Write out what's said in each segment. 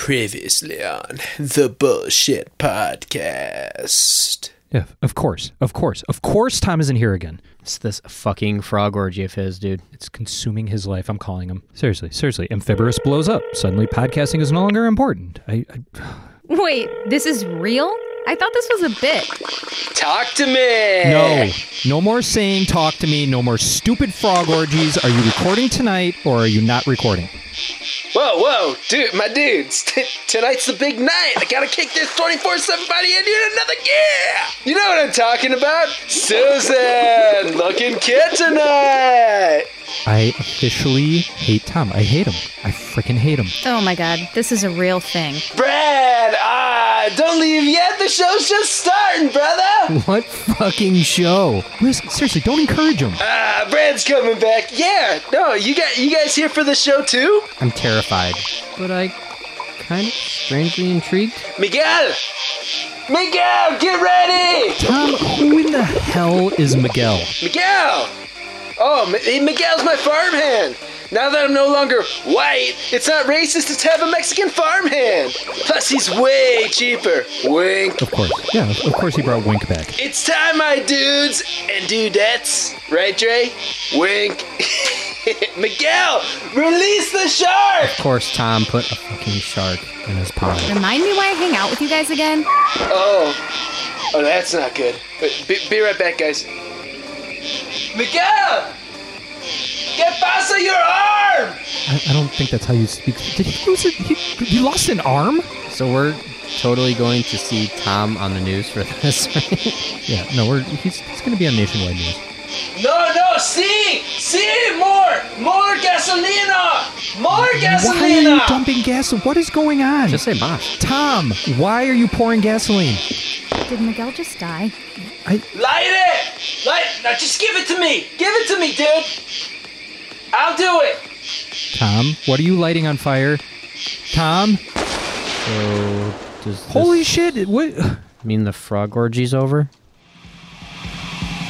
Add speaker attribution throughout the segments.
Speaker 1: Previously on the Bullshit Podcast.
Speaker 2: Yeah, of course, of course, of course. Tom isn't here again.
Speaker 3: It's this fucking frog orgy of his, dude.
Speaker 2: It's consuming his life. I'm calling him. Seriously, seriously. Amphibious blows up. Suddenly, podcasting is no longer important. I, I
Speaker 4: Wait, this is real? I thought this was a bit.
Speaker 1: Talk to me.
Speaker 2: no, no more saying "talk to me." No more stupid frog orgies. Are you recording tonight or are you not recording?
Speaker 1: Whoa, whoa, dude, my dudes. T- tonight's the big night. I gotta kick this 24 7 body into another gear. You know what I'm talking about? Susan, looking kid tonight.
Speaker 2: I officially hate Tom. I hate him. I freaking hate him.
Speaker 4: Oh my god, this is a real thing.
Speaker 1: Brad, ah, don't leave yet. The show's just starting, brother.
Speaker 2: What fucking show? Listen, seriously, don't encourage him.
Speaker 1: Ah, Brad's coming back. Yeah, no, you got you guys here for the show too?
Speaker 3: I'm terrified. But I kind of strangely intrigued.
Speaker 1: Miguel! Miguel, get ready!
Speaker 2: Tom, who in the hell is Miguel?
Speaker 1: Miguel! Oh, M- eh, Miguel's my farmhand! Now that I'm no longer white, it's not racist to have a Mexican farmhand! Plus, he's way cheaper. Wink.
Speaker 2: Of course. Yeah, of course he brought Wink back.
Speaker 1: It's time, my dudes and dudettes. Right, Dre? Wink. Miguel, release the shark!
Speaker 3: Of course, Tom put a fucking shark in his pond.
Speaker 4: Remind me why I hang out with you guys again?
Speaker 1: Oh, oh, that's not good. But be, be right back, guys. Miguel, get pasta your arm!
Speaker 2: I, I don't think that's how you speak. Did he lose it? He, he lost an arm?
Speaker 3: So we're totally going to see Tom on the news for this, right?
Speaker 2: Yeah, no, we're, he's, he's going to be on nationwide news.
Speaker 1: No, Oh, no, see, see, more, more gasolina, more
Speaker 2: Why are you
Speaker 1: gasolina.
Speaker 2: dumping gas? What is going on?
Speaker 3: Just say mosh.
Speaker 2: Tom, why are you pouring gasoline?
Speaker 4: Did Miguel just die?
Speaker 1: Light it, light. Now just give it to me. Give it to me, dude. I'll do it.
Speaker 2: Tom, what are you lighting on fire? Tom,
Speaker 3: So does this
Speaker 2: holy shit! it- What?
Speaker 3: mean the frog orgy's over?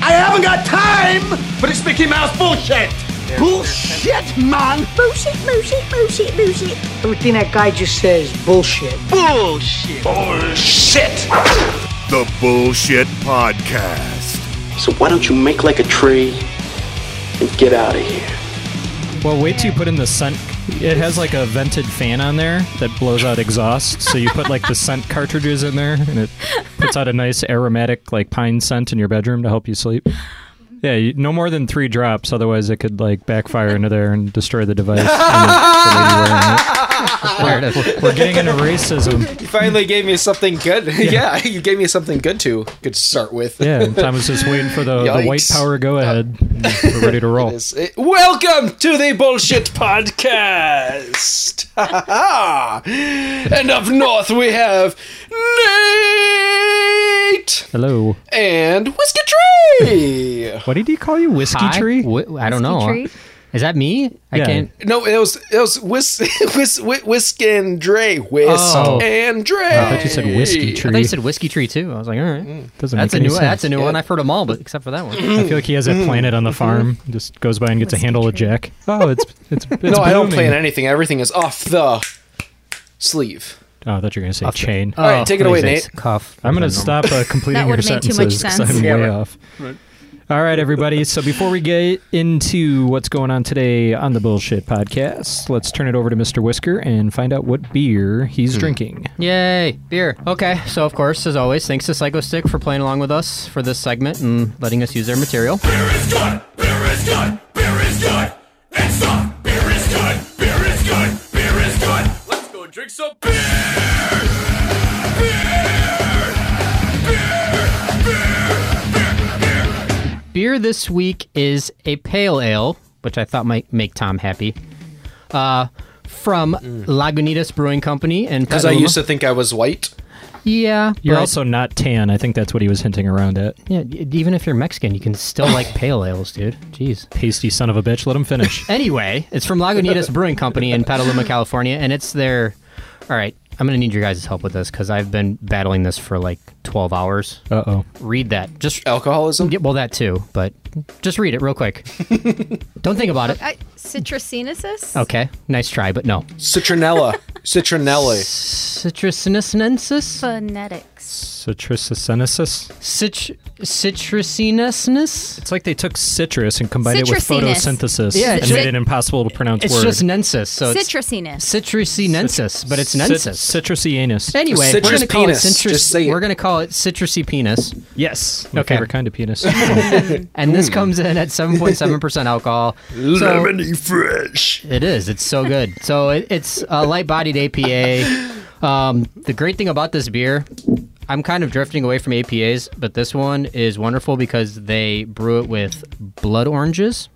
Speaker 5: I haven't got time for this Mickey Mouse bullshit. Bullshit, man.
Speaker 6: Bullshit, bullshit, bullshit, bullshit. Everything that guy just says, bullshit.
Speaker 5: Bullshit. Bullshit.
Speaker 7: The Bullshit Podcast.
Speaker 8: So why don't you make like a tree and get out of here?
Speaker 2: Well, wait till you put in the scent. It has like a vented fan on there that blows out exhaust. so you put like the scent cartridges in there, and it puts out a nice aromatic like pine scent in your bedroom to help you sleep. Yeah, you, no more than three drops, otherwise it could like backfire into there and destroy the device. and the- the lady wearing it. We're, we're getting into racism.
Speaker 1: You finally gave me something good. Yeah. you gave me something good to good to start with.
Speaker 2: Yeah, Tom was just waiting for the, the white
Speaker 1: Yikes.
Speaker 2: power go ahead. We're ready to roll.
Speaker 1: Yes, it- Welcome to the Bullshit Podcast. and up north we have Nate
Speaker 2: Hello.
Speaker 1: and Whiskey Tree.
Speaker 2: What did he call you? Whiskey
Speaker 3: Hi?
Speaker 2: tree?
Speaker 3: Wh- I don't know.
Speaker 4: tree?
Speaker 3: Is that me? I
Speaker 2: Yeah.
Speaker 3: can't.
Speaker 1: No, it was it was Whis, Whis, Whis, Whisk and Dre. Whisk
Speaker 3: Oh.
Speaker 1: and Dre.
Speaker 2: I thought you said whiskey tree.
Speaker 3: I thought you said whiskey tree too. I was like, all right.
Speaker 1: Mm.
Speaker 2: Doesn't
Speaker 3: That's a
Speaker 2: make
Speaker 3: new.
Speaker 2: any
Speaker 3: one.
Speaker 2: sense.
Speaker 3: That's a new one. I've heard them all, but except for that
Speaker 1: Mm-hmm.
Speaker 3: one.
Speaker 2: I feel like he has a planet on the farm. Just goes by and gets a handle of Jack. Oh, it's it's, it's
Speaker 1: No, I don't
Speaker 2: blooming.
Speaker 1: plan anything. Everything is off the sleeve.
Speaker 2: Oh, I thought you were gonna say uh, chain.
Speaker 3: All
Speaker 1: right, take it away, Nate.
Speaker 3: Oh, Cuff.
Speaker 2: I'm gonna
Speaker 3: I don't know.
Speaker 2: stop uh, completing
Speaker 4: That
Speaker 2: your
Speaker 4: would've made too
Speaker 2: sentences
Speaker 4: much
Speaker 2: 'cause
Speaker 4: sense.
Speaker 2: I'm
Speaker 4: Yeah,
Speaker 2: way
Speaker 4: right.
Speaker 2: off. All right, everybody. So before we get into what's going on today on the bullshit podcast, let's turn it over to Mr. Whisker and find out what beer he's drinking.
Speaker 3: Yay, beer. Okay, so of course, as always, thanks to Psycho Stick for playing along with us for this segment and letting us use their material.
Speaker 7: Beer is good. Beer is good. Beer is good. It's the beer is good. Beer is good. Beer is good. Let's go drink some beer.
Speaker 3: Beer this week is a pale ale, which I thought might make Tom happy, uh, from Lagunitas Brewing Company. and
Speaker 1: Because I used to think I was white.
Speaker 3: Yeah,
Speaker 2: You're
Speaker 3: but-
Speaker 2: also not tan. I think that's what he was hinting around at.
Speaker 3: Yeah, y- even if you're Mexican, you can still like pale ales, dude. Jeez.
Speaker 2: Pasty son of a bitch. Let him finish.
Speaker 3: Anyway, it's from Lagunitas Brewing Company in Petaluma, California, and it's their. All right, I'm gonna need your guys' help with this because I've been battling this for like 12 hours.
Speaker 2: Uh oh.
Speaker 3: Read that. Just
Speaker 1: Oh. Alcoholism?
Speaker 3: yeah, well that too, but just read it real quick. Don't think about it.
Speaker 4: I, citrusinesis?
Speaker 3: Okay, nice try, but no.
Speaker 1: Citronella. Citronella.
Speaker 3: Citrusinensis?
Speaker 4: Phonetics.
Speaker 2: Citrusinesis.
Speaker 3: Cit- citrusinensis?
Speaker 2: It's like they took citrus and combined it with
Speaker 4: Citrusinus.
Speaker 2: photosynthesis
Speaker 3: Yeah,
Speaker 2: and
Speaker 3: it's
Speaker 2: made
Speaker 3: ju-
Speaker 2: it impossible to pronounce
Speaker 3: It's
Speaker 2: word.
Speaker 3: just nensis, so it's
Speaker 4: Citrusinus.
Speaker 3: citrusinensis, but it's nensis.
Speaker 2: Cit- citrusy anus.
Speaker 3: Anyway,
Speaker 1: Citrus
Speaker 3: we're gonna call
Speaker 1: penis,
Speaker 3: it citrus.
Speaker 1: just say it.
Speaker 3: We're gonna call it citrusy penis,
Speaker 2: yes. My
Speaker 3: Okay.
Speaker 2: favorite kind of penis.
Speaker 3: and this comes in at seven point seven percent alcohol. So
Speaker 9: Lemony fresh.
Speaker 3: it is. It's so good. So it, it's a light-bodied APA. Um, the great thing about this beer, I'm kind of drifting away from APAs, but this one is wonderful because they brew it with blood oranges.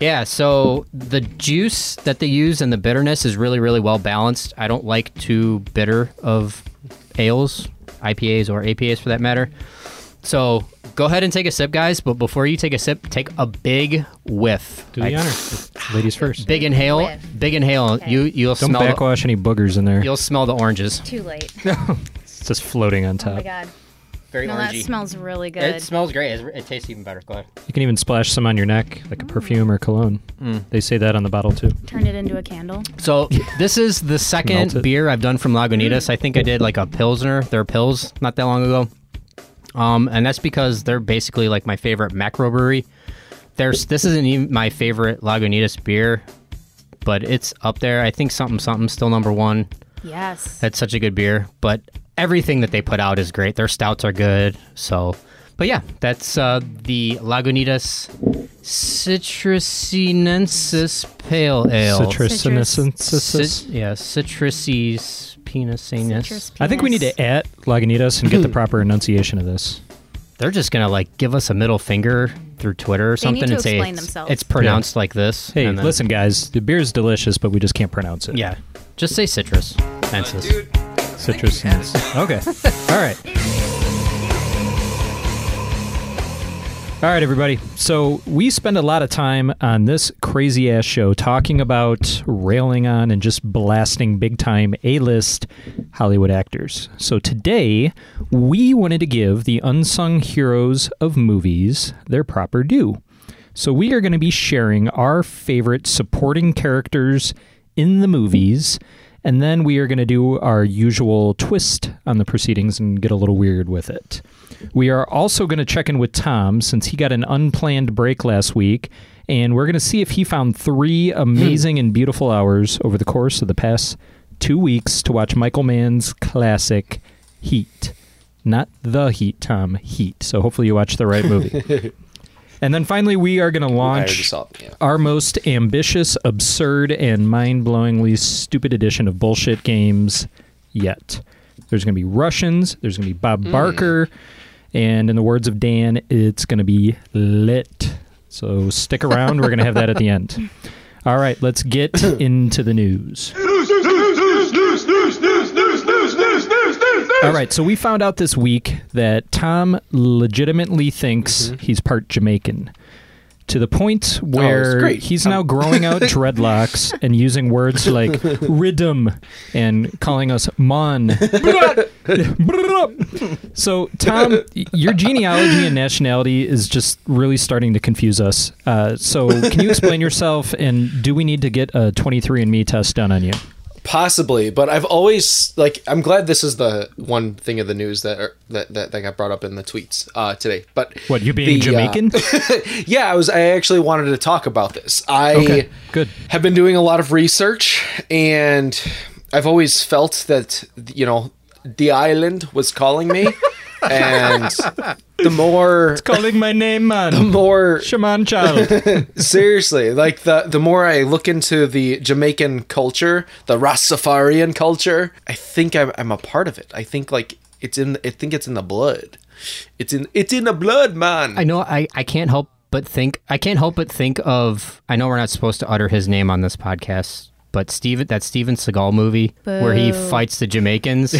Speaker 3: Yeah, so the juice that they use and the bitterness is really, really well balanced. I don't like too bitter of ales, IPAs or APAs for that matter. So go ahead and take a sip, guys. But before you take a sip, take a big whiff.
Speaker 2: Do the
Speaker 3: Like,
Speaker 2: honor. Ladies first.
Speaker 3: Big inhale.
Speaker 4: Whiff.
Speaker 3: Big inhale. You you'll
Speaker 2: Don't
Speaker 3: smell. The,
Speaker 2: backwash any boogers in there.
Speaker 3: you'll smell the oranges.
Speaker 4: Too late.
Speaker 2: It's just floating on
Speaker 4: Oh my
Speaker 2: top.
Speaker 4: god.
Speaker 3: Very
Speaker 4: No, that smells really good.
Speaker 3: it smells great. It, it tastes even better. Go ahead.
Speaker 2: you can even splash some on your neck, like a perfume or cologne.
Speaker 3: Mm.
Speaker 2: They say that on the bottle too.
Speaker 4: Turn it into a candle.
Speaker 3: So this is the
Speaker 2: Melt
Speaker 3: second
Speaker 2: it.
Speaker 3: beer I've done from Lagunitas. I think I did like a pilsner, their pills, not that long ago. Um, and that's because they're basically like my favorite macro brewery. There's this isn't even my favorite Lagunitas beer, but it's up there. I think something something still number one.
Speaker 4: Yes.
Speaker 3: That's such a good beer. But everything that they put out is great. Their stouts are good. So, but yeah, that's uh, the Lagunitas Citrusinensis Pale Ale.
Speaker 2: Citrusinescensis.
Speaker 3: Cit- yeah, citrusy penis
Speaker 4: Citrus
Speaker 2: I think we need
Speaker 4: penis.
Speaker 2: to at Lagunitas and get the proper enunciation of this.
Speaker 3: They're just gonna like give us a middle finger through Twitter or something
Speaker 4: need to
Speaker 3: and say
Speaker 4: explain
Speaker 3: it's,
Speaker 4: themselves.
Speaker 3: it's pronounced like this.
Speaker 2: Hey,
Speaker 3: and then-
Speaker 2: listen, guys, the beer is delicious, but we just can't pronounce it.
Speaker 3: Yeah, just say citrus. Nensis.
Speaker 2: citrus. Okay, all right, all right, everybody. So we spend a lot of time on this crazy ass show talking about railing on and just blasting big time A list Hollywood actors. So today we wanted to give the unsung heroes of movies their proper due. So we are going to be sharing our favorite supporting characters in the movies, and then we are going to do our usual twist on the proceedings and get a little weird with it. We are also going to check in with Tom since he got an unplanned break last week, and we're going to see if he found three amazing and beautiful hours over the course of the past two weeks to watch Michael Mann's classic Heat. Not the Heat, Tom, Heat. So hopefully you watch the right movie. And then finally, we are going to
Speaker 1: I already
Speaker 2: launch
Speaker 1: saw it. Yeah.
Speaker 2: our most ambitious, absurd, and mind blowingly stupid edition of bullshit games yet. There's going to be Russians, there's going to be
Speaker 1: Hmm.
Speaker 2: Bob Barker, and in the words of Dan, it's going to be lit. So stick around, we're going to have that at the end. All right, let's get into the news. All right, so we found out this week that Tom legitimately thinks
Speaker 1: Mm-hmm.
Speaker 2: he's part Jamaican to the point where
Speaker 1: Oh, great.
Speaker 2: he's now growing out dreadlocks and using words like rhythm and calling us mon. so, Tom, y- your genealogy and nationality is just really starting to confuse us. Uh, so, can you explain yourself and do we need to get a 23andMe test done on you?
Speaker 1: Possibly, but I've always like I'm glad this is the one thing of the news that are, that, that that got brought up in the tweets uh, today. But
Speaker 2: What, you
Speaker 1: the,
Speaker 2: being
Speaker 1: uh,
Speaker 2: Jamaican?
Speaker 1: yeah, I was. I actually wanted to talk about this. I
Speaker 2: Okay, good.
Speaker 1: have been doing a lot of research, and I've always felt that you know the island was calling me, and the more
Speaker 2: Calling my name, man.
Speaker 1: more
Speaker 2: Shaman child.
Speaker 1: seriously like the the more i look into the jamaican culture the rastafarian culture i think i'm, I'm a part of it i think like it's in i think it's in the blood it's in it's in the blood man
Speaker 3: I know I, I can't help but think I can't help but think of I know we're not supposed to utter his name on this podcast, but Steven that Steven Seagal movie where he fights the Jamaicans.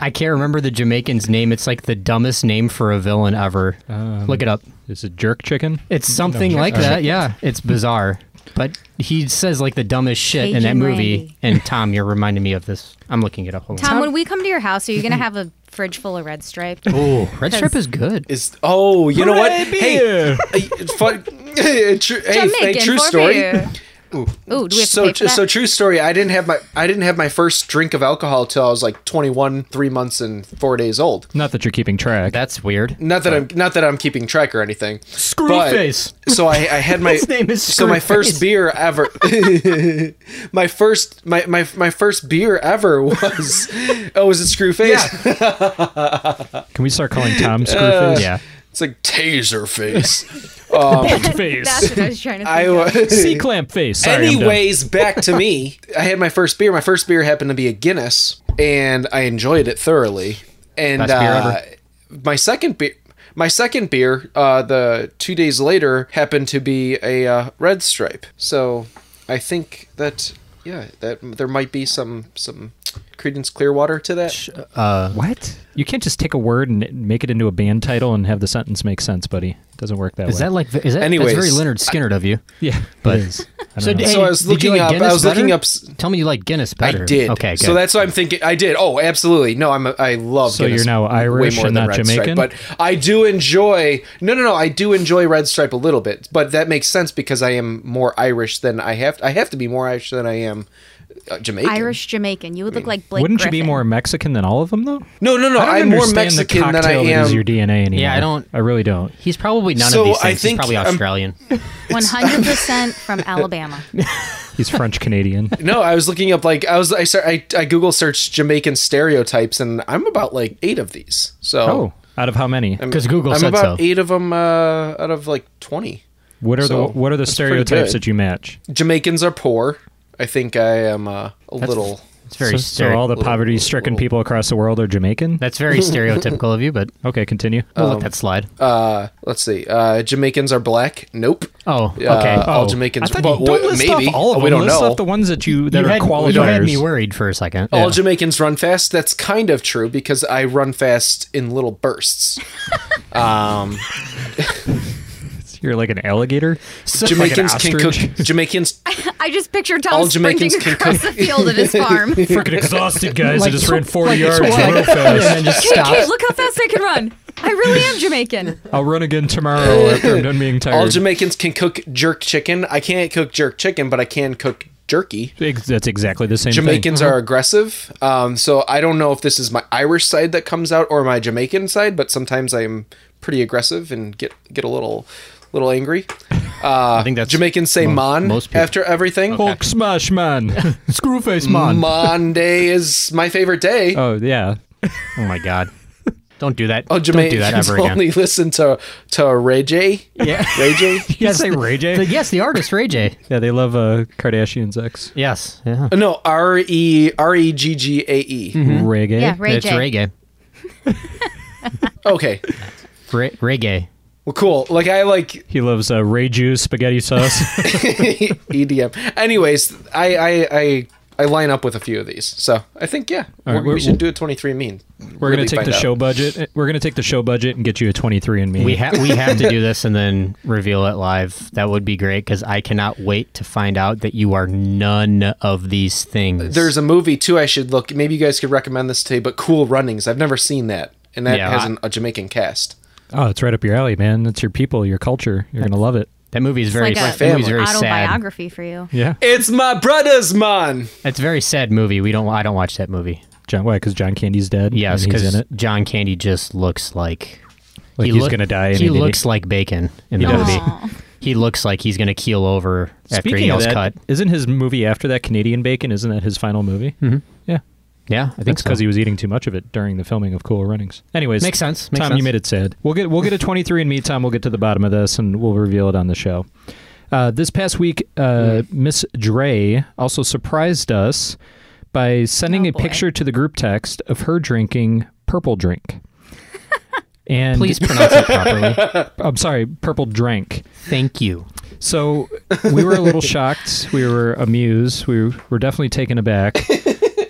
Speaker 3: I can't remember the Jamaican's name. It's like the dumbest name for a villain ever. Look it up.
Speaker 2: Is it jerk chicken?
Speaker 3: It's something like that. Yeah, it's bizarre. But he says like the dumbest shit in that
Speaker 4: Cajun
Speaker 3: movie.
Speaker 4: Randy.
Speaker 3: And Tom, you're reminding me of this. I'm looking it up. Hold on.
Speaker 4: Tom, when we come to your house, are you going to have a fridge full of red stripe.
Speaker 3: Ooh, Red Stripe is good.
Speaker 1: Is oh, you know what? Hey,
Speaker 2: Beer.
Speaker 1: uh, fun, hey, true, hey, hey,
Speaker 4: Jamaican
Speaker 1: true
Speaker 4: for
Speaker 1: story.
Speaker 4: beer. Ooh, do we have to
Speaker 1: so
Speaker 4: pay for that?
Speaker 1: so true story. I didn't have my I didn't have my first drink of alcohol till I was like 21, 3 months and 4 days old.
Speaker 2: Not that you're keeping track.
Speaker 3: That's weird.
Speaker 1: Not that I'm not that I'm keeping track or anything. But-
Speaker 2: Screwface.
Speaker 1: So I, I had my
Speaker 3: His name is
Speaker 1: so my
Speaker 3: Screwface.
Speaker 1: first beer ever. my first my, my my first beer ever was oh was it Screwface?
Speaker 2: Can we start calling Tom
Speaker 1: Uh,
Speaker 2: Screwface?
Speaker 3: yeah.
Speaker 1: It's like Taser Face.
Speaker 4: That's what I was trying to think.
Speaker 1: I was.
Speaker 2: C clamp face. Sorry, I'm done.
Speaker 1: Anyways, back to me. I had my first beer. My first beer happened to be a Guinness, and I enjoyed it thoroughly. And
Speaker 3: Best beer
Speaker 1: uh, my second beer, my second beer, uh, the two days later happened to be a uh, Red Stripe. So I think that yeah, that there might be some some Credence Clearwater to that.
Speaker 3: Uh,
Speaker 2: What? You can't just take a word and make it into a band title and have the sentence make sense, buddy. It doesn't work that
Speaker 3: Is
Speaker 2: way.
Speaker 3: that like is that
Speaker 1: Anyways,
Speaker 3: that's very Leonard Skinner of you?
Speaker 2: yeah, but it is. I don't know.
Speaker 1: So I was
Speaker 3: did you
Speaker 1: looking up- I
Speaker 3: Guinness
Speaker 1: was looking
Speaker 3: better?
Speaker 1: up s-
Speaker 3: Tell me you like Guinness
Speaker 1: I
Speaker 3: better.
Speaker 1: did.
Speaker 3: Okay, good.
Speaker 1: So that's what I'm thinking. I did. Oh, absolutely. No, I'm. A, I love.
Speaker 2: So you're
Speaker 1: Guinness
Speaker 2: now
Speaker 1: way
Speaker 2: Irish
Speaker 1: more
Speaker 2: and
Speaker 1: than
Speaker 2: not
Speaker 1: Red
Speaker 2: Jamaican?
Speaker 1: Stripe, but I do enjoy. No, no, no. I do enjoy Red Stripe a little bit, but that makes sense because I am more Irish than I have. I have to be more Irish than I am uh, Jamaican.
Speaker 4: Irish Jamaican. You would look like Blake.
Speaker 2: Wouldn't
Speaker 4: Griffin.
Speaker 2: you be more Mexican than all of them, though?
Speaker 1: No, no, no.
Speaker 2: I don't
Speaker 1: I'm more
Speaker 2: understand
Speaker 1: Mexican
Speaker 2: the
Speaker 1: than I
Speaker 2: cocktail that is
Speaker 1: am.
Speaker 2: your DNA anymore.
Speaker 3: I don't-
Speaker 2: I really don't.
Speaker 3: He's probably none
Speaker 1: So
Speaker 3: of these
Speaker 1: I
Speaker 3: things.
Speaker 1: think
Speaker 3: He's probably
Speaker 1: I'm-
Speaker 3: Australian.
Speaker 4: One hundred percent from Alabama.
Speaker 2: He's French Canadian.
Speaker 1: no, I was looking up like I was. I, start, I I Google searched Jamaican stereotypes, and I'm about like eight of these. So
Speaker 2: oh, out of how many?
Speaker 3: 'Cause Google
Speaker 1: I'm
Speaker 3: said
Speaker 1: about
Speaker 3: so.
Speaker 1: eight of them uh, out of like twenty.
Speaker 2: What are
Speaker 1: so
Speaker 2: the What are the
Speaker 1: that's pretty
Speaker 2: stereotypes
Speaker 1: good.
Speaker 2: that you match?
Speaker 1: Jamaicans are poor. I think I am uh, a little.
Speaker 3: It's very
Speaker 2: so, so
Speaker 3: stereo-
Speaker 2: all the poverty-stricken people across the world are Jamaican.
Speaker 3: That's very stereotypical of you, but
Speaker 2: okay, continue.
Speaker 3: we'll
Speaker 1: Um,
Speaker 3: let that slide.
Speaker 1: Oh. Uh, let's see. Uh, Jamaicans are black. Nope.
Speaker 3: oh,
Speaker 1: Uh,
Speaker 3: okay.
Speaker 1: All
Speaker 2: Oh,
Speaker 1: Jamaicans.
Speaker 2: I thought
Speaker 1: but
Speaker 2: you, don't
Speaker 1: wha-
Speaker 2: list
Speaker 1: maybe Oh,
Speaker 2: off all of them.
Speaker 1: we don't
Speaker 2: list
Speaker 1: know.
Speaker 2: off the ones that you that
Speaker 3: you,
Speaker 2: are
Speaker 3: had,
Speaker 2: qualifiers.
Speaker 3: you had me worried for a second.
Speaker 1: All
Speaker 3: Yeah.
Speaker 1: Jamaicans run fast. That's kind of true because I run fast in little bursts. um,
Speaker 2: You're like an alligator.
Speaker 1: Jamaicans
Speaker 2: like
Speaker 1: can
Speaker 2: an
Speaker 1: cook. Jamaicans.
Speaker 4: I just picture Tom
Speaker 1: All
Speaker 4: sprinting
Speaker 1: Jamaicans can
Speaker 4: across
Speaker 1: cook.
Speaker 4: the field at his farm. Kate,
Speaker 2: Freaking exhausted, guys. I just ran 40
Speaker 3: like,
Speaker 2: yards
Speaker 3: it's what?
Speaker 2: real
Speaker 3: and
Speaker 2: fast.
Speaker 3: then just
Speaker 4: Kate,
Speaker 3: stopped.
Speaker 4: look how fast I can run. I really am Jamaican.
Speaker 2: I'll run again tomorrow after I'm done being tired.
Speaker 1: All Jamaicans can cook jerk chicken. I can't cook jerk chicken, but I can cook jerky.
Speaker 2: Ex- That's exactly the same
Speaker 1: Jamaicans
Speaker 2: thing.
Speaker 3: Uh-huh.
Speaker 1: are aggressive. Um, so I don't know if this is my Irish side that comes out or my Jamaican side, but sometimes I'm pretty aggressive and get get a little little angry. uh,
Speaker 3: I think that's
Speaker 1: Jamaicans say
Speaker 3: Mo-
Speaker 1: mon
Speaker 3: most people.
Speaker 1: after everything.
Speaker 2: Hulk smash man. Screwface man.
Speaker 1: Monday is my favorite day.
Speaker 2: oh, yeah.
Speaker 3: Oh my god! Don't do that.
Speaker 1: oh,
Speaker 3: don't do
Speaker 1: Jamaicans
Speaker 3: that ever again.
Speaker 1: only listen to to Ray J.
Speaker 3: Yeah.
Speaker 1: Ray J.
Speaker 2: You guys say Ray
Speaker 3: The-
Speaker 2: J?
Speaker 3: yes, the artist Ray J.
Speaker 2: Yeah, they love uh, Kardashian's ex.
Speaker 3: Yes. Yeah.
Speaker 1: No, R E R E G G A E.
Speaker 2: Reggae.
Speaker 4: Yeah, Ray
Speaker 3: it's
Speaker 4: J.
Speaker 3: reggae.
Speaker 1: Okay,
Speaker 3: Re- reggae.
Speaker 1: well, cool. Like I like
Speaker 2: He loves uh, Ray juice, spaghetti sauce.
Speaker 1: EDM. E Anyways, I I. I I line up with a few of these, so I think yeah,
Speaker 2: All right,
Speaker 1: we
Speaker 2: we're-
Speaker 1: we should do a twenty-three mean.
Speaker 2: We're gonna take the show budget. eh, We're gonna take the show budget and get you a 23 and me.
Speaker 3: We have we have to do this and then reveal it live. That would be great because I cannot wait to find out that you are none of these things.
Speaker 1: There's a movie too. I should look. Maybe you guys could recommend this today. But Cool Runnings. I've never seen that, and that
Speaker 3: Yeah,
Speaker 1: has
Speaker 3: I-
Speaker 1: an, a Jamaican cast.
Speaker 2: oh, it's right up your alley, man. That's your people, your culture. You're gonna love it.
Speaker 3: that movie is very
Speaker 4: Like a
Speaker 3: that movie's very sad.
Speaker 4: autobiography for you.
Speaker 2: Yeah,
Speaker 1: It's my brother's man.
Speaker 3: It's a very sad movie. We don't I don't watch that movie.
Speaker 2: John. Why? Because John Candy's dead.
Speaker 3: Yes,
Speaker 2: and he's in
Speaker 3: because
Speaker 2: it.
Speaker 3: John Candy just looks like,
Speaker 2: Like
Speaker 3: he
Speaker 2: he's
Speaker 3: look-
Speaker 2: gonna die.
Speaker 3: He
Speaker 2: any day.
Speaker 3: looks like bacon in the
Speaker 2: does.
Speaker 4: Aw.
Speaker 3: movie. He looks like he's gonna keel over after he
Speaker 2: Speaking of
Speaker 3: yells
Speaker 2: that,
Speaker 3: cut.
Speaker 2: isn't his movie after that Canadian Bacon? Isn't that his final movie? Mm-hmm. Yeah,
Speaker 3: Yeah, I think
Speaker 2: that's because
Speaker 3: so.
Speaker 2: he was eating too much of it during the filming of Cool Runnings. Anyways,
Speaker 3: Makes sense, makes
Speaker 2: Tom, you
Speaker 3: sense.
Speaker 2: made it sad. We'll get we'll get a 23 and me. Tom, we'll get to the bottom of this and we'll reveal it on the show. Uh, this past week, uh, Miss Dre also surprised us by sending
Speaker 4: Oh,
Speaker 2: a
Speaker 4: boy.
Speaker 2: picture to the group text of her drinking purple drink. and
Speaker 3: Please pronounce it properly.
Speaker 2: I'm sorry, purple drank.
Speaker 3: Thank you.
Speaker 2: So we were a little shocked. We were amused. We
Speaker 3: Hmm.
Speaker 2: were definitely taken aback,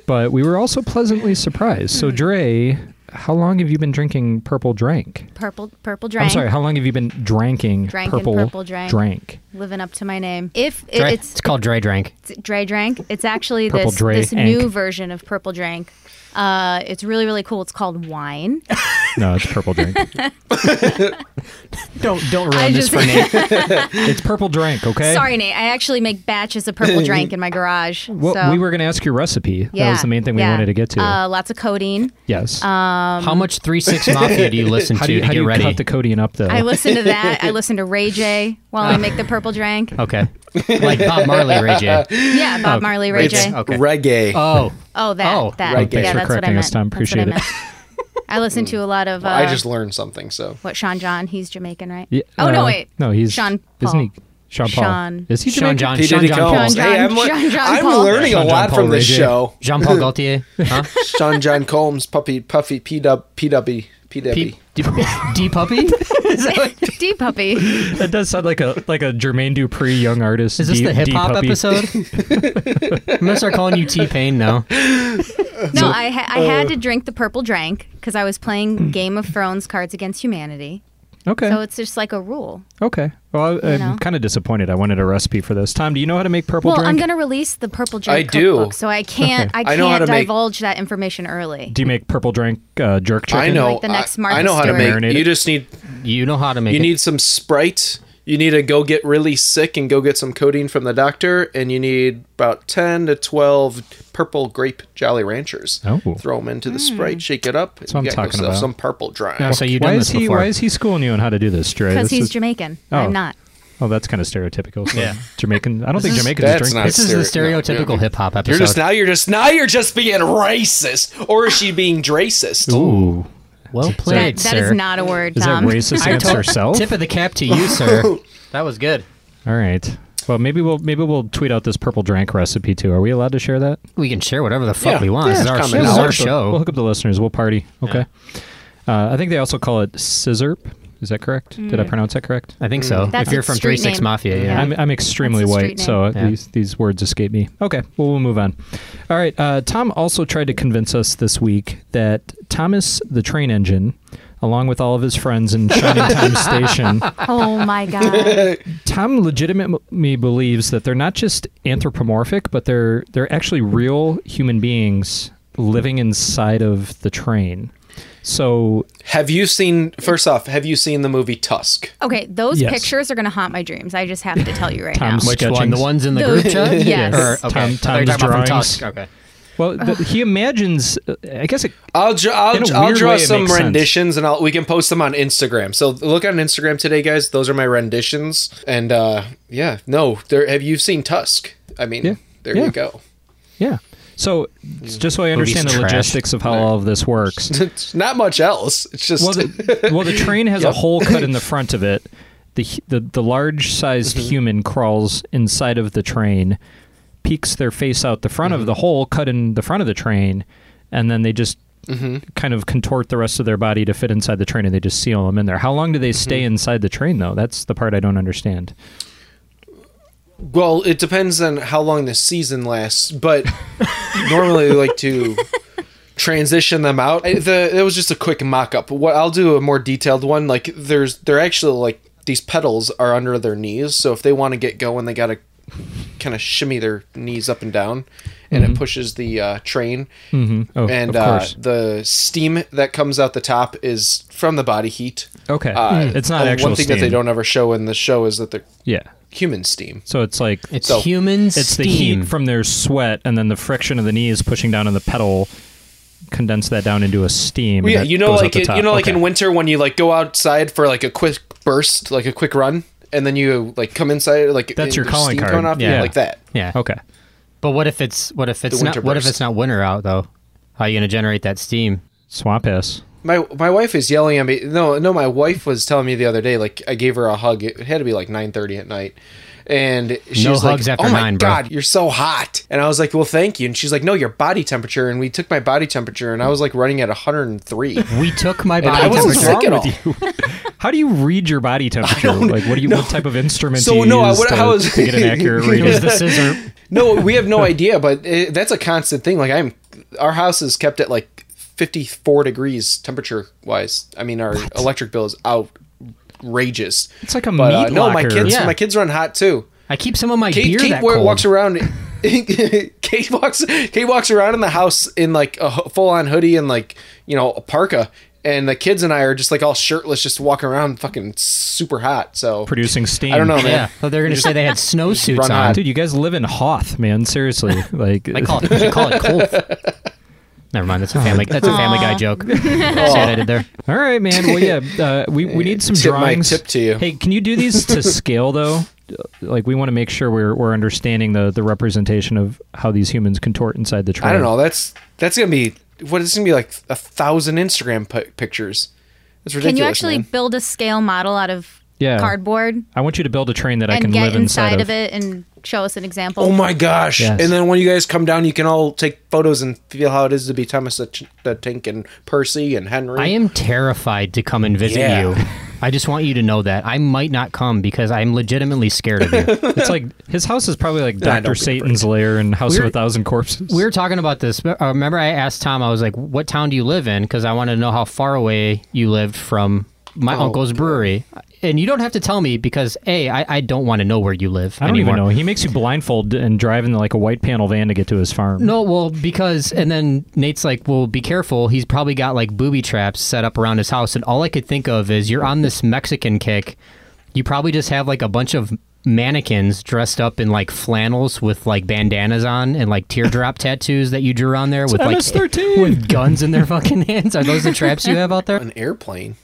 Speaker 2: but we were also pleasantly surprised. So Dre how long have you been drinking purple drink?
Speaker 4: Purple, purple drank.
Speaker 2: I'm sorry, how long have you been drinking
Speaker 4: Drankin'
Speaker 2: purple,
Speaker 4: purple drank.
Speaker 2: drank?
Speaker 4: Living up to my name. If it,
Speaker 3: Dre-
Speaker 4: it's
Speaker 3: it's called Dre Drank.
Speaker 4: it's Dre Drank, it's actually
Speaker 2: Purple
Speaker 4: this
Speaker 2: Dre
Speaker 4: this
Speaker 2: Ank.
Speaker 4: new version of Purple Drank. Uh, it's really really cool. It's called wine.
Speaker 2: No, it's purple drink.
Speaker 3: Don't don't ruin
Speaker 4: I
Speaker 3: this
Speaker 4: just-
Speaker 3: for Nate.
Speaker 2: it's purple drink, okay?
Speaker 4: Sorry, Nate. I actually make batches of purple drank in my garage.
Speaker 2: Well,
Speaker 4: so,
Speaker 2: we were going to ask your recipe.
Speaker 4: yeah,
Speaker 2: that was the main thing we
Speaker 4: yeah.
Speaker 2: wanted to get to.
Speaker 4: Uh, lots of codeine.
Speaker 2: yes.
Speaker 4: Um,
Speaker 3: How much Three Six Mafia do you listen
Speaker 2: how
Speaker 3: to
Speaker 2: do you,
Speaker 3: to
Speaker 2: how do
Speaker 3: get
Speaker 2: you
Speaker 3: ready?
Speaker 2: cut the codeine up though?
Speaker 4: I listen to that. I listen to Ray J while I make the purple drank.
Speaker 2: Oh.
Speaker 3: okay, like Bob Marley, Ray J.
Speaker 4: Yeah, Bob Marley, Ray
Speaker 1: It's
Speaker 4: J.
Speaker 3: Okay.
Speaker 1: reggae.
Speaker 3: Oh,
Speaker 4: Oh, that.
Speaker 3: Oh,
Speaker 4: that.
Speaker 1: right,
Speaker 4: yeah,
Speaker 1: thanks for
Speaker 4: that's what I
Speaker 2: correcting us,
Speaker 4: meant.
Speaker 2: Tom.
Speaker 4: That's what I
Speaker 2: Appreciate it.
Speaker 4: meant. I listen to a lot of. Uh,
Speaker 1: I just learned something. So
Speaker 4: what Sean John? He's Jamaican, right?
Speaker 2: Yeah,
Speaker 4: oh
Speaker 2: uh,
Speaker 4: no, wait.
Speaker 2: No, he's
Speaker 4: Sean. Paul.
Speaker 2: Isn't he? Sean Paul.
Speaker 4: Sean-
Speaker 2: Is he
Speaker 3: Sean
Speaker 2: Jamaican?
Speaker 3: John,
Speaker 1: P.
Speaker 3: Sean
Speaker 1: Diddy
Speaker 3: John Paul,
Speaker 1: Combs.
Speaker 4: John,
Speaker 1: Hey, I'm,
Speaker 4: John,
Speaker 1: lear-
Speaker 4: John
Speaker 1: I'm
Speaker 4: Paul.
Speaker 1: learning a
Speaker 3: Sean John
Speaker 1: lot
Speaker 3: Paul
Speaker 1: from this
Speaker 3: Ray J.
Speaker 1: show.
Speaker 3: Jean Paul Gaultier, huh?
Speaker 1: Sean John Combs, Puppy, Puffy, P Dub, P Dubby, P Dubby.
Speaker 3: P- D, D puppy? Is that what-
Speaker 4: D puppy.
Speaker 2: That does sound like a like a Jermaine Dupri young artist.
Speaker 3: is this
Speaker 2: D-
Speaker 3: the hip hop
Speaker 2: D-puppy.
Speaker 3: episode? I'm gonna start calling you T Pain now.
Speaker 4: No, I ha- I had
Speaker 1: uh,
Speaker 4: to drink the purple drank because I was playing Game of Thrones Cards Against Humanity.
Speaker 2: Okay.
Speaker 4: So it's just like a rule.
Speaker 2: okay. Well, I,
Speaker 4: You
Speaker 2: I'm
Speaker 4: know.
Speaker 2: kind of disappointed. I wanted a recipe for this. Tom, do you know how to make purple
Speaker 4: Well,
Speaker 2: drink?
Speaker 4: I'm gonna release the purple
Speaker 1: I
Speaker 4: drink
Speaker 1: do.
Speaker 4: cookbook, so I can't I
Speaker 1: I know how
Speaker 4: can't
Speaker 1: to make-
Speaker 4: divulge that information early.
Speaker 2: do you make purple drink uh, jerk chicken?
Speaker 1: I know.
Speaker 4: Like the next
Speaker 1: I,
Speaker 4: Martha
Speaker 1: I know how to
Speaker 4: Stewart.
Speaker 1: make.
Speaker 2: Marinate
Speaker 1: You
Speaker 2: it.
Speaker 1: just need.
Speaker 3: You know how to make
Speaker 1: You
Speaker 3: it.
Speaker 1: need some Sprite. You need to go get really sick and go get some codeine from the doctor, and you need about ten to twelve purple grape Jolly Ranchers.
Speaker 2: Oh.
Speaker 1: Throw them into the
Speaker 4: Hmm.
Speaker 1: Sprite, shake it up, and
Speaker 2: what I'm
Speaker 1: you got
Speaker 2: talking
Speaker 1: yourself
Speaker 2: about.
Speaker 1: some purple dry.
Speaker 3: Yeah, so you've
Speaker 2: Oh, why
Speaker 3: done
Speaker 2: is
Speaker 3: this
Speaker 2: he
Speaker 3: before.
Speaker 2: why is he schooling you on how to do this, Dre?
Speaker 4: Because
Speaker 2: This
Speaker 4: he's
Speaker 2: is-
Speaker 4: Jamaican.
Speaker 2: Oh.
Speaker 4: I'm not.
Speaker 2: Oh, that's kind of stereotypical. So
Speaker 3: Yeah.
Speaker 2: Jamaican. I don't think
Speaker 3: is-
Speaker 2: Jamaicans
Speaker 1: that's
Speaker 2: drink.
Speaker 1: not
Speaker 3: this is the
Speaker 1: stereo- no,
Speaker 3: stereotypical
Speaker 1: yeah.
Speaker 3: hip hop episode.
Speaker 1: You're just now. You're just now. You're just being racist, or is she being dracist?
Speaker 2: Ooh,
Speaker 3: well
Speaker 4: That,
Speaker 3: played,
Speaker 4: that
Speaker 3: sir.
Speaker 4: is not a word,
Speaker 2: is that
Speaker 4: Tom.
Speaker 2: racist against herself?
Speaker 3: Tip of the cap to you, sir. that was good.
Speaker 2: All right. Well, maybe we'll maybe we'll tweet out this purple drink recipe too. Are we allowed to share that?
Speaker 3: We can share whatever the fuck
Speaker 1: Yeah.
Speaker 3: we want.
Speaker 1: Yeah,
Speaker 3: this is our,
Speaker 1: it's
Speaker 3: this
Speaker 1: common
Speaker 3: is our
Speaker 1: knowledge.
Speaker 2: We'll
Speaker 3: show.
Speaker 2: hook up the listeners. We'll party. Okay. Uh, I think they also call it scissorp. Is that correct? Did
Speaker 4: Mm.
Speaker 2: I pronounce that correct?
Speaker 3: I think so.
Speaker 4: That's
Speaker 3: if you're
Speaker 4: its
Speaker 3: from
Speaker 4: street
Speaker 3: Three Six
Speaker 4: name.
Speaker 3: Mafia, yeah.
Speaker 2: I'm, I'm extremely
Speaker 4: That's a
Speaker 2: white,
Speaker 4: street
Speaker 2: so
Speaker 4: name.
Speaker 3: Yeah.
Speaker 2: these these words escape me. Okay, well we'll move on. All right, uh, Tom also tried to convince us this week that Thomas the train engine, along with all of his friends in Shining Time Station,
Speaker 4: Oh my god.
Speaker 2: Tom legitimately believes that they're not just anthropomorphic, but they're they're actually real human beings living inside of the train. So
Speaker 1: Have you seen? First off, have you seen the movie Tusk?
Speaker 4: Okay, those
Speaker 2: Yes.
Speaker 4: pictures are going to haunt my dreams. I just have to tell you right
Speaker 2: Tom
Speaker 4: now.
Speaker 2: Swift.
Speaker 3: Which one?
Speaker 2: sketchings.
Speaker 3: The ones in the
Speaker 4: Those-
Speaker 3: group chat?
Speaker 4: yes.
Speaker 3: Or, okay.
Speaker 2: Tom-
Speaker 3: I
Speaker 2: Tom's
Speaker 3: thought you were talking about from
Speaker 2: drawings.
Speaker 3: Tusk. Okay.
Speaker 2: well, th- he imagines. uh, I guess it,
Speaker 1: I'll dr- I'll,
Speaker 2: In a
Speaker 1: I'll
Speaker 2: weird
Speaker 1: draw
Speaker 2: way, it
Speaker 1: some
Speaker 2: makes sense.
Speaker 1: renditions and I'll we can post them on Instagram. So look on Instagram today, guys. Those are my renditions. And uh yeah, no, there have you seen Tusk? I mean,
Speaker 2: Yeah.
Speaker 1: there
Speaker 2: Yeah.
Speaker 1: you go.
Speaker 2: yeah. So just so I understand the
Speaker 3: trash.
Speaker 2: logistics of how all of this works,
Speaker 1: It's not much else. It's just
Speaker 2: well, the, well, the train has a
Speaker 1: Yep.
Speaker 2: hole cut in the front of it. The hu- the, the large sized
Speaker 1: Mm-hmm.
Speaker 2: human crawls inside of the train, peeks their face out the front
Speaker 1: Mm-hmm.
Speaker 2: of the hole cut in the front of the train, and then they just
Speaker 1: Mm-hmm.
Speaker 2: kind of contort the rest of their body to fit inside the train, and they just seal them in there. How long do they
Speaker 1: Mm-hmm.
Speaker 2: stay inside the train though? That's the part I don't understand.
Speaker 1: well, it depends on how long the season lasts, but normally we like to transition them out. I, the it was just a quick mock up. What I'll do a more detailed one. Like there's they're actually like these pedals are under their knees, so if they want to get going, they gotta kind of shimmy their knees up and down, and it pushes the uh, train.
Speaker 2: Mm-hmm. Oh,
Speaker 1: And
Speaker 2: of
Speaker 1: uh,
Speaker 2: course.
Speaker 1: the steam that comes out the top is from the body heat.
Speaker 2: Okay,
Speaker 1: Uh,
Speaker 2: it's not
Speaker 1: and
Speaker 2: actual
Speaker 1: One thing that they
Speaker 2: steam.
Speaker 1: don't ever show in the show is that they're
Speaker 2: Yeah,
Speaker 1: human steam.
Speaker 2: so it's like
Speaker 3: It's
Speaker 1: So,
Speaker 3: human
Speaker 2: It's the
Speaker 3: steam.
Speaker 2: heat from their sweat, and then the friction of the knees pushing down on the pedal condense that down into a steam.
Speaker 1: Well,
Speaker 2: and
Speaker 1: yeah,
Speaker 2: that
Speaker 1: you know,
Speaker 2: goes out
Speaker 1: like
Speaker 2: the
Speaker 1: it,
Speaker 2: top.
Speaker 1: you know, like
Speaker 2: Okay.
Speaker 1: in winter when you like go outside for like a quick burst, like a quick run, and then you like come inside, like
Speaker 2: That's
Speaker 1: and
Speaker 2: your
Speaker 1: there's
Speaker 2: calling
Speaker 1: steam
Speaker 2: card.
Speaker 1: coming off you,
Speaker 2: Yeah.
Speaker 1: like that.
Speaker 3: Yeah.
Speaker 2: Okay,
Speaker 3: But what if it's what if it's
Speaker 1: The
Speaker 3: not
Speaker 1: winter
Speaker 3: what if
Speaker 1: burst.
Speaker 3: it's not winter out though? How are you gonna generate that steam?
Speaker 2: swamp ass.
Speaker 1: My my wife is yelling at me. No, no, my wife was telling me the other day. Like I gave her a hug. It had to be like nine thirty at night, and she's like,
Speaker 3: hugs after
Speaker 1: "Oh my
Speaker 3: nine, bro."
Speaker 1: god, you're so hot." And I was like, "Well, thank you." And she's like, "No, your body temperature." And we took my body temperature, and I was like running at one hundred and three.
Speaker 3: We took my
Speaker 1: I
Speaker 3: body
Speaker 1: wasn't
Speaker 3: temperature.
Speaker 1: sick at all.
Speaker 2: How do you read your body temperature? Like, what do you? What type of instrument
Speaker 1: So,
Speaker 2: do you
Speaker 1: no, I-
Speaker 2: use
Speaker 1: what-
Speaker 2: to,
Speaker 1: how is-
Speaker 2: to get an accurate
Speaker 3: It was the
Speaker 2: reading?
Speaker 3: scissor.
Speaker 1: No, we have no idea, but it, that's a constant thing. Like I'm, our house is kept at like 54 degrees temperature wise. I mean, our electric bill is outrageous.
Speaker 2: It's like a
Speaker 1: But uh,
Speaker 2: meat
Speaker 1: no, my
Speaker 2: locker.
Speaker 1: kids,
Speaker 3: Yeah.
Speaker 1: my kids run hot too.
Speaker 3: I keep some of my
Speaker 1: Kate,
Speaker 3: beer
Speaker 1: Kate
Speaker 3: that
Speaker 1: wa-
Speaker 3: cold.
Speaker 1: walks around. Kate walks. Kate walks around in the house in like a full on hoodie and like you know a parka, and the kids and I are just like all shirtless, just walking around, fucking super hot. So
Speaker 2: producing steam.
Speaker 1: I don't know, man.
Speaker 3: Yeah, so they're gonna say they had snow suits
Speaker 1: run
Speaker 3: on.
Speaker 1: hot.
Speaker 2: Dude, you guys live in Hoth, man. Seriously, like
Speaker 3: I call it, we should call it cold. Never mind. That's a family. That's a Family Guy joke. See what I did there?
Speaker 2: All right, man. Well, yeah, uh, we we need some
Speaker 1: Tip my
Speaker 2: drawings.
Speaker 1: tip to you.
Speaker 2: Hey, can you do these to scale though? Like, we want to make sure we're we're understanding the the representation of how these humans contort inside the train.
Speaker 1: I don't know. That's that's gonna be what it's gonna be like a thousand Instagram pi pictures. That's ridiculous.
Speaker 4: Can you actually
Speaker 1: man.
Speaker 4: build a scale model out of
Speaker 2: Yeah.
Speaker 4: cardboard
Speaker 2: I want you to build a train that I can
Speaker 4: and
Speaker 2: live
Speaker 4: get
Speaker 2: inside,
Speaker 4: inside of it and show us an example?
Speaker 1: Oh my gosh!
Speaker 2: Yes.
Speaker 1: And then when you guys come down, you can all take photos and feel how it is to be Thomas the, Ch- the Tank and Percy and Henry.
Speaker 3: I am terrified to come and visit
Speaker 1: Yeah.
Speaker 3: you. I just want you to know that I might not come because I'm legitimately scared of you.
Speaker 2: It's like his house is probably like
Speaker 1: Nah, don't
Speaker 2: Doctor
Speaker 1: be afraid.
Speaker 2: Satan's lair and House of
Speaker 3: We're-
Speaker 2: a Thousand Corpses.
Speaker 3: we were talking about this. Uh, Remember, I asked Tom. I was like, "What town do you live in?" Because I wanted to know how far away you lived from my
Speaker 2: Oh,
Speaker 3: uncle's brewery. And you don't have to tell me because a I, I don't want to know where you live
Speaker 2: I don't
Speaker 3: anymore.
Speaker 2: even know. He makes you blindfold and drive in like a white panel van to get to his farm.
Speaker 3: No, well, because and then Nate's like, "Well, be careful. He's probably got like booby traps set up around his house." And all I could think of is, you're on this Mexican kick. You probably just have like a bunch of mannequins dressed up in like flannels with like bandanas on and like teardrop tattoos that you drew on there with like
Speaker 2: MS-13.
Speaker 3: with guns in their fucking hands. Are those the traps you have out there?
Speaker 1: an airplane.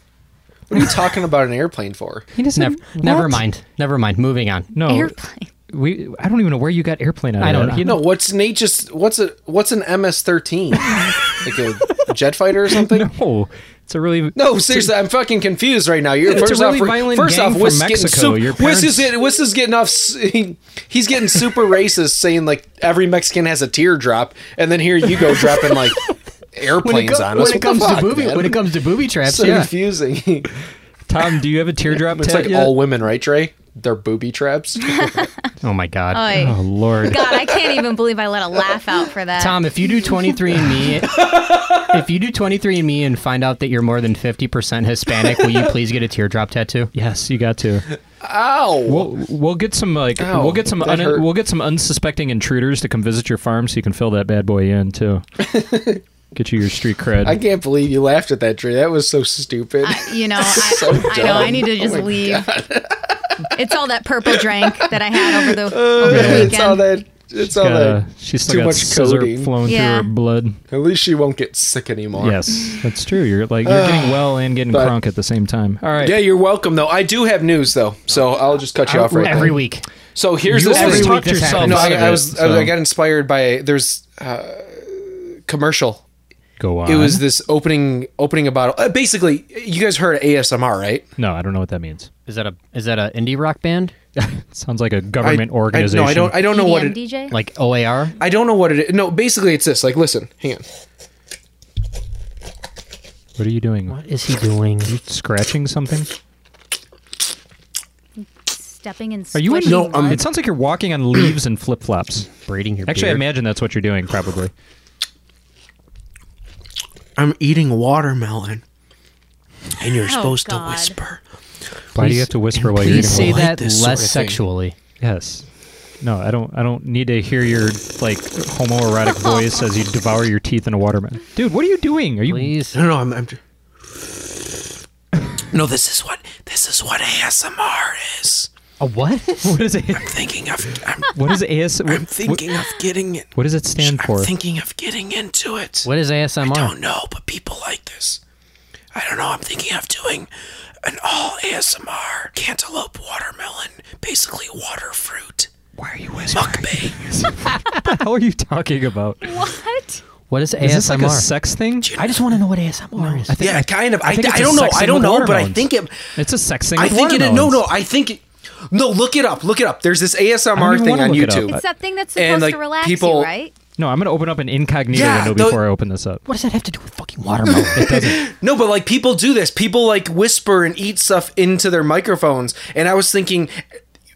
Speaker 1: What are you talking about an airplane for?
Speaker 2: he doesn't.
Speaker 3: Never, never mind. Never mind. Moving on.
Speaker 2: No,
Speaker 4: Airplane.
Speaker 2: we. I don't even know where you got airplane out of.
Speaker 3: I don't
Speaker 2: that.
Speaker 3: know.
Speaker 2: You
Speaker 1: No, what's Nate just what's a what's an MS thirteen? like a jet fighter or something? No.
Speaker 2: No, it's a really
Speaker 1: seriously, I'm fucking confused right now. You're
Speaker 2: It's a
Speaker 1: first
Speaker 2: really
Speaker 1: off,
Speaker 2: violent
Speaker 1: first
Speaker 2: gang
Speaker 1: off,
Speaker 2: from
Speaker 1: Wiss getting
Speaker 2: Mexico.
Speaker 1: super,
Speaker 2: Your
Speaker 1: Wiss
Speaker 2: parents-
Speaker 1: is getting, Wiss is getting off. s- he- he's getting super racist, saying like every Mexican has a teardrop, and then here you go dropping like airplanes
Speaker 3: co-
Speaker 1: on us.
Speaker 3: when it
Speaker 1: What the
Speaker 3: comes
Speaker 1: fuck,
Speaker 3: to booby
Speaker 1: man?
Speaker 3: when it comes to booby traps,
Speaker 1: so
Speaker 3: yeah.
Speaker 1: confusing.
Speaker 2: Tom, do you have a teardrop
Speaker 1: it's
Speaker 2: tat
Speaker 1: like
Speaker 2: yet?
Speaker 1: all women, right, Trey? They're booby traps.
Speaker 3: Oh my god.
Speaker 4: Oy.
Speaker 2: Oh Lord!
Speaker 4: God, I can't even believe I let a laugh out for that.
Speaker 3: Tom, if you do 23andMe, if you do 23andMe and find out that you're more than 50% Hispanic, will you please get a teardrop tattoo?
Speaker 2: Yes, you got to.
Speaker 1: Ow!
Speaker 2: We'll we'll get some like
Speaker 1: Ow,
Speaker 2: we'll get some
Speaker 1: that
Speaker 2: un-
Speaker 1: hurt.
Speaker 2: we'll get some unsuspecting intruders to come visit your farm so you can fill that bad boy in too. get you your street cred.
Speaker 1: I can't believe you laughed at that, Trey. That was so stupid.
Speaker 4: I- you know, I, I know. I need
Speaker 1: Oh
Speaker 4: to just leave. it's all that purple drink that I had over the, over the weekend.
Speaker 1: it's all that. It's all
Speaker 2: Gotta-
Speaker 1: that.
Speaker 2: she's still
Speaker 1: too
Speaker 2: got
Speaker 1: much
Speaker 2: scissor
Speaker 1: codeine.
Speaker 2: flowing
Speaker 4: Yeah.
Speaker 2: through her blood.
Speaker 1: At least she won't get sick anymore.
Speaker 2: Yes, that's true. You're like you're getting well and getting
Speaker 1: Ah, But-
Speaker 2: crunk at the same time. All right.
Speaker 1: Yeah, you're welcome though. I do have news though, so I'll just cut you off right
Speaker 3: Every
Speaker 1: there.
Speaker 3: week.
Speaker 1: So here's
Speaker 2: You
Speaker 1: the
Speaker 2: always
Speaker 1: thing.
Speaker 2: talked
Speaker 3: this
Speaker 2: yourself
Speaker 3: happens.
Speaker 1: No,
Speaker 2: out
Speaker 1: I,
Speaker 2: of
Speaker 1: I
Speaker 2: it,
Speaker 1: was
Speaker 2: so-
Speaker 1: I got inspired by there's uh, commercial.
Speaker 2: go on.
Speaker 1: It was this opening opening a bottle. Uh, basically, you guys heard ASMR, right?
Speaker 2: no, I don't know what that means.
Speaker 3: Is that a is that an indie rock band?
Speaker 2: sounds like a
Speaker 1: I-
Speaker 2: government
Speaker 1: I-
Speaker 2: organization.
Speaker 1: no, I don't. I don't know what
Speaker 4: EDM
Speaker 1: it.
Speaker 4: DJ?
Speaker 3: Like OAR?
Speaker 1: I don't know what it is. No, basically, it's this. Like, listen, hang on.
Speaker 2: What are you doing?
Speaker 3: What is he doing?
Speaker 2: Scratching something?
Speaker 4: Stepping in.
Speaker 2: Are you in?
Speaker 4: squishy mud?
Speaker 2: it sounds like you're walking on leaves and flip flops.
Speaker 3: Braiding your
Speaker 2: Actually, I
Speaker 3: beard?
Speaker 2: imagine that's what you're doing, probably.
Speaker 7: I'm eating watermelon. And you're supposed
Speaker 4: God.
Speaker 7: to whisper.
Speaker 2: Why do you have to whisper while you're eating?
Speaker 3: Please say
Speaker 7: I like
Speaker 3: that
Speaker 7: this sort
Speaker 3: less
Speaker 7: of thing.
Speaker 3: sexually.
Speaker 2: Yes. No, I don't. I don't need to hear your like homoerotic voice as you devour your teeth in a watermelon. Dude, what are you doing? Are you?
Speaker 3: Please.
Speaker 7: No, no, I'm. I'm no, this is what this is what ASMR is.
Speaker 3: A what?
Speaker 2: What is it?
Speaker 7: Thinking of, I'm
Speaker 2: What is AS? What,
Speaker 7: thinking of getting it.
Speaker 2: what does it stand
Speaker 7: I'm
Speaker 2: for?
Speaker 7: thinking of getting into it.
Speaker 3: What is ASMR?
Speaker 7: I don't know, Oh, but people like this. I don't know. I'm thinking of doing an all ASMR cantaloupe watermelon, basically water fruit.
Speaker 2: Why are you whispering?
Speaker 7: Mukbang.
Speaker 2: How are you talking about?
Speaker 4: What?
Speaker 3: What is ASMR?
Speaker 2: Is this like a sex thing?
Speaker 3: I just want to know what ASMR is.
Speaker 2: think-
Speaker 7: yeah, kind of. I,
Speaker 2: think
Speaker 7: I,
Speaker 2: it's a
Speaker 7: don't know.
Speaker 2: sex
Speaker 7: I
Speaker 2: thing
Speaker 7: don't
Speaker 2: with
Speaker 7: know, but I
Speaker 2: watermelons.
Speaker 7: think it.
Speaker 2: It's a sex thing.
Speaker 7: I
Speaker 2: with
Speaker 7: think it. No,
Speaker 2: watermelons.
Speaker 7: no. I think it. No, look it up. Look it up. There's this
Speaker 2: I
Speaker 7: ASMR
Speaker 2: don't even
Speaker 7: thing
Speaker 2: wanna
Speaker 7: on
Speaker 2: look it
Speaker 7: YouTube.
Speaker 4: It's that thing that's supposed
Speaker 1: And, like,
Speaker 4: to relax
Speaker 1: people-
Speaker 4: you, right?
Speaker 2: No, I'm gonna open up an incognito
Speaker 1: Yeah,
Speaker 2: window
Speaker 1: the-
Speaker 2: before I open this up.
Speaker 3: What does that have to do with fucking watermelon? It doesn't.
Speaker 1: No, but like people do this. People like whisper and eat stuff into their microphones. And I was thinking,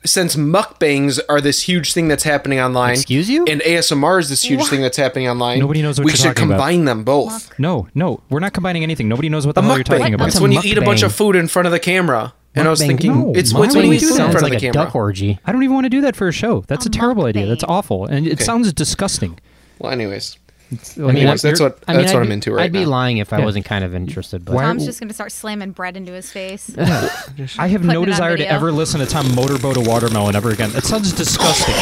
Speaker 1: since mukbangs are this huge thing that's happening online,
Speaker 3: Excuse you?
Speaker 1: and ASMR is this huge thing that's happening online.
Speaker 10: Nobody knows what
Speaker 1: we
Speaker 10: you're
Speaker 1: should
Speaker 10: talking about.
Speaker 1: combine them both.
Speaker 10: No, no, we're not combining anything. Nobody knows what the
Speaker 1: A
Speaker 10: hell you're
Speaker 1: mukbang.
Speaker 10: talking about.
Speaker 3: What's
Speaker 1: It's
Speaker 3: a
Speaker 1: when you eat a bunch
Speaker 3: mukbang?
Speaker 1: of food in front of the camera. And I was
Speaker 3: Mukbang.
Speaker 1: thinking,
Speaker 10: No,
Speaker 1: it's, it's when you
Speaker 10: mukbang
Speaker 1: eat food in
Speaker 3: sounds
Speaker 1: front of
Speaker 3: like
Speaker 1: the
Speaker 3: a
Speaker 1: camera.
Speaker 3: duck orgy.
Speaker 10: I don't even want to do that for a show. That's a,
Speaker 4: A
Speaker 10: terrible idea.
Speaker 4: mukbang.
Speaker 10: That's awful, and it sounds disging.
Speaker 1: Well, anyways,
Speaker 10: I mean,
Speaker 1: that's
Speaker 10: you're-
Speaker 1: what that's
Speaker 3: I'd
Speaker 1: what I'm
Speaker 3: be-
Speaker 1: into right
Speaker 3: I'd be
Speaker 1: now.
Speaker 3: lying if I
Speaker 10: Yeah.
Speaker 3: wasn't kind of interested, but
Speaker 10: Why-
Speaker 4: Tom's just gonna start slamming bread into his face.
Speaker 10: I have
Speaker 4: Putting
Speaker 10: no
Speaker 4: it on
Speaker 10: desire to
Speaker 4: video.
Speaker 10: ever listen to Tom motorboat a watermelon ever again. That sounds disgusting.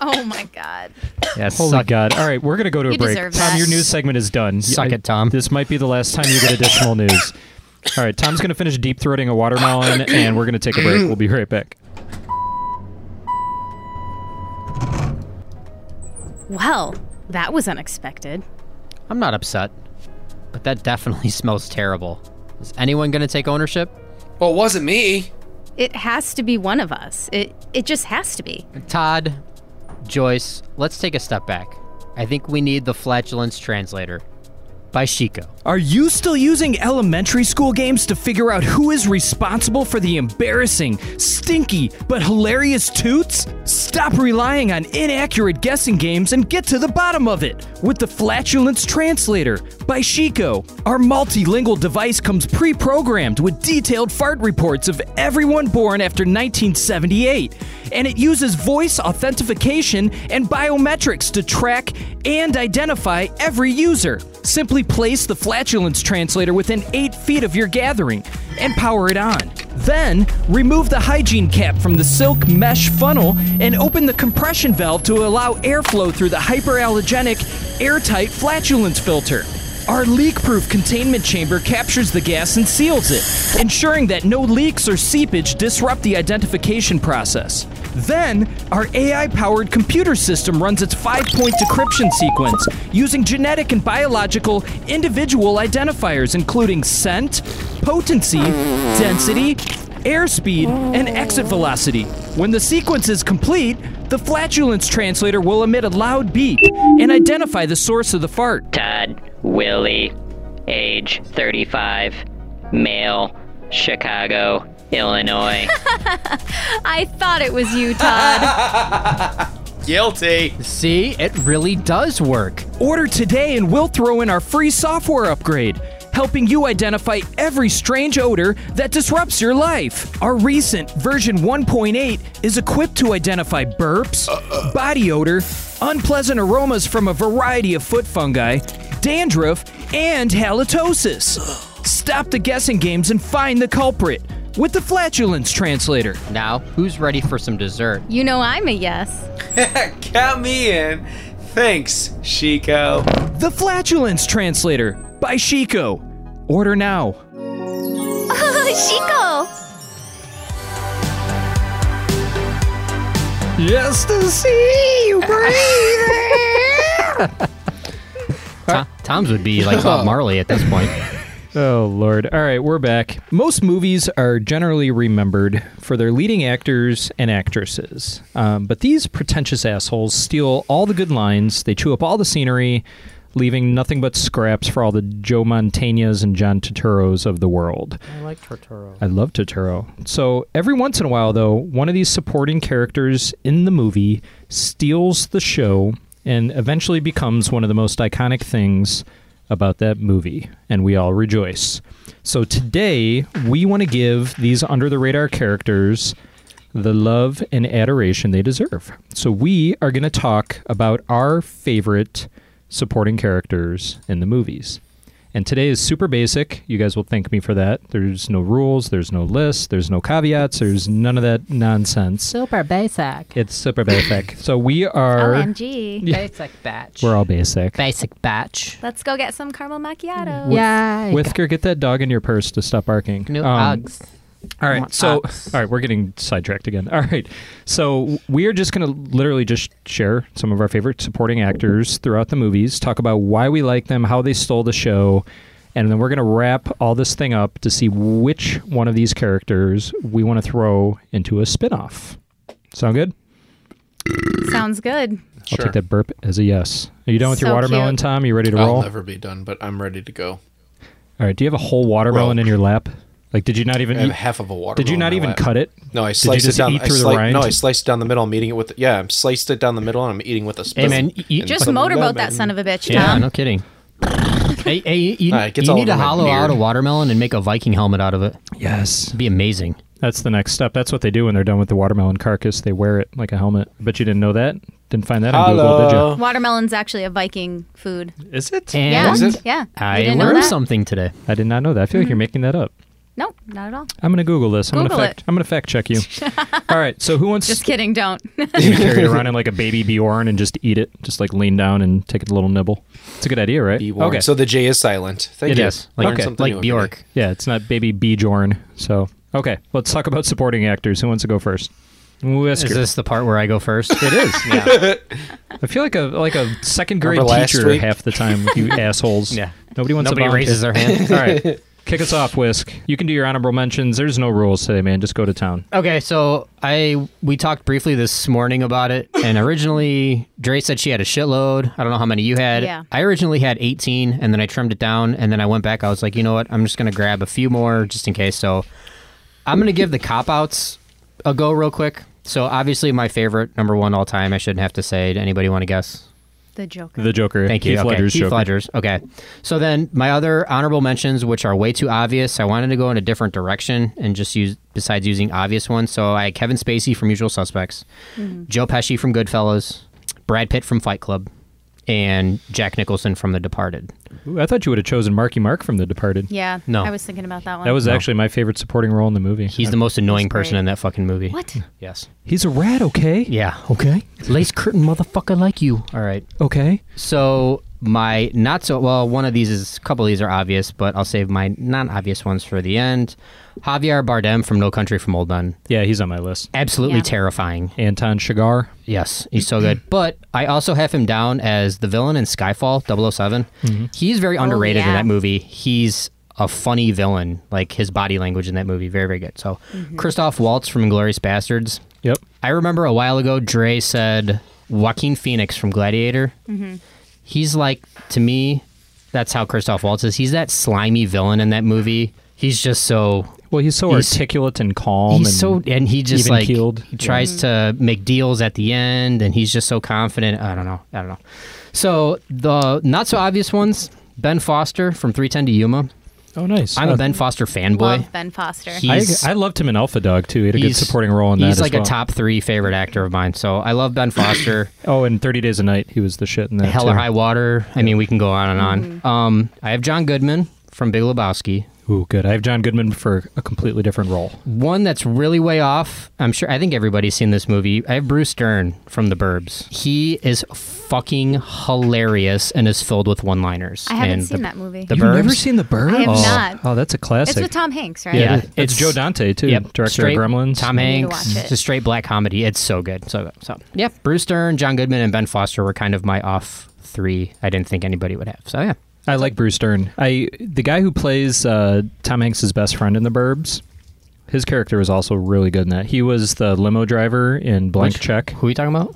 Speaker 4: oh my god.
Speaker 3: yeah,
Speaker 10: Holy
Speaker 3: suck.
Speaker 10: God! All right, we're gonna go to a
Speaker 4: You
Speaker 10: break. Tom,
Speaker 4: deserve that.
Speaker 10: your news segment is done.
Speaker 3: Suck it, Tom.
Speaker 10: This might be the last time you get additional news. All right, Tom's gonna finish deep throating a watermelon, and we're gonna take a break. We'll be right back.
Speaker 4: Well, that was unexpected.
Speaker 3: I'm not upset, but that definitely smells terrible. Is anyone going to take ownership?
Speaker 1: Well, it wasn't me.
Speaker 4: It has to be one of us. It it just has to be.
Speaker 3: Todd, Joyce, let's take a step back. I think we need the flatulence translator by Chico.
Speaker 2: Are you still using elementary school games to figure out who is responsible for the embarrassing, stinky, but hilarious toots? Stop relying on inaccurate guessing games and get to the bottom of it with the Flatulence Translator by Chico. Our multilingual device comes pre programmed with detailed fart reports of everyone born after 1978, and it uses voice authentication and biometrics to track and identify every user. Simply place the flatulence translator within 8 feet of your gathering and power it on. Then, remove the hygiene cap from the silk mesh funnel and open the compression valve to allow airflow through the hyperallergenic, airtight flatulence filter. Our leak proof containment chamber captures the gas and seals it, ensuring that no leaks or seepage disrupt the identification process. Then, our AI powered computer system runs its five point decryption sequence using genetic and biological individual identifiers, including scent, potency, density, airspeed, and exit velocity. When the sequence is complete, the flatulence translator will emit a loud beep and identify the source of the fart.
Speaker 11: Todd Willie, age 35, male, Chicago, Illinois.
Speaker 4: I thought it was you, Todd.
Speaker 1: Guilty.
Speaker 3: See, it really does work.
Speaker 2: Order today and we'll throw in our free software upgrade, helping you identify every strange odor that disrupts your life. Our recent version 1.8 is equipped to identify burps, body odor, unpleasant aromas from a variety of foot fungi, dandruff, and halitosis. Stop the guessing games and find the culprit with the flatulence translator.
Speaker 3: Now, who's ready for some dessert?
Speaker 4: you know I'm a yes.
Speaker 1: Count me in. Thanks, Chico.
Speaker 2: The flatulence translator by Chico. Order now.
Speaker 4: Chico.
Speaker 2: Yes, to see you
Speaker 3: To- Tom's would be like Bob Marley at this point.
Speaker 10: Oh Lord! All right, we're back. Most movies are generally remembered for their leading actors and actresses, um, but these pretentious assholes steal all the good lines. They chew up all the scenery, leaving nothing but scraps for all the Joe Montanas and John Turturros of the world.
Speaker 3: I like Tortoro.
Speaker 10: I love Totoro. So every once in a while, though, one of these supporting characters in the movie steals the show and eventually becomes one of the most iconic things about that movie, and we all rejoice. So today, we want to give these under the radar characters the love and adoration they deserve. So we are going to talk about our favorite supporting characters in the movies. And today is super basic. You guys will thank me for that. There's no rules, there's no list, there's no caveats, there's none of that nonsense.
Speaker 4: Super basic.
Speaker 10: It's super basic. so we are
Speaker 4: OMG.
Speaker 10: Yeah.
Speaker 3: Basic batch.
Speaker 10: we're all basic.
Speaker 3: Basic batch.
Speaker 4: Let's go get some caramel macchiato.
Speaker 3: Yeah.
Speaker 10: Whisker, get that dog in your purse to stop barking.
Speaker 3: New
Speaker 10: Um,
Speaker 3: Uggs.
Speaker 10: All right,
Speaker 3: want
Speaker 10: so
Speaker 3: ox.
Speaker 10: all right, we're getting sidetracked again. All right, so we are just going to literally just share some of our favorite supporting actors throughout the movies, talk about why we like them, how they stole the show, and then we're going to wrap all this thing up to see which one of these characters we want to throw into a spin-off. Sound good?
Speaker 4: Sounds good.
Speaker 10: I'll take that burp as a yes. Are you done with your
Speaker 4: So
Speaker 10: watermelon,
Speaker 4: cute.
Speaker 10: Tom? You ready to
Speaker 1: I'll
Speaker 10: roll?
Speaker 1: never be done, but I'm ready to go.
Speaker 10: All right, do you have a whole watermelon
Speaker 1: Roll.
Speaker 10: in your lap? Like, did you not even
Speaker 1: I have
Speaker 10: eat-
Speaker 1: half of a watermelon.
Speaker 10: Did you
Speaker 1: in
Speaker 10: not
Speaker 1: my
Speaker 10: even
Speaker 1: lap.
Speaker 10: cut it?
Speaker 1: No, I
Speaker 10: Did you
Speaker 1: sliced
Speaker 10: just
Speaker 1: it down.
Speaker 10: eat
Speaker 1: I
Speaker 10: through the
Speaker 1: sli-
Speaker 10: rind?
Speaker 1: No, I sliced it down the middle. I'm eating it with. Yeah, I'm sliced it down the middle, and I'm eating with a spoon.
Speaker 3: man, y- y-
Speaker 1: And
Speaker 4: Just
Speaker 1: put it in
Speaker 4: motorboat
Speaker 1: there,
Speaker 4: that son of a bitch,
Speaker 3: Yeah,
Speaker 4: Tom.
Speaker 3: no kidding. hey, hey, you,
Speaker 1: All right, it gets
Speaker 3: you
Speaker 1: all
Speaker 3: need to
Speaker 1: over my
Speaker 3: hollow out
Speaker 1: beard.
Speaker 3: a watermelon and make a Viking helmet out of it.
Speaker 10: Yes.
Speaker 3: It'd be amazing.
Speaker 10: That's the next step. That's what they do when they're done with the watermelon carcass. They wear it like a helmet. But you didn't know that? Didn't find that on Google, did
Speaker 4: Watermelon's actually a Viking food.
Speaker 10: Is it?
Speaker 3: And
Speaker 4: yeah.
Speaker 10: Is it?
Speaker 4: Yeah. You
Speaker 3: I
Speaker 4: didn't know
Speaker 3: learned
Speaker 4: that?
Speaker 3: something today.
Speaker 10: you? I did not know that. I feel like you're making that up.
Speaker 4: No, not at all.
Speaker 10: I'm gonna Google this. I'm
Speaker 4: Mm-hmm. Google
Speaker 10: gonna fact.
Speaker 4: it.
Speaker 10: I'm gonna fact check you. All right. So who wants
Speaker 4: Just kidding, don't.
Speaker 10: to carry it around in like a baby Bjorn and just eat it? Just like lean down and take a little nibble. It's a good idea, right?
Speaker 1: Bjorn. So the J is silent. Thank
Speaker 10: It
Speaker 1: you.
Speaker 10: is.
Speaker 1: Learned
Speaker 3: uh,
Speaker 10: Okay.
Speaker 1: something new every day.
Speaker 10: Yeah, it's not baby Bjorn. So okay, let's talk about supporting actors. Who wants to go first? Whisker.
Speaker 3: Is this the part where I go first?
Speaker 10: it is. Yeah. I feel like a like a second grade
Speaker 3: Remember last
Speaker 10: teacher
Speaker 3: week?
Speaker 10: half the time. You assholes.
Speaker 3: Yeah.
Speaker 10: Nobody wants
Speaker 3: Nobody
Speaker 10: to volunteer.
Speaker 3: raises their hand.
Speaker 10: All right. Kick us off, Whisk. You can do your honorable mentions. There's no rules today, man. Just go to town.
Speaker 3: Okay, so I we talked briefly this morning about it, and originally Dre said she had a shitload. I don't know how many you had.
Speaker 4: Yeah.
Speaker 3: I originally had 18, and then I trimmed it down, and then I went back. I was like, you know what? I'm just gonna grab a few more just in case. So I'm gonna give the cop outs a go real quick. So obviously my favorite, number one all time. I shouldn't have to say. Did anybody want to guess?
Speaker 4: The Joker.
Speaker 10: The Joker.
Speaker 3: Thank you.
Speaker 10: Heath
Speaker 3: okay.
Speaker 10: Ledger's
Speaker 3: Heath
Speaker 10: Joker.
Speaker 3: Ledger's. Okay. So then my other honorable mentions, which are way too obvious, I wanted to go in a different direction and just use besides using obvious ones. So I had Kevin Spacey from Usual Suspects,
Speaker 4: Mm-hmm.
Speaker 12: Mhm.
Speaker 3: Joe Pesci from Goodfellas, Brad Pitt from Fight Club, and Jack Nicholson from The Departed.
Speaker 10: Ooh, I thought you would have chosen Marky Mark from The Departed.
Speaker 4: Yeah.
Speaker 3: No.
Speaker 4: I was thinking about that one.
Speaker 10: That was actually my favorite supporting role in the movie.
Speaker 3: He's the most annoying person
Speaker 4: great.
Speaker 3: in that fucking movie.
Speaker 4: What?
Speaker 3: Yes.
Speaker 10: He's a rat, okay?
Speaker 3: Yeah. Okay. Lace curtain motherfucker like you. All right.
Speaker 10: Okay.
Speaker 3: So my not so well, one of these is a couple of these are obvious, but I'll save my non-obvious ones for the end. Javier Bardem from No Country from Old Men.
Speaker 10: Yeah, he's on my list.
Speaker 3: Absolutely
Speaker 10: Yeah.
Speaker 3: terrifying.
Speaker 10: Anton Chigurh.
Speaker 3: Yes, he's so good. but I also have him down as the villain in Skyfall 7 He's very
Speaker 12: Oh,
Speaker 3: underrated in
Speaker 12: yeah.
Speaker 3: that movie. He's a funny villain. Like his body language in that movie, very very good. So
Speaker 12: Mm-hmm.
Speaker 3: Christoph Waltz from Inglorious Bastards.
Speaker 10: Yep.
Speaker 3: I remember a while ago Dre said Joaquin Phoenix from Gladiator.
Speaker 4: Mm-hmm.
Speaker 12: Mhm.
Speaker 3: He's like to me, that's how Christoph Waltz is. He's that slimy villain in that movie. He's just so
Speaker 10: well. He's so articulate and calm.
Speaker 3: He's
Speaker 10: and
Speaker 3: so and he just like
Speaker 10: even-keeled.
Speaker 3: he tries to make deals at the end, and he's just so confident. I don't know. I don't know. So the not so obvious ones: Ben Foster from Three Ten to Yuma.
Speaker 10: Oh, nice.
Speaker 3: I'm
Speaker 10: Uh,
Speaker 3: a Ben Foster fanboy.
Speaker 4: Love Ben Foster.
Speaker 10: I,
Speaker 3: He's-
Speaker 10: I loved him in Alpha Dog too. He had a good
Speaker 3: He's-
Speaker 10: supporting role in that.
Speaker 3: He's
Speaker 10: as
Speaker 3: like
Speaker 10: well.
Speaker 3: a top three favorite actor of mine. So I love Ben Foster.
Speaker 10: Oh, in Thirty Days a Night, he was the shit in that.
Speaker 3: Hell
Speaker 10: too.
Speaker 3: or High Water. I mean, we can go on and on.
Speaker 4: Mm-hmm.
Speaker 3: Um, I have John Goodman from Big Lebowski.
Speaker 10: Ooh, good. I have John Goodman for a completely different role.
Speaker 3: One that's really way off. I'm sure. I think everybody's seen this movie. I have Bruce Dern from The Burbs. He is fucking hilarious and is filled with one-liners.
Speaker 4: I haven't
Speaker 3: And
Speaker 4: seen
Speaker 3: the-
Speaker 4: that movie.
Speaker 3: The
Speaker 4: You've
Speaker 3: Burbs.
Speaker 4: never seen The Burbs? I have
Speaker 3: oh.
Speaker 4: not.
Speaker 10: Oh, that's a classic.
Speaker 4: It's with Tom Hanks, right?
Speaker 3: Yeah,
Speaker 10: it is. It's Joe Dante, too, director of
Speaker 3: straight
Speaker 10: Gremlins.
Speaker 3: Tom
Speaker 10: I need
Speaker 4: to
Speaker 3: Hanks,
Speaker 4: watch it.
Speaker 3: just straight black comedy. It's so good. So, so yeah. Bruce Dern, John Goodman, and Ben Foster were kind of my off three. I didn't think anybody would have. So yeah.
Speaker 10: I like Bruce Dern. I the guy who plays uh, Tom Hanks' best friend in The Burbs. His character was also really good in that. He was the limo driver in Blank
Speaker 3: Which-
Speaker 10: Check.
Speaker 3: Who are you talking about?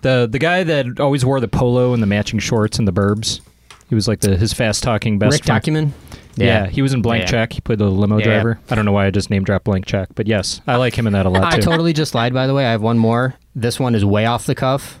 Speaker 10: The the guy that always wore the polo and the matching shorts in The Burbs. He was like the his fast talking best
Speaker 3: Rick
Speaker 10: friend.
Speaker 3: Document.
Speaker 10: Yeah. he was in Blank Check. He played the limo
Speaker 3: Yeah.
Speaker 10: driver. I don't know why I just name dropped Blank Check, but yes, I like him in that a lot
Speaker 3: I
Speaker 10: too.
Speaker 3: totally just lied, by the way. I have one more. This one is way off the cuff.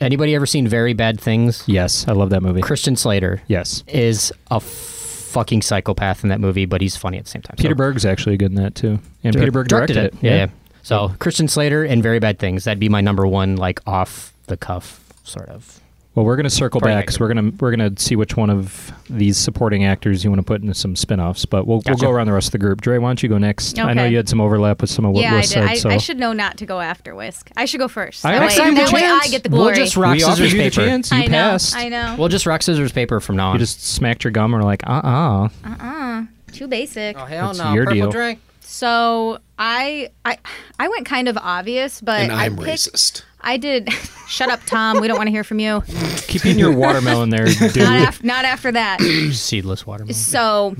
Speaker 3: Anybody ever seen Very Bad Things?
Speaker 10: Yes, I love that movie.
Speaker 3: Christian Slater.
Speaker 10: Yes,
Speaker 3: is a fucking psychopath in that movie, but he's funny at the same time. So-
Speaker 10: Peter Berg's actually good in that too, and
Speaker 3: Dir-
Speaker 10: Peter Berg directed, it.
Speaker 3: Yeah. yeah. So Christian Slater and Very Bad Things. That'd be my number one, like off the cuff sort of.
Speaker 10: Well, we're gonna circle
Speaker 3: Pretty
Speaker 10: back because we're gonna we're gonna see which one of these supporting actors you want to put into some spin-offs. But we'll,
Speaker 3: Gotcha.
Speaker 10: we'll go around the rest of the group. Dre, why don't you go next? I know
Speaker 4: Okay.
Speaker 10: you had some overlap with some of what
Speaker 4: yeah, I,
Speaker 10: was
Speaker 4: did.
Speaker 10: said.
Speaker 4: I,
Speaker 10: so
Speaker 4: I should know not to go after Whisk. I should go first.
Speaker 10: I
Speaker 4: that
Speaker 10: offered
Speaker 4: way,
Speaker 10: you the
Speaker 4: that way I
Speaker 10: chance.
Speaker 4: get the
Speaker 10: We'll
Speaker 4: glory.
Speaker 10: just rock, We scissors, offered you the paper. chance. You
Speaker 4: I know,
Speaker 10: passed.
Speaker 4: I know.
Speaker 3: We'll just rock scissors paper from now on.
Speaker 10: you just smacked your gum and were like, uh uh
Speaker 4: Uh-uh. Too basic. Oh
Speaker 3: hell
Speaker 10: It's no. your Purple deal.
Speaker 3: drink.
Speaker 4: So I I I went kind of obvious, but
Speaker 1: And I'm
Speaker 4: I picked,
Speaker 1: racist.
Speaker 4: I did. Shut up, Tom. We don't want to hear from you.
Speaker 10: Keep eating your watermelon there, dude.
Speaker 4: Not, af- not after that.
Speaker 3: Seedless watermelon.
Speaker 4: So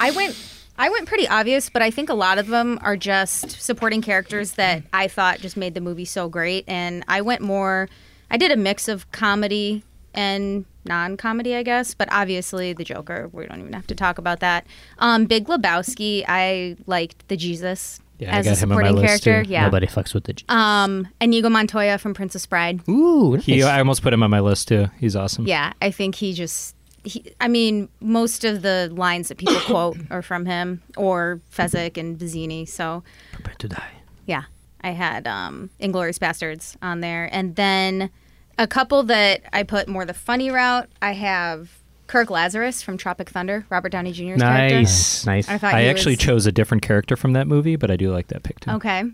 Speaker 4: I went I went pretty obvious, but I think a lot of them are just supporting characters that I thought just made the movie so great and I went more I did a mix of comedy and non-comedy, I guess. But obviously, The Joker. We don't even have to talk about that. Um, Big Lebowski. I liked the Jesus
Speaker 12: Yeah,
Speaker 4: as
Speaker 12: I
Speaker 4: a
Speaker 12: got him on my
Speaker 4: supporting
Speaker 12: list
Speaker 4: character.
Speaker 12: too.
Speaker 4: Yeah.
Speaker 12: Nobody fucks with the. G-
Speaker 4: Um, Inigo Montoya from Princess Bride.
Speaker 3: Ooh,
Speaker 10: He, I almost put him on my list too. He's awesome.
Speaker 4: Yeah, I think he just. He, I mean, most of the lines that people quote are from him or Fezzik and Vizzini. So,
Speaker 12: prepared to die.
Speaker 4: yeah, I had um, Inglorious Bastards on there, and then a couple that I put more the funny route. I have Kirk Lazarus from Tropic Thunder, Robert Downey Jr.'s character.
Speaker 10: Nice, nice.
Speaker 4: I,
Speaker 10: I,
Speaker 4: thought he
Speaker 10: actually
Speaker 4: was-
Speaker 10: chose a different character from that movie, but I do like that pick too.
Speaker 4: Okay.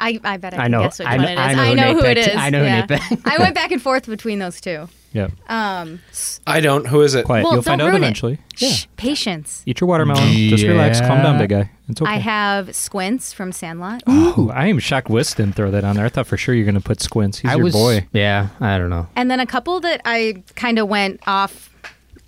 Speaker 4: I, I bet I,
Speaker 10: I
Speaker 4: can
Speaker 10: know-
Speaker 4: guess which
Speaker 10: I
Speaker 4: one it
Speaker 10: know-
Speaker 4: is.
Speaker 10: I know
Speaker 4: I
Speaker 10: who
Speaker 4: know
Speaker 10: Nate
Speaker 4: who it
Speaker 10: picked.
Speaker 4: is.
Speaker 10: I know who
Speaker 4: yeah.
Speaker 10: Nate picked.
Speaker 4: I went back and forth between those two.
Speaker 10: Yeah.
Speaker 4: Um,
Speaker 1: I don't. Who is it?
Speaker 10: Quiet.
Speaker 4: Well,
Speaker 10: You'll find
Speaker 4: don't
Speaker 10: out
Speaker 4: ruin it.
Speaker 10: eventually. Yeah.
Speaker 4: Shh, patience.
Speaker 10: Eat your watermelon. Just relax. Calm down, big guy. It's okay.
Speaker 4: I have Squints from Sandlot.
Speaker 10: Ooh, I am shocked Wes didn't throw that on there. I thought for sure you're going to put Squints. He's
Speaker 3: I
Speaker 10: your
Speaker 3: was-
Speaker 10: boy.
Speaker 12: Yeah, I don't know.
Speaker 4: And then a couple that I kind of went off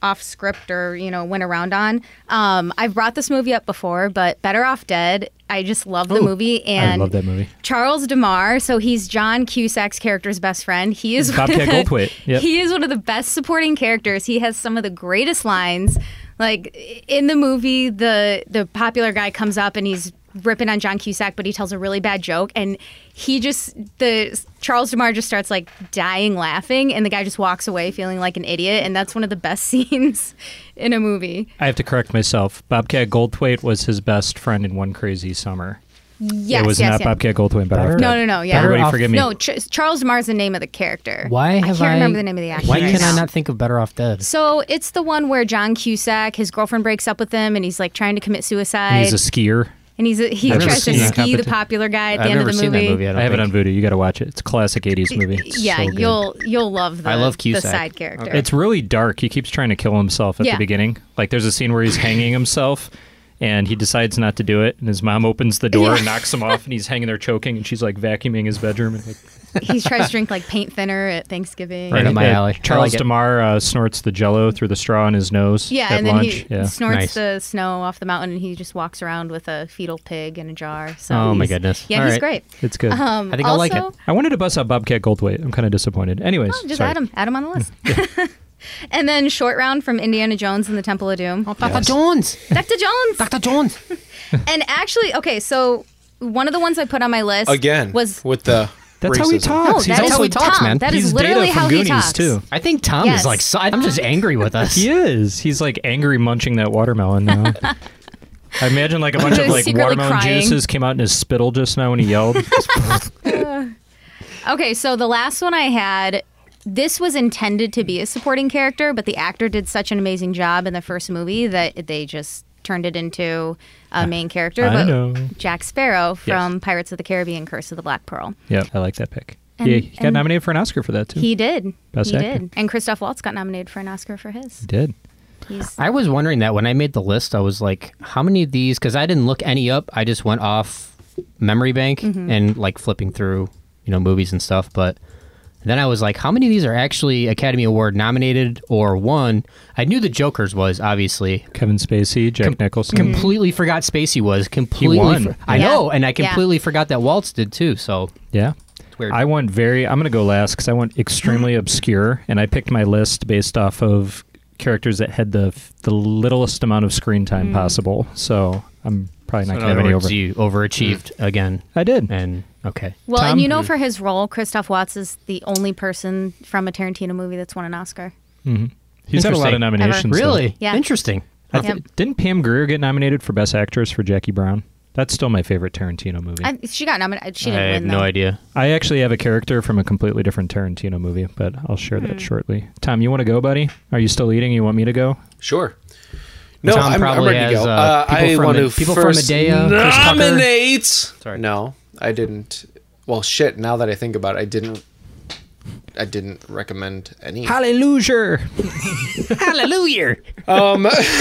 Speaker 4: off script or you know went around on. Um, I've brought this movie up before, but Better Off Dead. I just love the movie
Speaker 10: I
Speaker 4: and
Speaker 10: love that movie.
Speaker 4: Charles DeMar, so he's John Cusack's character's best friend. He is one of
Speaker 10: Bobcat
Speaker 4: the-
Speaker 10: Goldthwait, yep.
Speaker 4: He is one of the best supporting characters. He has some of the greatest lines. Like in the movie, the the popular guy comes up and he's ripping on John Cusack, but he tells a really bad joke, and he just the Charles DeMar just starts like dying laughing, and the guy just walks away feeling like an idiot, and that's one of the best scenes in a movie.
Speaker 10: I have to correct myself. Bobcat Goldthwait was his best friend in One Crazy Summer.
Speaker 4: Yes,
Speaker 10: it was
Speaker 4: yes,
Speaker 10: not
Speaker 4: yes.
Speaker 10: Bobcat Goldthwait. and Better Off
Speaker 4: No,
Speaker 10: Dead.
Speaker 4: no, no. Yeah.
Speaker 10: Everybody forgive me.
Speaker 4: No, Ch- Charles DeMar is the name of the character.
Speaker 12: Why
Speaker 4: I
Speaker 12: have
Speaker 4: can't
Speaker 12: I?
Speaker 4: remember the name of the actor.
Speaker 12: Why
Speaker 4: right
Speaker 12: can I
Speaker 4: now.
Speaker 12: not think of Better Off Dead?
Speaker 4: So it's the one where John Cusack, his girlfriend breaks up with him, and he's like trying to commit suicide.
Speaker 10: And he's a skier.
Speaker 4: And he's a, he
Speaker 10: I've never
Speaker 4: tries to
Speaker 10: seen that.
Speaker 4: ski the
Speaker 10: Competent.
Speaker 4: popular guy at the
Speaker 10: I've
Speaker 4: end of
Speaker 10: never
Speaker 4: the
Speaker 10: seen that
Speaker 4: movie.
Speaker 10: movie. I, have it on Voodoo. You got to watch it. It's a classic '80s movie.
Speaker 4: yeah, you'll you'll love the, the side character.
Speaker 10: It's really dark. He keeps trying to kill himself at
Speaker 4: Yeah.
Speaker 10: the beginning. Like there's a scene where he's hanging himself and he decides not to do it and his mom opens the door and
Speaker 4: Yeah.
Speaker 10: knocks him off and he's hanging there choking and she's like vacuuming his bedroom and like
Speaker 4: he tries to drink like paint thinner at Thanksgiving.
Speaker 10: And, uh,
Speaker 12: I
Speaker 10: Charles
Speaker 12: like it.
Speaker 10: DeMar uh, snorts the jello through the straw in his nose
Speaker 4: Yeah,
Speaker 10: at
Speaker 4: and then
Speaker 10: lunch.
Speaker 4: he
Speaker 10: yeah.
Speaker 4: snorts the snow off the mountain, and he just walks around with a fetal pig in a jar. So
Speaker 10: Oh, my
Speaker 4: he's-
Speaker 10: goodness.
Speaker 4: Yeah,
Speaker 10: All
Speaker 4: he's
Speaker 10: right.
Speaker 4: great.
Speaker 10: It's good.
Speaker 4: Um, also-
Speaker 10: I wanted to bust out Bobcat Goldthwait. I'm kind of disappointed. Anyways,
Speaker 4: Oh, just
Speaker 10: sorry.
Speaker 4: add him. Add him on the list. and then short round from Indiana Jones and the Temple of Doom.
Speaker 3: Dr. Jones.
Speaker 4: Dr. Jones.
Speaker 3: Dr. Jones.
Speaker 4: and actually, okay, so one of the ones I put on my list
Speaker 1: Again.
Speaker 4: was
Speaker 1: with the.
Speaker 3: That's how he
Speaker 1: racism.
Speaker 3: talks.
Speaker 4: No, that is Tom. That is literally how he talks.
Speaker 3: I think Tom
Speaker 4: Yes.
Speaker 3: is like. So, I'm just angry with us.
Speaker 10: He is. He's like angry munching that watermelon now. I imagine like a bunch of like
Speaker 4: Secretly
Speaker 10: watermelon
Speaker 4: crying.
Speaker 10: juices came out in his spittle just now when he yelled.
Speaker 4: Okay, so the last one I had, this was intended to be a supporting character, but the actor did such an amazing job in the first movie that they just turned it into a main character.
Speaker 10: I
Speaker 4: but
Speaker 10: know.
Speaker 4: Jack Sparrow
Speaker 10: Yes.
Speaker 4: from Pirates of the Caribbean: Curse of the Black Pearl.
Speaker 10: yeah, I like that pick.
Speaker 4: And-
Speaker 10: yeah, he got
Speaker 4: and-
Speaker 10: nominated for an Oscar for that too.
Speaker 4: He did.
Speaker 10: Best
Speaker 4: he
Speaker 10: actor.
Speaker 4: did. And Christoph Waltz got nominated for an Oscar for his.
Speaker 10: did.
Speaker 4: He's
Speaker 12: I was wondering that when I made the list, I was like, how many of these? Because I didn't look any up. I just went off memory bank
Speaker 4: Mhm.
Speaker 12: and like flipping through, you know, movies and stuff. But then I was like, how many of these are actually Academy Award nominated or won? I knew the Joker's was obviously
Speaker 10: Kevin Spacey, Jack
Speaker 4: Mm.
Speaker 10: Nicholson.
Speaker 12: Completely forgot Spacey was completely.
Speaker 10: Mm-hmm. won.
Speaker 12: fr- I
Speaker 10: Yeah.
Speaker 12: know, and I
Speaker 10: Yeah.
Speaker 12: completely forgot that Waltz did too. So
Speaker 10: Yeah.
Speaker 12: weird.
Speaker 10: I went very, I'm going to go last because I went extremely obscure, and I picked my list based off of characters that had the the littlest amount of screen time
Speaker 12: Mm.
Speaker 10: possible. So I'm probably
Speaker 12: So
Speaker 10: not
Speaker 12: in
Speaker 10: going to have
Speaker 12: other
Speaker 10: any
Speaker 12: words,
Speaker 10: over.
Speaker 12: you overachieved again.
Speaker 10: I did.
Speaker 12: And okay.
Speaker 4: well, and you know, for his role, Christoph Waltz is the only person from a Tarantino movie that's won an Oscar.
Speaker 10: Mhm. He's had a lot
Speaker 12: Interesting.
Speaker 10: of nominations.
Speaker 12: Ever.
Speaker 10: though.
Speaker 12: Really?
Speaker 4: Yeah.
Speaker 12: Interesting.
Speaker 10: I thi-
Speaker 4: Yep.
Speaker 10: Didn't Pam Grier get nominated for Best Actress for Jackie Brown? That's still my favorite Tarantino movie.
Speaker 4: I, she got nominated. She didn't win though.
Speaker 12: idea.
Speaker 10: I actually have a character from a completely different Tarantino movie, but I'll share
Speaker 4: Hmm.
Speaker 10: that shortly. Tom, you want to go, buddy? Are you still eating? You want me to go?
Speaker 1: Sure. No,
Speaker 10: Tom
Speaker 1: I'm, I'm
Speaker 10: probably
Speaker 1: ready to
Speaker 10: has,
Speaker 1: go.
Speaker 10: uh,
Speaker 1: Uh,
Speaker 10: people
Speaker 1: I
Speaker 10: from
Speaker 1: want
Speaker 10: Ma-
Speaker 1: to
Speaker 10: people from
Speaker 1: first
Speaker 10: Medea, Chris Tucker.
Speaker 1: nominate. Sorry. No, I didn't. Well, shit. Now that I think about it, I didn't. I didn't recommend any.
Speaker 10: Hallelujah.
Speaker 12: Hallelujah.
Speaker 1: Um, I,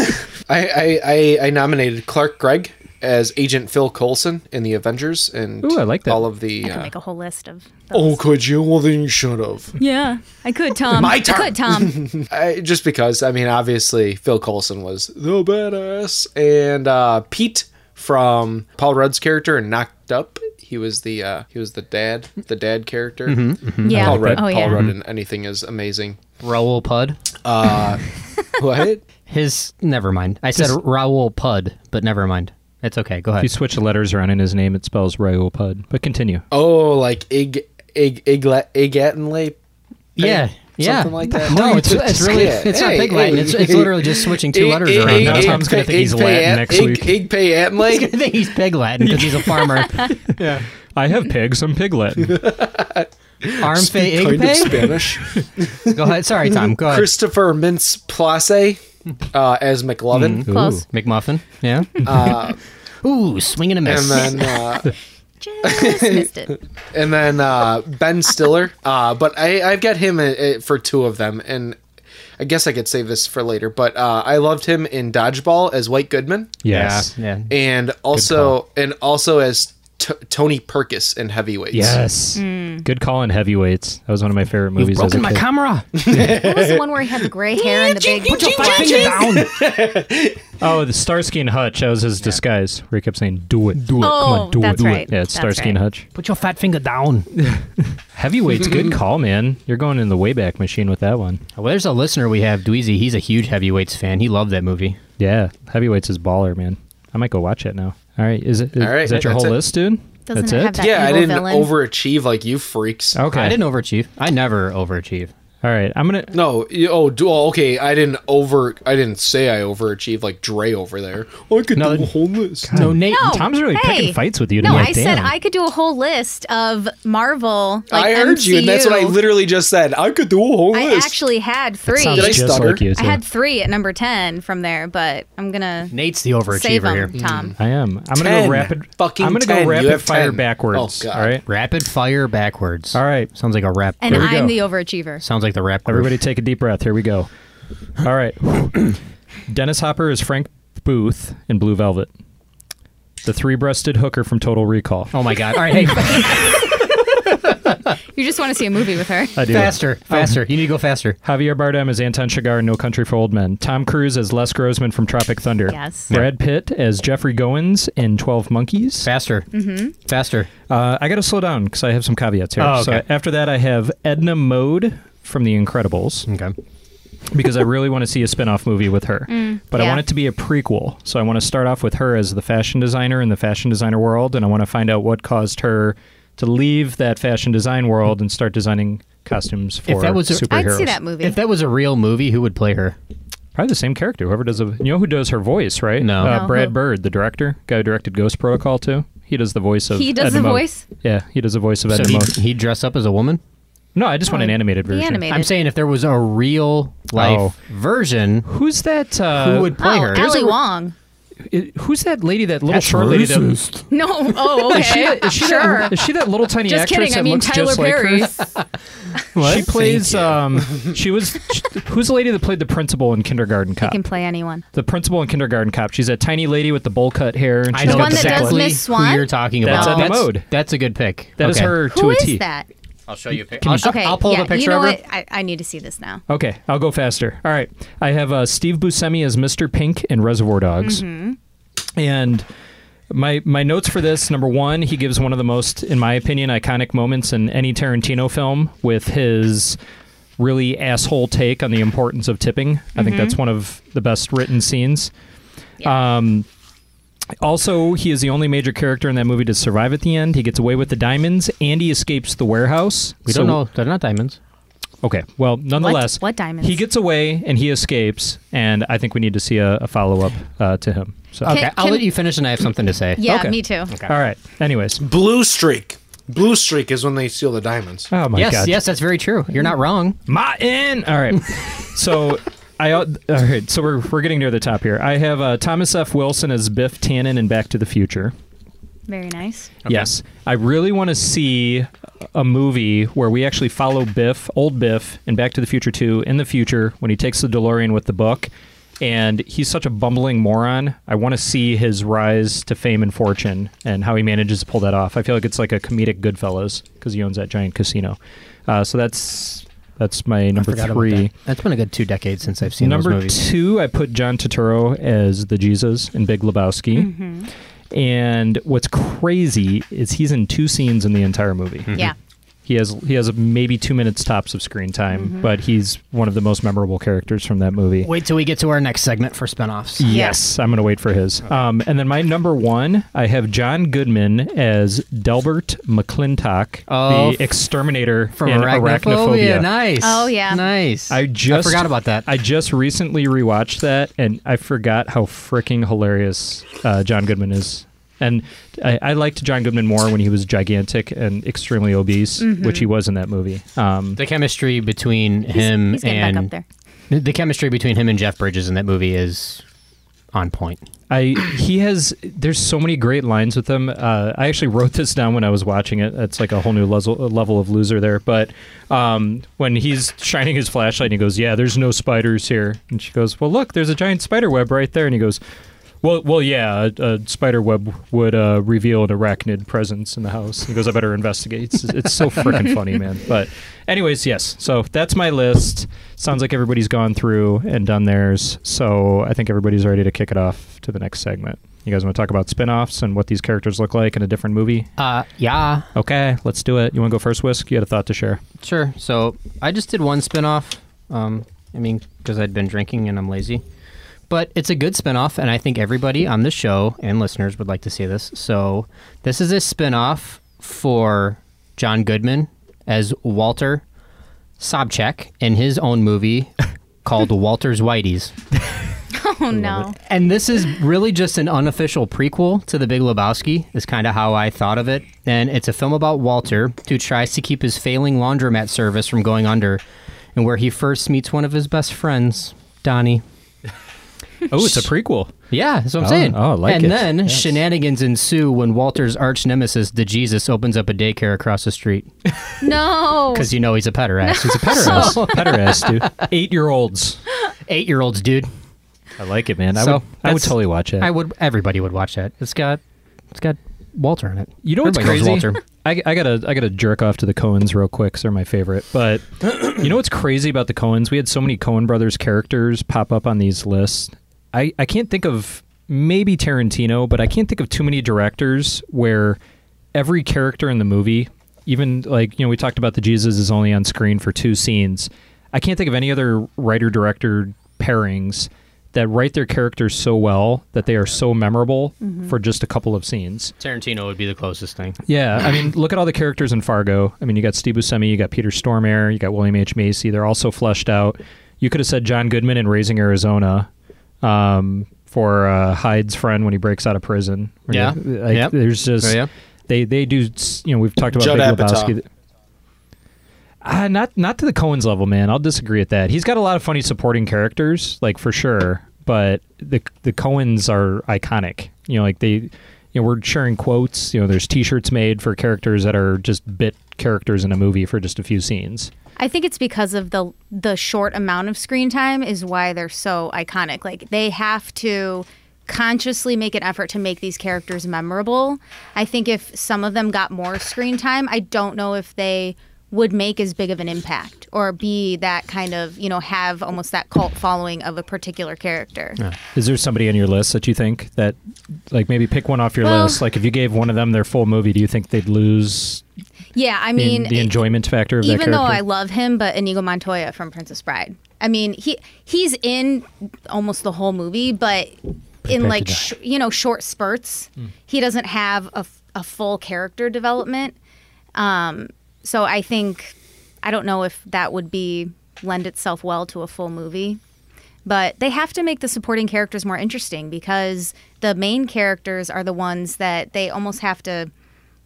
Speaker 1: I, I I nominated Clark Gregg as Agent Phil Coulson in the Avengers, and
Speaker 4: Ooh, I like that.
Speaker 1: All of the.
Speaker 4: I could
Speaker 1: uh,
Speaker 4: make a whole list of.
Speaker 1: oh, could you? Well, then you should have.
Speaker 4: Yeah, I could, Tom.
Speaker 1: My
Speaker 4: I could, Tom.
Speaker 1: I, just because, I mean, obviously Phil Coulson was the badass, and uh, Pete from Paul Rudd's character in Knocked Up, he was the uh, he was the dad, the dad character.
Speaker 12: Mhm, mhm. Yeah.
Speaker 4: Mm-hmm,
Speaker 1: Paul Rudd,
Speaker 12: Oh,
Speaker 1: Paul
Speaker 12: yeah.
Speaker 1: Rudd,
Speaker 12: Mhm.
Speaker 1: in anything is amazing.
Speaker 3: Raoul Pud.
Speaker 1: Uh, what?
Speaker 3: His. Never mind. I said
Speaker 10: Just-
Speaker 3: Raoul Pud, but never mind. It's okay. Go
Speaker 10: If
Speaker 3: ahead.
Speaker 10: you switch the letters around in his name, it spells Raoul Pud. But continue.
Speaker 1: Oh, like Ig Ig Igla Igatinlay.
Speaker 3: Yeah, yeah.
Speaker 1: Something like that.
Speaker 3: No, it's- it's really- it's not Pig Latin, it's- it's literally just switching two letters around. Now Tom's gonna think he's Latin next week.
Speaker 1: Ig Payatinlay.
Speaker 3: He's gonna think he's Pig Latin because he's a farmer.
Speaker 10: yeah. I have pigs. I'm piglet.
Speaker 3: Arm
Speaker 1: Speak
Speaker 3: fe
Speaker 1: kind of
Speaker 3: igpe?
Speaker 1: Spanish.
Speaker 3: go ahead. Sorry, Tom. Go ahead.
Speaker 1: Christopher Mintz Place uh, as McLovin.
Speaker 3: Mm, Close. McMuffin. Yeah.
Speaker 1: Uh,
Speaker 3: Ooh, swing and a miss.
Speaker 1: And then, uh,
Speaker 4: missed it.
Speaker 1: and then uh, Ben Stiller. Uh, but I, I've got him uh, uh, for two of them, and I guess I could save this for later. But uh, I loved him in Dodgeball as White Goodman.
Speaker 10: Yes.
Speaker 3: Yeah.
Speaker 1: and also and also as t- Tony Perkis in Heavyweights.
Speaker 10: Yes.
Speaker 4: Hmm.
Speaker 10: Good call on heavyweights. That was one of my favorite movies. as a kid.
Speaker 3: camera.
Speaker 4: What was the one where he had the gray hair and the big? Put your
Speaker 10: Oh, the Starsky and Hutch. That was his disguise, where he kept saying, "Do it, do it, come
Speaker 4: Oh,
Speaker 10: on, do
Speaker 4: that's
Speaker 10: it, do
Speaker 4: right.
Speaker 10: it." Yeah, it's
Speaker 4: That's
Speaker 10: Starsky and
Speaker 4: right.
Speaker 10: Hutch.
Speaker 3: Put your fat finger down.
Speaker 10: Heavyweights, good call, man. You're going in the wayback machine with that one.
Speaker 3: Well, there's a listener we have, Dweezy. He's a huge heavyweights fan. He loved that movie.
Speaker 10: Yeah, heavyweights is baller, man. I might go watch it now. All right, is it? Is,
Speaker 1: All right,
Speaker 10: is that your
Speaker 1: that's
Speaker 10: whole
Speaker 1: it.
Speaker 10: list, dude?
Speaker 4: Doesn't
Speaker 10: that's
Speaker 4: it
Speaker 10: it.
Speaker 4: have that
Speaker 1: yeah, I
Speaker 4: evil
Speaker 1: didn't
Speaker 4: villain?
Speaker 1: overachieve like you freaks.
Speaker 10: Okay.
Speaker 3: I didn't overachieve. I never overachieve.
Speaker 10: All right, I'm gonna.
Speaker 1: No, you- oh, do, oh, okay. I didn't over. I didn't say I overachieved like Dre over there. I could do a whole list.
Speaker 10: No,
Speaker 3: Hmm.
Speaker 10: Nate.
Speaker 4: No,
Speaker 10: Tom's really
Speaker 4: Oh, hey.
Speaker 10: picking fights with you.
Speaker 4: No,
Speaker 10: tonight.
Speaker 4: I said
Speaker 10: Damn.
Speaker 4: I could do a whole list of Marvel. Like
Speaker 1: I heard you, and that's what I
Speaker 4: MCU.
Speaker 1: literally just said. I could do a whole
Speaker 4: I
Speaker 1: list.
Speaker 4: actually had three.
Speaker 1: sounds Did I just stutter? like you,
Speaker 4: I had
Speaker 10: too.
Speaker 4: three at number ten from there, but I'm gonna.
Speaker 3: Nate's the overachiever
Speaker 4: Save 'em,
Speaker 3: here.
Speaker 4: Tom.
Speaker 10: I am. I'm gonna
Speaker 3: Ten.
Speaker 10: go rapid.
Speaker 3: Fucking
Speaker 10: I'm gonna
Speaker 3: 10.
Speaker 10: go
Speaker 3: You
Speaker 10: rapid
Speaker 3: have
Speaker 10: fire
Speaker 3: 10.
Speaker 10: backwards.
Speaker 3: Oh, God.
Speaker 10: All right.
Speaker 3: Rapid fire backwards. All
Speaker 10: right.
Speaker 3: Sounds like a rap.
Speaker 4: And
Speaker 3: group.
Speaker 4: I'm the overachiever.
Speaker 3: Sounds like the rap. group.
Speaker 10: Everybody, take a deep breath. Here we go. All right. Dennis Hopper is Frank Booth in Blue Velvet. The three-breasted hooker from Total Recall.
Speaker 3: Oh my God! All right, hey,
Speaker 4: You just want to see a movie with her.
Speaker 10: I do.
Speaker 3: faster, faster. You need to go faster.
Speaker 10: Javier Bardem as Anton Chigurh in No Country for Old Men. Tom Cruise as Les Grossman from Tropic Thunder.
Speaker 4: Yes.
Speaker 10: Brad Pitt as Jeffrey Goins in Twelve Monkeys.
Speaker 3: Faster.
Speaker 4: Mm-hmm.
Speaker 3: Faster.
Speaker 10: Uh, I got to slow down because I have some caveats here.
Speaker 3: Oh,
Speaker 10: So
Speaker 3: okay.
Speaker 10: after that, I have Edna Mode from The Incredibles.
Speaker 3: Okay.
Speaker 10: Because I really want to see a spin off movie with her.
Speaker 3: Mm,
Speaker 10: but I
Speaker 3: yeah.
Speaker 10: want it to be a prequel. So I want to start off with her as the fashion designer in the fashion designer world. And I want to find out what caused her to leave that fashion design world and start designing costumes for
Speaker 3: If that was a,
Speaker 10: superheroes.
Speaker 4: movie.
Speaker 3: If that was a real movie, who would play her?
Speaker 10: Probably the same character. Whoever does, a, you know, who does her voice, right? No, uh,
Speaker 4: No,
Speaker 10: Brad
Speaker 4: who?
Speaker 10: Bird, the director, guy who directed Ghost Protocol too. He does the voice of.
Speaker 4: He does
Speaker 10: Edna
Speaker 4: the
Speaker 10: Mode.
Speaker 4: voice?
Speaker 10: Yeah, he does the voice of
Speaker 3: So
Speaker 10: Edna
Speaker 3: he
Speaker 10: Mode.
Speaker 3: he dress up as a woman.
Speaker 10: No, I just want an animated version.
Speaker 4: Oh, animated.
Speaker 3: I'm saying if there was a real life
Speaker 10: Oh.
Speaker 3: version,
Speaker 10: who's that? Uh,
Speaker 3: who would play
Speaker 4: oh,
Speaker 3: her?
Speaker 4: Ali Wong.
Speaker 10: It- who's that lady? That little
Speaker 3: That's
Speaker 10: short lady. that-
Speaker 3: racist.
Speaker 4: No. Oh, okay.
Speaker 10: Is she, that- is she
Speaker 4: sure.
Speaker 10: that, is she that little tiny
Speaker 4: Just
Speaker 10: actress
Speaker 4: kidding.
Speaker 10: that
Speaker 4: I mean,
Speaker 10: looks
Speaker 4: Tyler
Speaker 10: just
Speaker 4: Perry.
Speaker 10: like her? She plays. Um, she was. She, who's the lady that played the principal in Kindergarten Cop?
Speaker 4: can play anyone.
Speaker 10: The principal in Kindergarten Cop. She's a tiny lady with the bowl cut hair. And
Speaker 3: I
Speaker 10: she's
Speaker 3: know
Speaker 10: got
Speaker 4: one that does
Speaker 10: necklace.
Speaker 4: Miss Swan?
Speaker 3: Who you're talking
Speaker 10: That's
Speaker 3: about?
Speaker 10: Edna Mode.
Speaker 3: That's a good pick.
Speaker 10: That is
Speaker 3: Okay.
Speaker 10: her to
Speaker 4: Who
Speaker 10: a
Speaker 4: is
Speaker 10: T.
Speaker 4: that?
Speaker 3: I'll show you a picture.
Speaker 10: Can
Speaker 3: I'll,
Speaker 10: you-
Speaker 3: show,
Speaker 4: Okay.
Speaker 3: I'll pull
Speaker 4: yeah,
Speaker 3: up a picture
Speaker 4: you know
Speaker 3: of her.
Speaker 4: what? I, I need to see this now.
Speaker 10: Okay, I'll go faster. All right, I have uh, Steve Buscemi as Mr. Pink in Reservoir Dogs, and my my notes for this number one, he gives one of the most, in my opinion, iconic moments in any Tarantino film with his really asshole take on the importance of tipping. I think
Speaker 13: Mhm.
Speaker 10: that's one of the best written scenes. Um, also, he is the only major character in that movie to survive at the end. He gets away with the diamonds, and he escapes the warehouse.
Speaker 3: We
Speaker 10: So-
Speaker 3: don't know. They're not diamonds.
Speaker 10: Okay. Well, nonetheless,
Speaker 4: what diamonds?
Speaker 10: He gets away and he escapes, and I think we need to see a, a follow up uh, to him. So
Speaker 3: Okay, I'll let you finish, and I have something to say.
Speaker 4: Yeah, me too.
Speaker 10: All right. Anyways,
Speaker 1: Blue Streak. Blue Streak is when they steal the diamonds.
Speaker 10: Oh my
Speaker 3: yes,
Speaker 10: God.
Speaker 3: yes, that's very true. You're not wrong.
Speaker 10: Martin. All right. So I all right. So we're we're getting near the top here. I have uh, Thomas F. Wilson as Biff Tannen in Back to the Future.
Speaker 4: Very nice.
Speaker 10: Yes. I really want to see a movie where we actually follow Biff, old Biff, in Back to the Future 2 in the future when he takes the DeLorean with the book. And he's such a bumbling moron. I want to see his rise to fame and fortune and how he manages to pull that off. I feel like it's like a comedic Goodfellas because he owns that giant casino. Uh, so that's that's my number
Speaker 3: Forgot about
Speaker 10: three.
Speaker 3: that. That's been a good two decades since I've seen
Speaker 10: Number
Speaker 3: those movies.
Speaker 10: two, I put John Turturro as the Jesus in Big Lebowski.
Speaker 3: Mm-hmm.
Speaker 10: And what's crazy is he's in two scenes in the entire movie.
Speaker 4: Yeah.
Speaker 10: He has he has maybe two minutes tops of screen time,
Speaker 3: Mhm.
Speaker 10: but he's one of the most memorable characters from that movie.
Speaker 3: Wait till we get to our next segment for spinoffs.
Speaker 10: Yes, I'm going to wait for his. Um, and then my number one, I have John Goodman as Delbert McClintock,
Speaker 3: Oh,
Speaker 10: the exterminator
Speaker 3: from
Speaker 10: in
Speaker 3: Arachnophobia.
Speaker 10: arachnophobia.
Speaker 3: Nice.
Speaker 4: Oh, yeah.
Speaker 3: Nice.
Speaker 10: I just
Speaker 3: forgot about that.
Speaker 10: I just recently rewatched that, and I forgot how freaking hilarious uh, John Goodman is. And I, I liked John Goodman more when he was gigantic and extremely obese,
Speaker 3: Mhm.
Speaker 10: which he was in that movie. Um,
Speaker 3: the chemistry between him
Speaker 4: he's getting
Speaker 3: and
Speaker 4: back up there.
Speaker 3: the chemistry between him and Jeff Bridges in that movie is on point.
Speaker 10: I he has there's so many great lines with him. Uh, I actually wrote this down when I was watching it. That's like a whole new level, level of loser there. But um, when he's shining his flashlight, and he goes, "Yeah, there's no spiders here," and she goes, "Well, look, there's a giant spider web right there," and he goes. Well, well, yeah. A, a spider web would uh, reveal an arachnid presence in the house. He goes, "I better investigate." It's, it's so freaking funny, man. But, anyways, yes. So that's my list. Sounds like everybody's gone through and done theirs. So I think everybody's ready to kick it off to the next segment. You guys want to talk about spin-offs and what these characters look like in a different movie?
Speaker 3: Uh, yeah.
Speaker 10: Okay, let's do it. You want to go first, Whisk? You had a thought to share.
Speaker 3: Sure. So I just did one spinoff. Um, I mean, because I'd been drinking and I'm lazy. But it's a good spinoff, and I think everybody on the show and listeners would like to see this. So this is a spinoff for John Goodman as Walter Sobchak in his own movie called Walter's Whiteys.
Speaker 4: Oh no.
Speaker 3: And this is really just an unofficial prequel to The Big Lebowski, is kind of how I thought of it. And it's a film about Walter, who tries to keep his failing laundromat service from going under, and where he first meets one of his best friends, Donnie.
Speaker 10: Oh, it's a prequel.
Speaker 3: Yeah, that's what I'm
Speaker 10: Oh,
Speaker 3: saying.
Speaker 10: oh, I like
Speaker 3: and
Speaker 10: it.
Speaker 3: then
Speaker 10: Yes.
Speaker 3: shenanigans ensue when Walter's arch nemesis, the Jesus, opens up a daycare across the street
Speaker 4: No.
Speaker 3: because you know he's a pederast. He's a
Speaker 10: Pederast,
Speaker 3: pederast.
Speaker 10: pederast, dude. Oh. Eight-year-olds.
Speaker 3: Eight-year-olds, dude.
Speaker 10: I like it, man. I
Speaker 3: So,
Speaker 10: would, I would
Speaker 3: that's-
Speaker 10: totally watch it.
Speaker 3: I would. Everybody would watch that. It's got, it's got Walter in it.
Speaker 10: You know what's
Speaker 3: Everybody loves
Speaker 10: crazy? I, I gotta I gotta jerk off to the Coens real quick. 'cause They're my favorite. But you know what's crazy about the Coens? We had so many Coen brothers characters pop up on these lists. I I can't think of maybe Tarantino, but I can't think of too many directors where every character in the movie, even like you know we talked about the Jesus is only on screen for two scenes. I can't think of any other writer director pairings that write their characters so well that they are so memorable
Speaker 3: Mhm.
Speaker 10: for just a couple of scenes.
Speaker 3: Tarantino would be the closest thing.
Speaker 10: Yeah, I mean, look at all the characters in Fargo. I mean, you got Steve Buscemi, you got Peter Stormare, you got William H Macy. They're all so fleshed out. You could have said John Goodman in Raising Arizona um, for uh, Hyde's friend when he breaks out of prison. Or,
Speaker 3: Yeah.
Speaker 10: like,
Speaker 3: Yep.
Speaker 10: there's just
Speaker 3: Oh, yeah.
Speaker 10: they they do. s- You know, we've talked about
Speaker 1: Judd
Speaker 10: Big
Speaker 1: Apatow.
Speaker 10: Lebowski. Uh, not not to the Cohen's level, man. I'll disagree with that. He's got a lot of funny supporting characters, like for sure. But the the Cohens are iconic. You know, like they, you know, we're sharing quotes. You know, there's T-shirts made for characters that are just bit characters in a movie for just a few scenes.
Speaker 4: I think it's because of the the short amount of screen time is why they're so iconic. Like they have to consciously make an effort to make these characters memorable. I think if some of them got more screen time, I don't know if they would make as big of an impact or be that kind of, you know, have almost that cult following of a particular character.
Speaker 10: Is there somebody on your list that you think that, like, maybe pick one off your
Speaker 4: Well-
Speaker 10: list? Like, if you gave one of them their full movie, do you think they'd lose?
Speaker 4: Yeah, I
Speaker 10: the-
Speaker 4: mean, e
Speaker 10: the, enjoyment factor of that
Speaker 4: even
Speaker 10: character.
Speaker 4: though I love him, but Inigo Montoya from Princess Bride. I mean, he he's in almost the whole movie, but
Speaker 10: Prepare
Speaker 4: in
Speaker 10: to
Speaker 4: like
Speaker 10: die.
Speaker 4: sh- you know short spurts,
Speaker 10: Mm.
Speaker 4: he doesn't have a, f- a full character development. Um, so I think I don't know if that would be lend itself well to a full movie. But they have to make the supporting characters more interesting because the main characters are the ones that they almost have to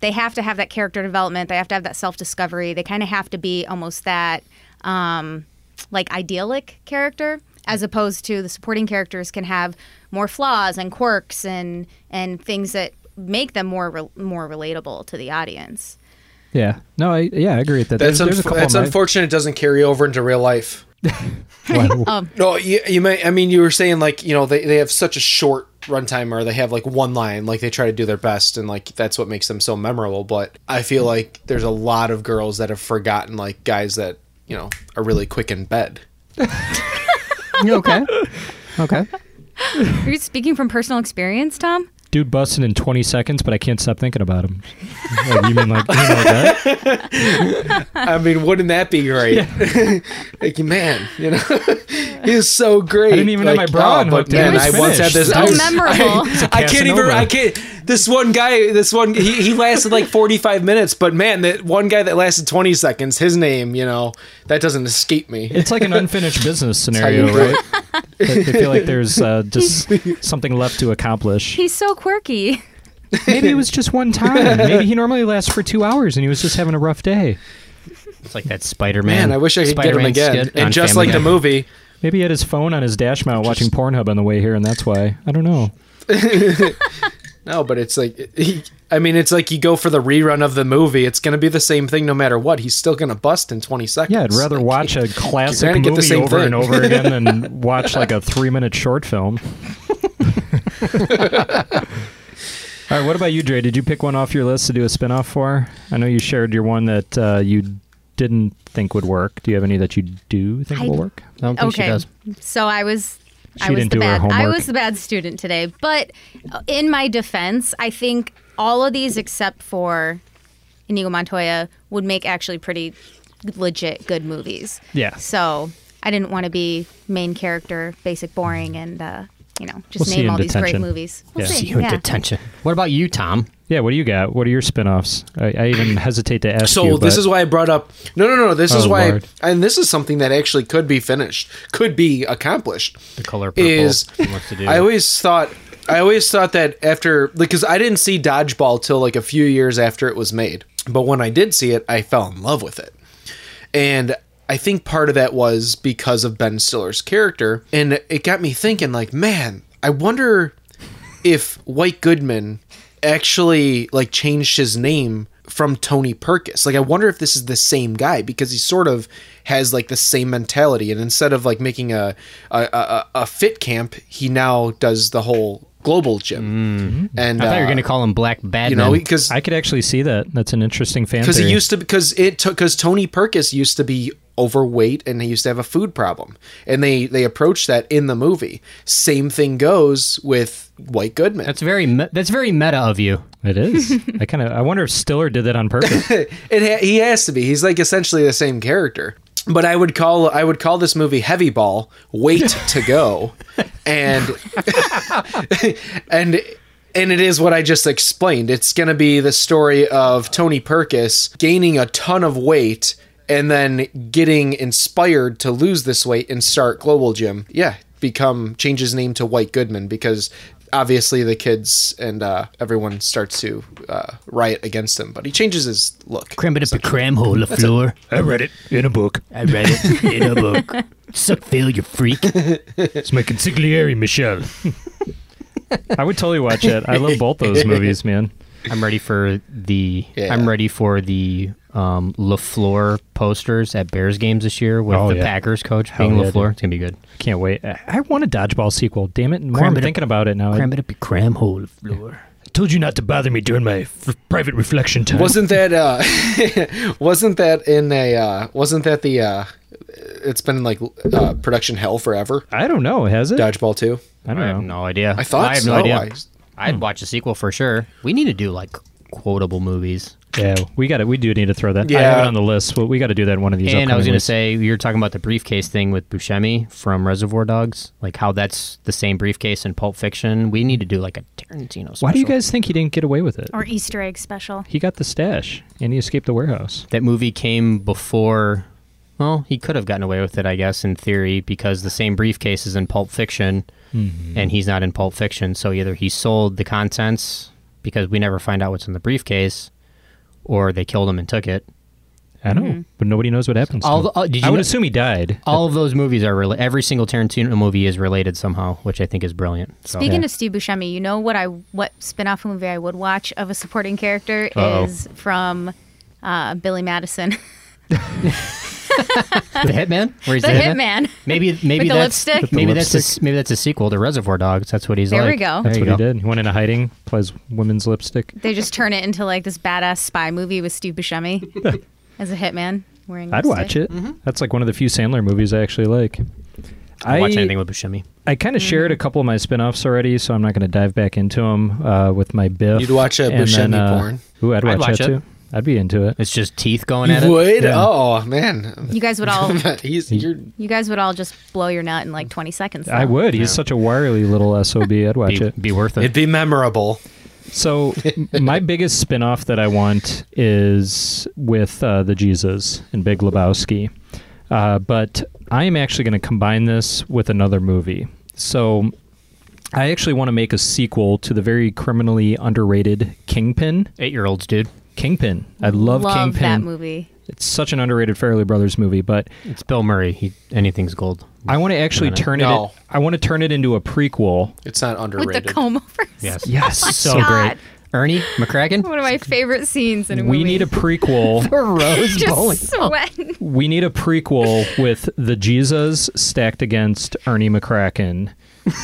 Speaker 4: they have to have that character development. They have to have that self discovery. They kind of have to be almost that um, like idyllic character, as opposed to the supporting characters can have more flaws and quirks and and things that make them more re- more relatable to the audience.
Speaker 10: yeah, no, I yeah, I agree with that.
Speaker 1: That's,
Speaker 10: there's, there's a
Speaker 1: unf-
Speaker 10: couple.
Speaker 1: that's
Speaker 10: of my-
Speaker 1: unfortunate. It doesn't carry over into real life.
Speaker 4: Um,
Speaker 1: No, you, you may. I mean, you were saying like you know they, they have such a short runtime, or they have like one line. Like they try to do their best, and like that's what makes them so memorable. But I feel like there's a lot of girls that have forgotten like guys that you know are really quick in bed.
Speaker 3: You okay? Okay.
Speaker 4: Are you speaking from personal experience, Tom?
Speaker 10: dude busted in 20 seconds, but I can't stop thinking about him. Like, you mean like, you mean like that?
Speaker 1: I mean, wouldn't that be great? like, man, you know, he's so great. I didn't
Speaker 10: even
Speaker 1: like,
Speaker 10: have my bra
Speaker 1: oh,
Speaker 10: unhooked
Speaker 1: but man,
Speaker 10: yet. It was
Speaker 1: I once had
Speaker 10: finished.
Speaker 1: this.
Speaker 10: So
Speaker 1: I, was-
Speaker 10: memorable. It's
Speaker 1: I,
Speaker 10: a
Speaker 1: I can't even.
Speaker 10: Casanova.
Speaker 1: I can't. This one guy. This one. He, he lasted like forty five minutes. But man, that one guy that lasted twenty seconds. His name, you know, that doesn't escape me.
Speaker 10: It's like an unfinished business
Speaker 1: That's how you
Speaker 10: scenario,
Speaker 1: do it.
Speaker 10: right? They they feel like there's uh, just something left to accomplish.
Speaker 4: He's so quirky.
Speaker 10: Maybe it was just one time. Maybe he normally lasts for two hours and he was just having a rough day.
Speaker 3: It's like that Spider
Speaker 1: Man, I wish I could get him again. And just like the movie.
Speaker 10: Maybe he had his phone on his dash mount watching Pornhub on the way here, and that's why. I don't know.
Speaker 1: No, but it's like, he, I mean, it's like you go for the rerun of the movie. It's going to be the same thing no matter what. He's still going to bust in 20 seconds.
Speaker 10: Yeah, I'd rather watch a classic
Speaker 1: gonna
Speaker 10: movie
Speaker 1: get the same
Speaker 10: over and
Speaker 1: thing.
Speaker 10: over again than watch like a three-minute short film. All right, what about you, Dre? Did you pick one off your list to do a spinoff for? I know you shared your one that uh, you didn't think would work. Do you have any that you do think
Speaker 4: I-
Speaker 10: will work?
Speaker 3: I don't
Speaker 4: So I was. I
Speaker 10: She
Speaker 4: was
Speaker 10: didn't
Speaker 4: the
Speaker 10: do her
Speaker 4: bad. I
Speaker 10: homework.
Speaker 4: was the bad student today, but in my defense, I think all of these except for Inigo Montoya would make actually pretty legit good movies.
Speaker 10: Yeah.
Speaker 4: So I didn't want to be main character, basic, boring, and uh, you know just
Speaker 10: We'll see you
Speaker 4: name
Speaker 10: in
Speaker 4: all these
Speaker 10: detention.
Speaker 4: great movies. We'll
Speaker 10: Yeah.
Speaker 4: see.
Speaker 10: See you in
Speaker 4: yeah.
Speaker 3: detention. What about you, Tom?
Speaker 10: Yeah, what do you got? What are your spinoffs? I, I even hesitate to ask
Speaker 1: So
Speaker 10: you.
Speaker 1: this
Speaker 10: but-
Speaker 1: is why I brought up. No, no, no. This is
Speaker 10: Oh,
Speaker 1: why,
Speaker 10: Lord.
Speaker 1: and this is something that actually could be finished, could be accomplished.
Speaker 3: The color purple
Speaker 1: is
Speaker 3: wants to do.
Speaker 1: I always thought I always thought that after because I didn't see Dodgeball till like a few years after it was made. But when I did see it, I fell in love with it. And I think part of that was because of Ben Stiller's character and it got me thinking like, man, I wonder if White Goodman actually like changed his name from Tony Perkis. Like I wonder if this is the same guy because he sort of has like the same mentality and instead of like making a a, a, a fit camp, he now does the whole global gym. And
Speaker 3: Mm-hmm. I thought you were
Speaker 1: uh,
Speaker 3: going to call him Black Badman.
Speaker 1: you know, because
Speaker 10: I could actually see that. That's an interesting fan
Speaker 1: because
Speaker 10: theory.
Speaker 1: he used to because it took because Tony Perkis used to be overweight and he used to have a food problem and they they approached that in the movie same thing goes with white goodman
Speaker 3: that's very me- that's very meta of you.
Speaker 10: It is. I kind of I wonder if Stiller did that on purpose.
Speaker 1: it ha- he has to be. He's like essentially the same character. But I would call I would call this movie Heavy Ball. Wait to go, and and and it is what I just explained. It's going to be the story of Tony Perkis gaining a ton of weight and then getting inspired to lose this weight and start Global Gym. Yeah, become change his name to White Goodman because obviously the kids and uh, everyone starts to uh, riot against him. But he changes his look.
Speaker 3: Cram it up your cram hole,
Speaker 1: That's it.
Speaker 3: LaFleur.
Speaker 1: I read it
Speaker 10: in a book.
Speaker 3: I read it in a book. Suck fail, you freak.
Speaker 10: It's my consigliere, Michelle. I would totally watch it. I love both those movies, man.
Speaker 3: I'm ready for the
Speaker 10: Yeah.
Speaker 3: I'm ready for the um, LaFleur posters at Bears games this year with
Speaker 10: Oh,
Speaker 3: the
Speaker 10: yeah.
Speaker 3: Packers coach
Speaker 10: Hell
Speaker 3: being
Speaker 10: yeah,
Speaker 3: LaFleur.
Speaker 10: dude.
Speaker 3: It's gonna be good.
Speaker 10: Can't wait. I I want a dodgeball sequel. Damn it! More
Speaker 3: Cram it
Speaker 10: I'm
Speaker 3: up-
Speaker 10: thinking about it now.
Speaker 3: cram it up your cram hole, LaFleur. I told you not to bother me during my f- private reflection time.
Speaker 1: Wasn't that uh wasn't that in a uh wasn't that the uh it's been like uh, production hell forever?
Speaker 10: I don't know, has it?
Speaker 1: Dodgeball 2?
Speaker 10: I don't
Speaker 3: have no idea.
Speaker 1: I thought
Speaker 3: I have
Speaker 1: so.
Speaker 3: no idea.
Speaker 1: I-
Speaker 3: I'd watch a sequel for sure. We need to do like quotable movies.
Speaker 10: Yeah, we got it. We do need to throw that. I have
Speaker 3: Yeah.
Speaker 10: it on the list. Well, we got to do that in one of these.
Speaker 3: And I was
Speaker 10: upcoming
Speaker 3: going to
Speaker 10: weeks.
Speaker 3: say, you were talking about the briefcase thing with Buscemi from Reservoir Dogs, like how that's the same briefcase in Pulp Fiction. We need to do like a Tarantino special.
Speaker 10: why do you guys think he didn't get away with it?
Speaker 4: Or Easter egg special.
Speaker 10: He got the stash and he escaped the warehouse.
Speaker 3: That movie came before. Well, he could have gotten away with it, I guess, in theory, because the same briefcase is in Pulp Fiction,
Speaker 10: Mhm.
Speaker 3: and he's not in Pulp Fiction. So either he sold the contents because we never find out what's in the briefcase, or they killed him and took it.
Speaker 10: I know, but nobody knows what happens. to
Speaker 3: All
Speaker 10: him.
Speaker 3: the- oh, did
Speaker 10: I
Speaker 3: you
Speaker 10: would
Speaker 3: know- Oh.
Speaker 10: assume he died.
Speaker 3: All of those movies are rela every single Tarantino movie is related somehow, which I think is brilliant.
Speaker 10: Oh,
Speaker 3: So-
Speaker 4: Speaking of Steve Buscemi, you know what I what spin-off movie I would watch of a supporting character
Speaker 3: Uh-oh.
Speaker 4: is from uh, Billy Madison.
Speaker 3: the Hitman, where he's
Speaker 4: The
Speaker 3: the,
Speaker 4: Hitman.
Speaker 3: Maybe maybe
Speaker 4: With the
Speaker 3: that's
Speaker 4: lipstick? With the
Speaker 3: maybe that's a,
Speaker 10: lipstick.
Speaker 3: s- maybe that's a sequel to Reservoir Dogs. That's what he's
Speaker 4: There we
Speaker 3: like.
Speaker 4: go.
Speaker 10: That's
Speaker 3: There
Speaker 10: what
Speaker 3: you
Speaker 10: he
Speaker 3: go.
Speaker 10: did. He went into hiding, plays women's lipstick.
Speaker 4: they just turn it into like this badass spy movie with Steve Buscemi as a hitman wearing.
Speaker 10: I'd
Speaker 4: lipstick.
Speaker 3: Mm-hmm.
Speaker 10: watch it. That's like one of the few Sandler movies I actually like.
Speaker 12: I don't watch anything with Buscemi.
Speaker 10: I
Speaker 1: Mm-hmm.
Speaker 10: kind of shared a couple of my spin-offs already, so I'm not going to dive back into them uh, with my Biff.
Speaker 1: You'd watch a
Speaker 10: and then,
Speaker 1: Buscemi
Speaker 10: uh,
Speaker 1: porn.
Speaker 10: Ooh, I'd watch,
Speaker 1: I'd watch
Speaker 10: that
Speaker 1: it.
Speaker 10: too. I'd be into it.
Speaker 12: It's just teeth going
Speaker 1: You would? Oh man.
Speaker 4: You guys would all-
Speaker 1: He's you're
Speaker 4: You guys would all just blow your nut in like 20 seconds.
Speaker 10: I
Speaker 4: though.
Speaker 10: would. He's such a wirely little sob. I'd watch
Speaker 12: Be-
Speaker 10: it.
Speaker 12: Be worth it.
Speaker 1: It'd be memorable.
Speaker 10: So my biggest spin-off that I want is with uh, the Jesus and Big Lebowski, uh, but I am actually going to combine this with another movie. So I actually want to make a sequel to the very criminally underrated Kingpin.
Speaker 12: Eight-year-olds, dude.
Speaker 10: Kingpin. I love,
Speaker 4: Love
Speaker 10: Kingpin.
Speaker 4: that movie.
Speaker 10: It's such an underrated Fairly Brothers movie, but
Speaker 12: it's Bill Murray. He anything's gold.
Speaker 10: I want to actually
Speaker 12: No, no.
Speaker 10: turn it.
Speaker 12: No.
Speaker 10: I want to turn it into a prequel.
Speaker 1: It's not
Speaker 4: With the comb overs.
Speaker 12: Yes.
Speaker 10: Yes.
Speaker 4: Oh my
Speaker 10: so
Speaker 4: God.
Speaker 10: great.
Speaker 12: Ernie McCracken.
Speaker 4: One of my favorite scenes in a
Speaker 10: We
Speaker 4: movie.
Speaker 10: need a prequel.
Speaker 4: Just sweating.
Speaker 10: We need a prequel with the Jesus stacked against Ernie McCracken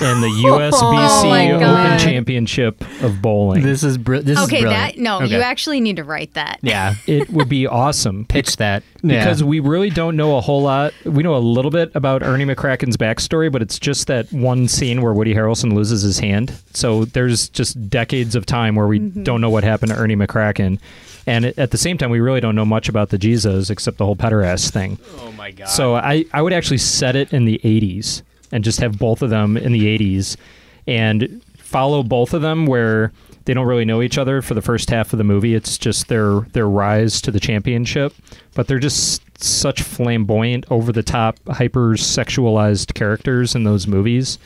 Speaker 10: and the
Speaker 4: Oh my
Speaker 10: USBC Open
Speaker 4: God.
Speaker 10: Championship of bowling.
Speaker 12: This is br- this
Speaker 4: okay, that no, you actually need to write that.
Speaker 12: Yeah,
Speaker 10: it would be awesome.
Speaker 12: Pitch that
Speaker 10: because we really don't know a whole lot. We know a little bit about Ernie McCracken's backstory, but it's just that one scene where Woody Harrelson loses his hand. So there's just decades of time where we
Speaker 4: Mm-hmm.
Speaker 10: don't know what happened to Ernie McCracken. And at the same time, we really don't know much about the Jesus except the whole pederast thing. Oh my god! So I, I would actually set it in the '80s and just have both of them in the '80s, and follow both of them where they don't really know each other for the first half of the movie. It's just their their rise to the championship, but they're just such flamboyant, over the top, hyper sexualized characters in those movies.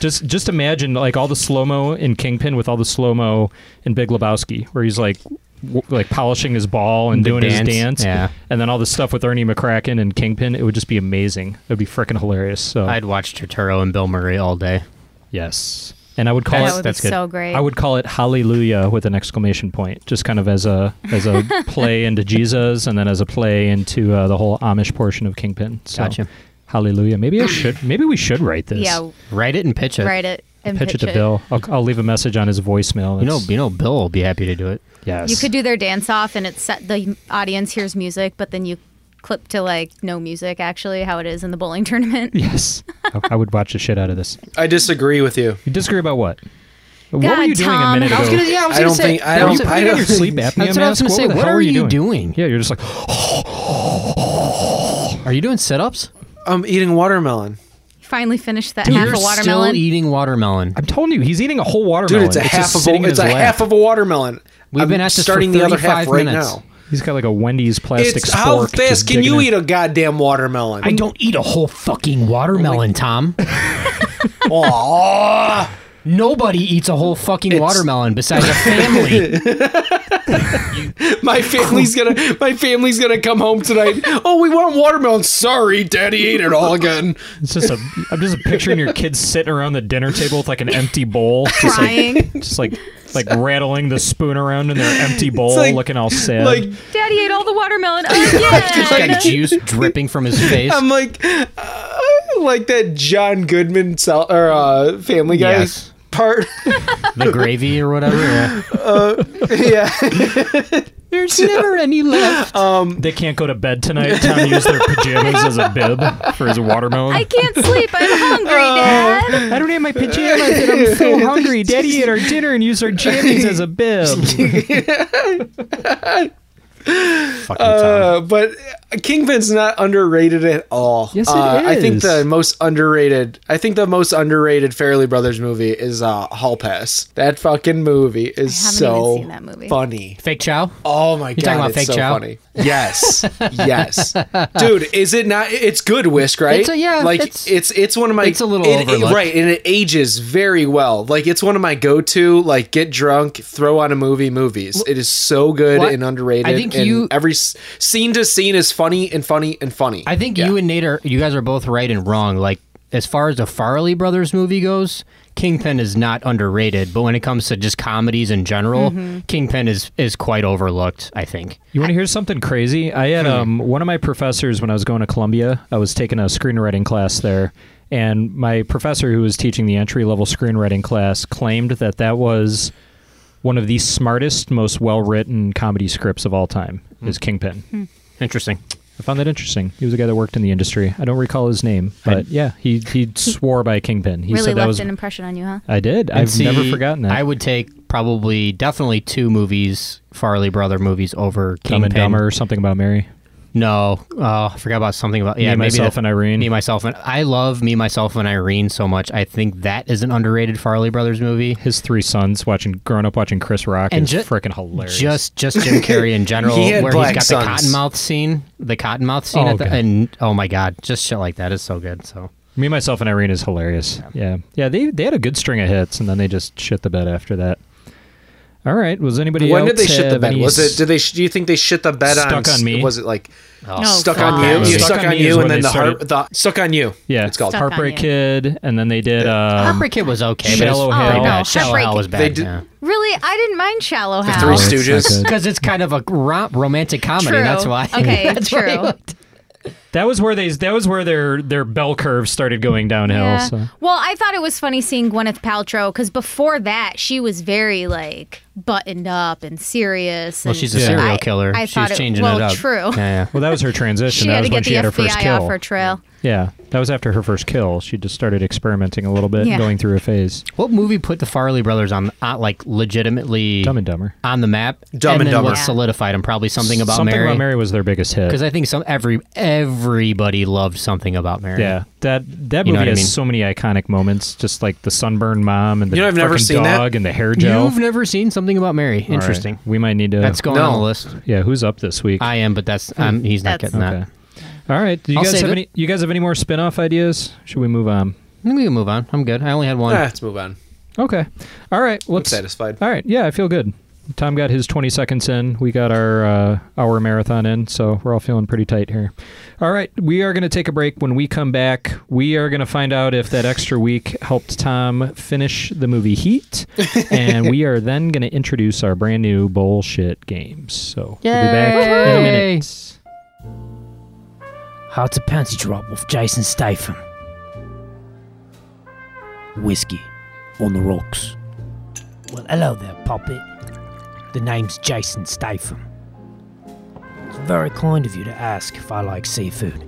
Speaker 10: Just just imagine like all the slow mo in Kingpin with all the slow mo in Big Lebowski, where he's like w- like polishing his ball and
Speaker 12: The
Speaker 10: doing
Speaker 12: dance,
Speaker 10: his dance,
Speaker 12: yeah.
Speaker 10: and then all the stuff with Ernie McCracken and Kingpin. It would just be amazing. It would be freaking hilarious. So
Speaker 12: I'd watch Turturro and Bill Murray all day.
Speaker 10: Yes. And I would call
Speaker 4: That
Speaker 10: it
Speaker 4: would be That's good. so great.
Speaker 10: I would call it Hallelujah with an exclamation point, just kind of as a as a play into Jesus, and then as a play into uh, the whole Amish portion of Kingpin. So,
Speaker 12: Gotcha.
Speaker 10: Hallelujah. Maybe I should. Maybe we should write this.
Speaker 4: Yeah.
Speaker 12: Write it and pitch it.
Speaker 4: Write it and
Speaker 10: pitch,
Speaker 4: pitch,
Speaker 10: it to Bill. I'll, I'll leave a message on his voicemail.
Speaker 12: You know, you know, Bill will be happy to do it.
Speaker 10: Yes.
Speaker 4: You could do their dance off, and it's set. The audience hears music, but then you clip to like no music. Actually, how it is in the bowling tournament.
Speaker 10: Yes. I, I would watch the shit out of this.
Speaker 1: I disagree with you.
Speaker 10: You disagree about what? what
Speaker 4: God,
Speaker 10: were you doing
Speaker 4: Tom.
Speaker 10: a minute
Speaker 4: I was
Speaker 10: ago?
Speaker 4: gonna- yeah, I was
Speaker 1: I don't think I
Speaker 10: Were
Speaker 1: don't.
Speaker 10: you
Speaker 1: I
Speaker 10: putting
Speaker 1: don't
Speaker 10: on your sleep apnea
Speaker 1: think-
Speaker 12: what I was
Speaker 10: mask?
Speaker 12: gonna say.
Speaker 10: the
Speaker 12: What
Speaker 10: hell
Speaker 12: are
Speaker 10: were
Speaker 12: you
Speaker 10: doing? Yeah, you're just like
Speaker 12: Are you doing sit-ups?
Speaker 1: I'm eating watermelon.
Speaker 4: Finally finished that
Speaker 12: Dude,
Speaker 4: half
Speaker 12: you're
Speaker 4: a watermelon.
Speaker 12: still eating watermelon.
Speaker 10: I'm telling you, he's eating a whole watermelon.
Speaker 1: Dude, it's a half of a, it's a half of a watermelon.
Speaker 12: We've
Speaker 1: I'm
Speaker 12: been at this for
Speaker 1: starting the other half
Speaker 12: 35
Speaker 1: right
Speaker 12: minutes.
Speaker 1: now.
Speaker 10: He's got like a Wendy's plastic
Speaker 1: It's how
Speaker 10: spork just
Speaker 1: fast can you
Speaker 10: digging
Speaker 1: eat a goddamn watermelon?
Speaker 12: I don't eat a whole fucking watermelon, Tom.
Speaker 1: Aw.
Speaker 12: Nobody eats a whole fucking
Speaker 1: It's-
Speaker 12: watermelon besides a family.
Speaker 1: My family's gonna my family's gonna come home tonight. Oh, we want watermelon. Sorry, Daddy ate it all again.
Speaker 10: It's just a. I'm just picturing your kids sitting around the dinner table with like an empty bowl, just
Speaker 4: Crying.
Speaker 10: like, just like like rattling the spoon around in their empty bowl,
Speaker 1: like-
Speaker 10: looking all sad.
Speaker 1: Like
Speaker 4: Daddy ate all the watermelon again.
Speaker 12: Got juice dripping from his face.
Speaker 1: I'm like uh, like that John Goodman sal- or uh, Family Guy
Speaker 12: Yes.
Speaker 1: part.
Speaker 10: Um,
Speaker 12: the gravy or whatever. Yeah.
Speaker 1: yeah,
Speaker 12: Uh, There's never any left.
Speaker 10: they can't go to bed tonight. Tom used their pajamas as a bib for his watermelon.
Speaker 4: I can't sleep. I'm hungry,
Speaker 10: Oh.
Speaker 4: Dad.
Speaker 10: I don't have my pajamas and I'm so hungry. Daddy ate our dinner and used our jammies as a bib.
Speaker 12: Fucking Tom.
Speaker 1: uh, but Kingpin's not underrated at all.
Speaker 10: Yes, it
Speaker 1: Uh, I think
Speaker 10: is.
Speaker 1: the most underrated. I think the most underrated Fairly Brothers movie is uh, Hall Pass. That fucking movie is
Speaker 4: I haven't
Speaker 1: so
Speaker 4: even seen that movie.
Speaker 1: funny.
Speaker 12: Fake chow.
Speaker 1: Oh my god,
Speaker 12: talking about
Speaker 1: it's
Speaker 12: Fake
Speaker 1: so
Speaker 12: Chow?
Speaker 1: funny. Yes, yes, dude. Is it not? It's good, Whisk, right?
Speaker 12: It's a- yeah,
Speaker 1: Like
Speaker 12: it's-
Speaker 1: it's it's, one of my.
Speaker 12: it's a little
Speaker 1: it- it-
Speaker 12: overlooked.
Speaker 1: right, and it ages very well. Like it's one of my go-to. Like get drunk, throw on a movie. Movies. It is so good
Speaker 12: What?
Speaker 1: and underrated.
Speaker 12: I think
Speaker 1: and
Speaker 12: you-
Speaker 1: every s- scene to scene is funny and funny and funny.
Speaker 12: I think you and Nate are you guys are both right and wrong. Like as far as the Farley brothers movie goes, Kingpin is not underrated, but when it comes to just comedies in general, Kingpin is is quite overlooked, I think.
Speaker 10: You want to hear something crazy? I
Speaker 3: Hmm.
Speaker 10: had um, one of my professors when I was going to Columbia. I was taking a screenwriting class there, and my professor who was teaching the entry level screenwriting class claimed that that was one of
Speaker 3: Hmm.
Speaker 4: Hmm.
Speaker 10: the smartest, most well written comedy scripts of all time. Is Kingpin?
Speaker 12: Interesting.
Speaker 10: I found that interesting. He was a guy that worked in the industry. I don't recall his name,
Speaker 3: Hmm.
Speaker 10: but yeah, he he swore by Kingpin. He
Speaker 4: really
Speaker 10: said that
Speaker 4: left
Speaker 10: was
Speaker 4: an impression on you, huh?
Speaker 10: I did.
Speaker 3: And
Speaker 10: I've never
Speaker 3: see,
Speaker 10: forgotten that.
Speaker 3: I would take probably definitely two movies, Farley Brother movies over
Speaker 10: Dumb
Speaker 3: Kingpin.
Speaker 10: and Dumber or something about Mary.
Speaker 3: No, uh, I forgot about something about
Speaker 10: Me,
Speaker 3: yeah, maybe
Speaker 10: Myself,
Speaker 3: and Irene. Me, myself, and I love Me, myself, and Irene so much. I think that is an underrated Farley Brothers movie.
Speaker 10: His three sons watching, growing up watching Chris Rock
Speaker 3: And
Speaker 10: is
Speaker 3: ju-
Speaker 10: freaking hilarious.
Speaker 3: Just, just Jim Carrey in general,
Speaker 10: He had
Speaker 3: where
Speaker 10: black
Speaker 3: he's got the
Speaker 10: sons.
Speaker 3: cotton mouth scene, the cotton mouth scene,
Speaker 10: Oh,
Speaker 3: at the,
Speaker 10: God.
Speaker 3: and oh my god, just shit like that is so good. So
Speaker 10: Me, myself, and Irene is hilarious. Yeah. yeah, They they had a good string of hits, and then they just shit the bed after that. All right. Was anybody?
Speaker 1: when
Speaker 10: else
Speaker 1: did they shit the
Speaker 10: have
Speaker 1: bed?
Speaker 10: any
Speaker 1: Was
Speaker 10: s-
Speaker 1: it? Did they? sh- Do you think they shit the bed on?
Speaker 10: Stuck on
Speaker 1: s-
Speaker 10: Me?
Speaker 1: Was it like
Speaker 10: Oh,
Speaker 1: stuck
Speaker 10: fuck.
Speaker 1: on you?
Speaker 10: Stuck
Speaker 1: You stuck,
Speaker 10: on
Speaker 1: on
Speaker 10: Me is
Speaker 1: you,
Speaker 10: when
Speaker 1: and then
Speaker 10: they
Speaker 1: the heart.
Speaker 10: started-
Speaker 1: The, stuck on you.
Speaker 10: Yeah,
Speaker 1: it's called Ah,
Speaker 4: Stuck on
Speaker 10: Heartbreak
Speaker 4: You.
Speaker 10: Kid, and then they did. Um,
Speaker 3: Heartbreak Kid was okay, but
Speaker 10: Shallow
Speaker 3: it's- oh,
Speaker 10: Hell.
Speaker 3: no, Yeah, Shallow Heartbreak- Hell was bad,
Speaker 1: They did-
Speaker 3: yeah.
Speaker 4: Really, I didn't mind Shallow Hal.
Speaker 3: because it's kind of a rom- romantic comedy.
Speaker 4: True.
Speaker 3: That's why.
Speaker 4: Okay,
Speaker 3: That's why
Speaker 4: true.
Speaker 10: That was where they. That was where their their bell curve started going downhill.
Speaker 4: Yeah.
Speaker 10: So.
Speaker 4: Well, I thought it was funny seeing Gwyneth Paltrow because before that she was very like buttoned up and serious.
Speaker 10: Well,
Speaker 4: and
Speaker 10: she's a serial
Speaker 4: I-
Speaker 10: killer.
Speaker 4: I
Speaker 10: She's
Speaker 4: thought
Speaker 10: changing
Speaker 4: well,
Speaker 10: it up.
Speaker 4: True.
Speaker 10: Well, that was her transition.
Speaker 4: She
Speaker 10: that
Speaker 4: had
Speaker 10: was
Speaker 4: to
Speaker 10: when
Speaker 4: get
Speaker 10: she
Speaker 4: the
Speaker 10: had her first
Speaker 4: FBI
Speaker 10: kill.
Speaker 4: off her trail.
Speaker 10: Yeah, that was after her first kill. She just started experimenting a little bit,
Speaker 4: Yeah.
Speaker 10: and going through a phase.
Speaker 3: What movie put the Farley brothers on, on like legitimately Dumb
Speaker 10: and Dumber
Speaker 3: on the map?
Speaker 10: Dumb and
Speaker 3: then
Speaker 10: Dumber.
Speaker 3: what solidified them? Probably something about
Speaker 10: something
Speaker 3: Mary.
Speaker 10: about Mary was their biggest hit.
Speaker 3: Because I think some every everybody loved something about Mary.
Speaker 10: Yeah, that that movie
Speaker 3: You know what I
Speaker 10: has
Speaker 3: mean?
Speaker 10: so many iconic moments, just like the sunburned mom and the
Speaker 3: You know, I've never
Speaker 10: frickin'
Speaker 3: seen that.
Speaker 10: dog and the hair gel.
Speaker 3: You've never seen something about Mary.
Speaker 10: All right,
Speaker 3: Interesting.
Speaker 10: We might need to.
Speaker 3: That's going on the list.
Speaker 10: Yeah, who's up this week?
Speaker 3: I am, but that's
Speaker 1: Hmm.
Speaker 3: um, he's not
Speaker 10: That's-
Speaker 3: getting that.
Speaker 10: Okay. All right. Do you
Speaker 3: I'll
Speaker 10: guys
Speaker 3: save
Speaker 10: have
Speaker 3: it.
Speaker 10: any? You guys have any more spin-off ideas? Should we move on?
Speaker 3: I think we can move on. I'm good. I only had one.
Speaker 1: Ah, let's move on.
Speaker 10: Okay. All right.
Speaker 1: I'm
Speaker 10: Let's.
Speaker 1: satisfied.
Speaker 10: All right. Yeah, I feel good. Tom got his 20 seconds in. We got our uh, hour marathon in, so we're all feeling pretty tight here. All right, we are going to take a break. When we come back, we are going to find out if that extra week helped Tom finish the movie Heat, and we are then going to introduce our brand new bullshit games. So we'll be back in a minute.
Speaker 14: How to Panty Drop with Jason Statham. Whiskey on the rocks. Well, hello there, Poppy. The name's Jason Statham. It's very kind of you to ask if I like seafood.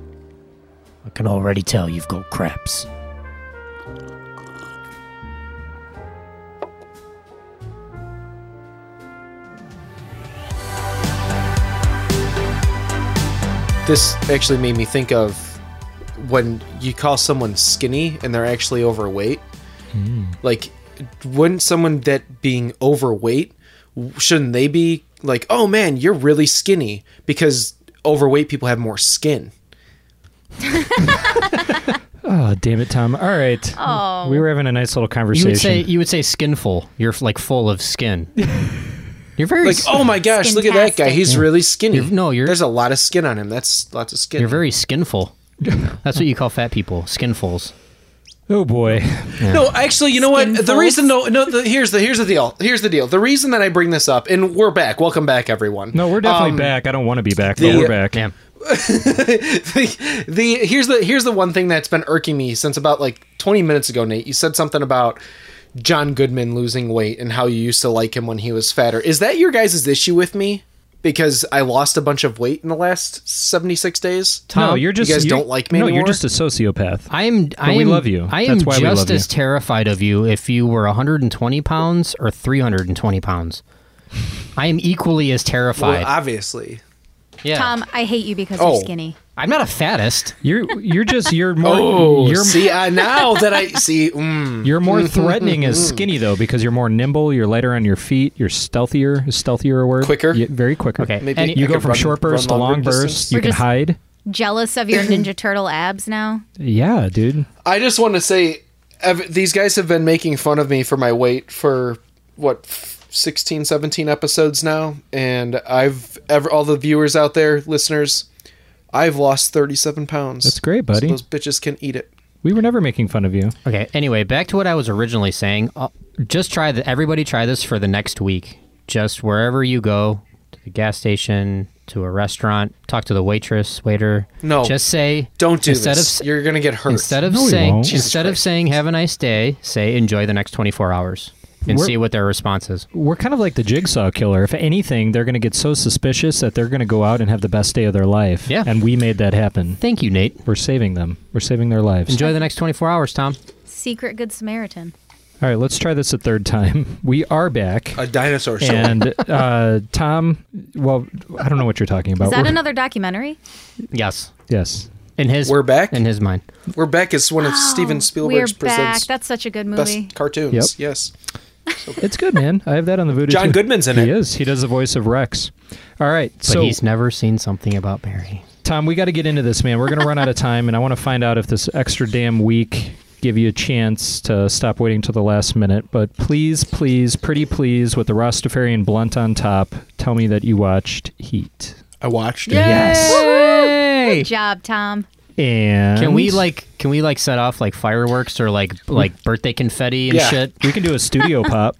Speaker 14: I can already tell you've got crabs.
Speaker 1: This actually made me think of when you call someone skinny and they're actually overweight.
Speaker 3: Hmm.
Speaker 1: Like, wouldn't someone that being overweight w- shouldn't they be like, oh man, you're really skinny because overweight people have more skin.
Speaker 10: Oh, damn it, Tom. All right.
Speaker 4: Oh.
Speaker 10: We were having a nice little
Speaker 3: You
Speaker 10: conversation.
Speaker 3: would say you would say skinful. You're like full of skin. You're very
Speaker 1: like,
Speaker 3: s-
Speaker 1: oh my gosh, look at that guy. He's
Speaker 3: Yeah.
Speaker 1: really skinny.
Speaker 3: You're- no, you're
Speaker 1: there's a lot of skin on him. That's lots of skin.
Speaker 3: You're very skinful. That's what you call fat people, skinfuls.
Speaker 10: Oh boy.
Speaker 1: No, actually, you know what? The
Speaker 3: folds?
Speaker 1: reason no, no. The, here's the here's the deal. Here's the deal. The reason that I bring this up, and we're back. Welcome back, everyone.
Speaker 10: no, we're definitely
Speaker 1: Um,
Speaker 10: back. I don't want to be back,
Speaker 1: the-
Speaker 10: but we're back.
Speaker 1: the, the here's the here's the one thing that's been irking me since about like 20 minutes ago nate you said something about john goodman losing weight and how you used to like him when he was fatter is that your guys' issue with me because i lost a bunch of weight in the last 76 days
Speaker 10: no, you're just
Speaker 1: you guys
Speaker 10: you're-
Speaker 1: don't like me
Speaker 10: No,
Speaker 1: anymore?
Speaker 10: you're just a sociopath.
Speaker 3: I'm. I
Speaker 10: But we
Speaker 3: am-
Speaker 10: love you.
Speaker 3: I am
Speaker 10: That's why
Speaker 3: just
Speaker 10: we love
Speaker 3: as terrified of you if you were 120 pounds or 320 pounds. I am equally as terrified.
Speaker 1: well, obviously
Speaker 3: Yeah.
Speaker 4: Tom, I hate you because
Speaker 3: Oh.
Speaker 4: you're skinny.
Speaker 3: I'm not a fattest.
Speaker 10: You're you're just you're more
Speaker 1: oh
Speaker 10: you're
Speaker 1: see I, now that i see mm.
Speaker 10: you're more threatening as skinny though because you're more nimble, you're lighter on your feet, you're stealthier. Is stealthier a word? Quicker, very quicker. Okay,
Speaker 1: Maybe I
Speaker 10: you go
Speaker 1: could
Speaker 10: from
Speaker 1: run-
Speaker 10: short
Speaker 1: run
Speaker 10: burst to
Speaker 1: longer
Speaker 10: long burst.
Speaker 1: distance.
Speaker 10: You
Speaker 1: We're
Speaker 10: can
Speaker 1: just-
Speaker 10: hide.
Speaker 4: Jealous of your Ninja Turtle abs now?
Speaker 10: Yeah, dude.
Speaker 1: I just want to say, ev- these guys have been making fun of me for my weight for what f- 16, 17 episodes now, and I've ever all the viewers out there, listeners, I've lost thirty-seven pounds.
Speaker 10: That's great, buddy.
Speaker 1: So those bitches can eat it.
Speaker 10: We were never making fun of you.
Speaker 3: Okay. Anyway, back to what I was originally saying. Uh, just try that. Everybody try this for the next week. Just wherever you go, to the gas station, to a restaurant, talk to the waitress, waiter.
Speaker 1: No,
Speaker 3: Just say
Speaker 1: don't do
Speaker 3: instead
Speaker 1: instead
Speaker 3: of
Speaker 1: this. Of, You're gonna get hurt.
Speaker 3: Instead of saying instead of saying have a nice day, say enjoy the next 24 hours. and
Speaker 10: We're-
Speaker 3: see what their response is.
Speaker 10: We're kind of like the jigsaw killer. If anything, they're going to get so suspicious that they're going to go out and have the best day of their life. Yeah. And we made that happen.
Speaker 3: Thank you, Nate.
Speaker 10: We're saving them. We're saving their lives.
Speaker 3: Enjoy the next 24 hours, Tom.
Speaker 4: Secret Good Samaritan.
Speaker 10: All right, let's try this a third time. We are back.
Speaker 1: A dinosaur show.
Speaker 10: And uh, Tom, well, I don't know what you're talking about.
Speaker 4: Is that
Speaker 10: We're-
Speaker 4: another documentary?
Speaker 3: Yes.
Speaker 10: Yes.
Speaker 3: In his
Speaker 1: We're back. In
Speaker 3: his mind.
Speaker 1: We're back is one of Steven Spielberg's
Speaker 4: We're back.
Speaker 1: presents
Speaker 4: That's such a good movie.
Speaker 1: best cartoons.
Speaker 10: Yep.
Speaker 1: Yes.
Speaker 10: It's good, man. I have that on the voodoo.
Speaker 1: John
Speaker 10: too.
Speaker 1: Goodman's in
Speaker 10: he
Speaker 1: it.
Speaker 10: He is. He does the voice of Rex. All right.
Speaker 3: But
Speaker 10: so
Speaker 3: he's never seen something about Mary.
Speaker 10: Tom, we got to get into this, man. We're going to run out of time, and I want to find out if this extra damn week give you a chance to stop waiting till the last minute. But please, please, pretty please, with the Rastafarian blunt on top, tell me that you watched Heat.
Speaker 1: I watched
Speaker 10: it. Yes.
Speaker 4: Woohoo! Good job, Tom.
Speaker 10: And
Speaker 3: Can we like can we like set off like fireworks or like like birthday confetti and
Speaker 10: Yeah.
Speaker 3: shit?
Speaker 10: We can do a studio pop.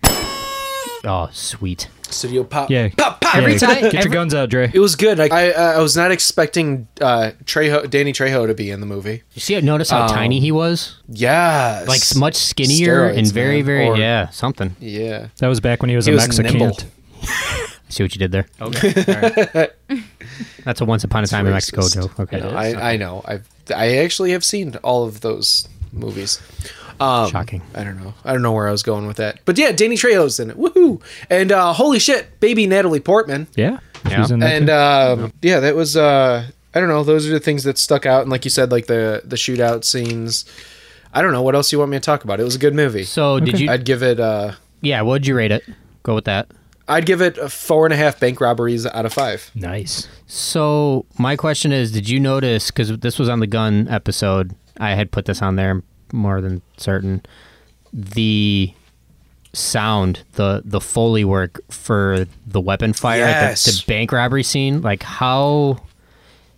Speaker 3: Oh, sweet.
Speaker 1: Studio pop.
Speaker 10: Yeah.
Speaker 1: Pop, pop.
Speaker 10: Every Yeah. time- Get your every- guns out, Dre.
Speaker 1: It was good. I I, uh, I was not expecting uh, Trejo, Danny Trejo to be in the movie.
Speaker 3: You see, notice how
Speaker 1: Um,
Speaker 3: tiny he was.
Speaker 1: Yes.
Speaker 3: Like much skinnier and
Speaker 1: Steroids,
Speaker 3: very
Speaker 1: man.
Speaker 3: very
Speaker 1: Or-
Speaker 3: yeah something.
Speaker 1: Yeah.
Speaker 10: That was back when he was
Speaker 3: He
Speaker 10: a
Speaker 3: was
Speaker 10: Mexican.
Speaker 3: nimble. See what you did there. Okay. That's a once upon a time in Mexico
Speaker 1: racist.
Speaker 3: joke. Okay.
Speaker 1: No, I, I know. I've I actually have seen all of those movies. Um, Shocking. I don't know. I don't know where I was going with that. But yeah, Danny Trejo's in it. Woohoo! And uh, holy shit, baby Natalie Portman.
Speaker 10: Yeah.
Speaker 1: Yeah.
Speaker 10: She's in there,
Speaker 1: And
Speaker 10: too.
Speaker 1: um, yeah, that was uh, I don't know. Those are the things that stuck out. And like you said, like the the shootout scenes. I don't know what else you want me to talk about. It was a good movie.
Speaker 3: So did Okay. you-
Speaker 1: I'd give it. Uh,
Speaker 3: yeah. What'd you rate it? Go with that.
Speaker 1: I'd give it a four and a half bank robberies out of five.
Speaker 10: Nice.
Speaker 3: So my question is, did you notice? Because this was on the gun episode, I had put this on there more than certain. The sound, the the foley work for the weapon fire, like
Speaker 12: Yes.
Speaker 3: the, the bank robbery scene, like how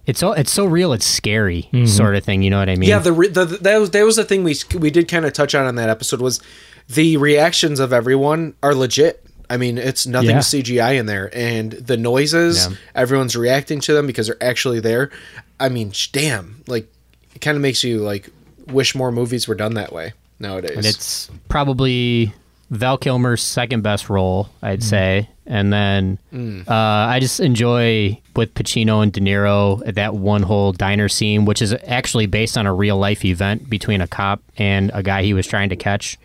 Speaker 3: it's so it's so real, it's scary sort of thing. You know what I mean?
Speaker 1: Yeah, the, re- the, the that was that was the thing we we did kind of touch on in that episode was the reactions of everyone are legit. I mean, it's nothing
Speaker 10: Yeah.
Speaker 1: CGI in there, and the noises,
Speaker 10: Yeah.
Speaker 1: everyone's reacting to them because they're actually there. I mean, sh- damn, like it kind of makes you like wish more movies were done that way nowadays.
Speaker 3: And it's probably Val Kilmer's second best role, I'd say. And then
Speaker 1: Mm.
Speaker 3: uh, I just enjoy with Pacino and De Niro that one whole diner scene, which is actually based on a real life event between a cop and a guy he was trying to catch.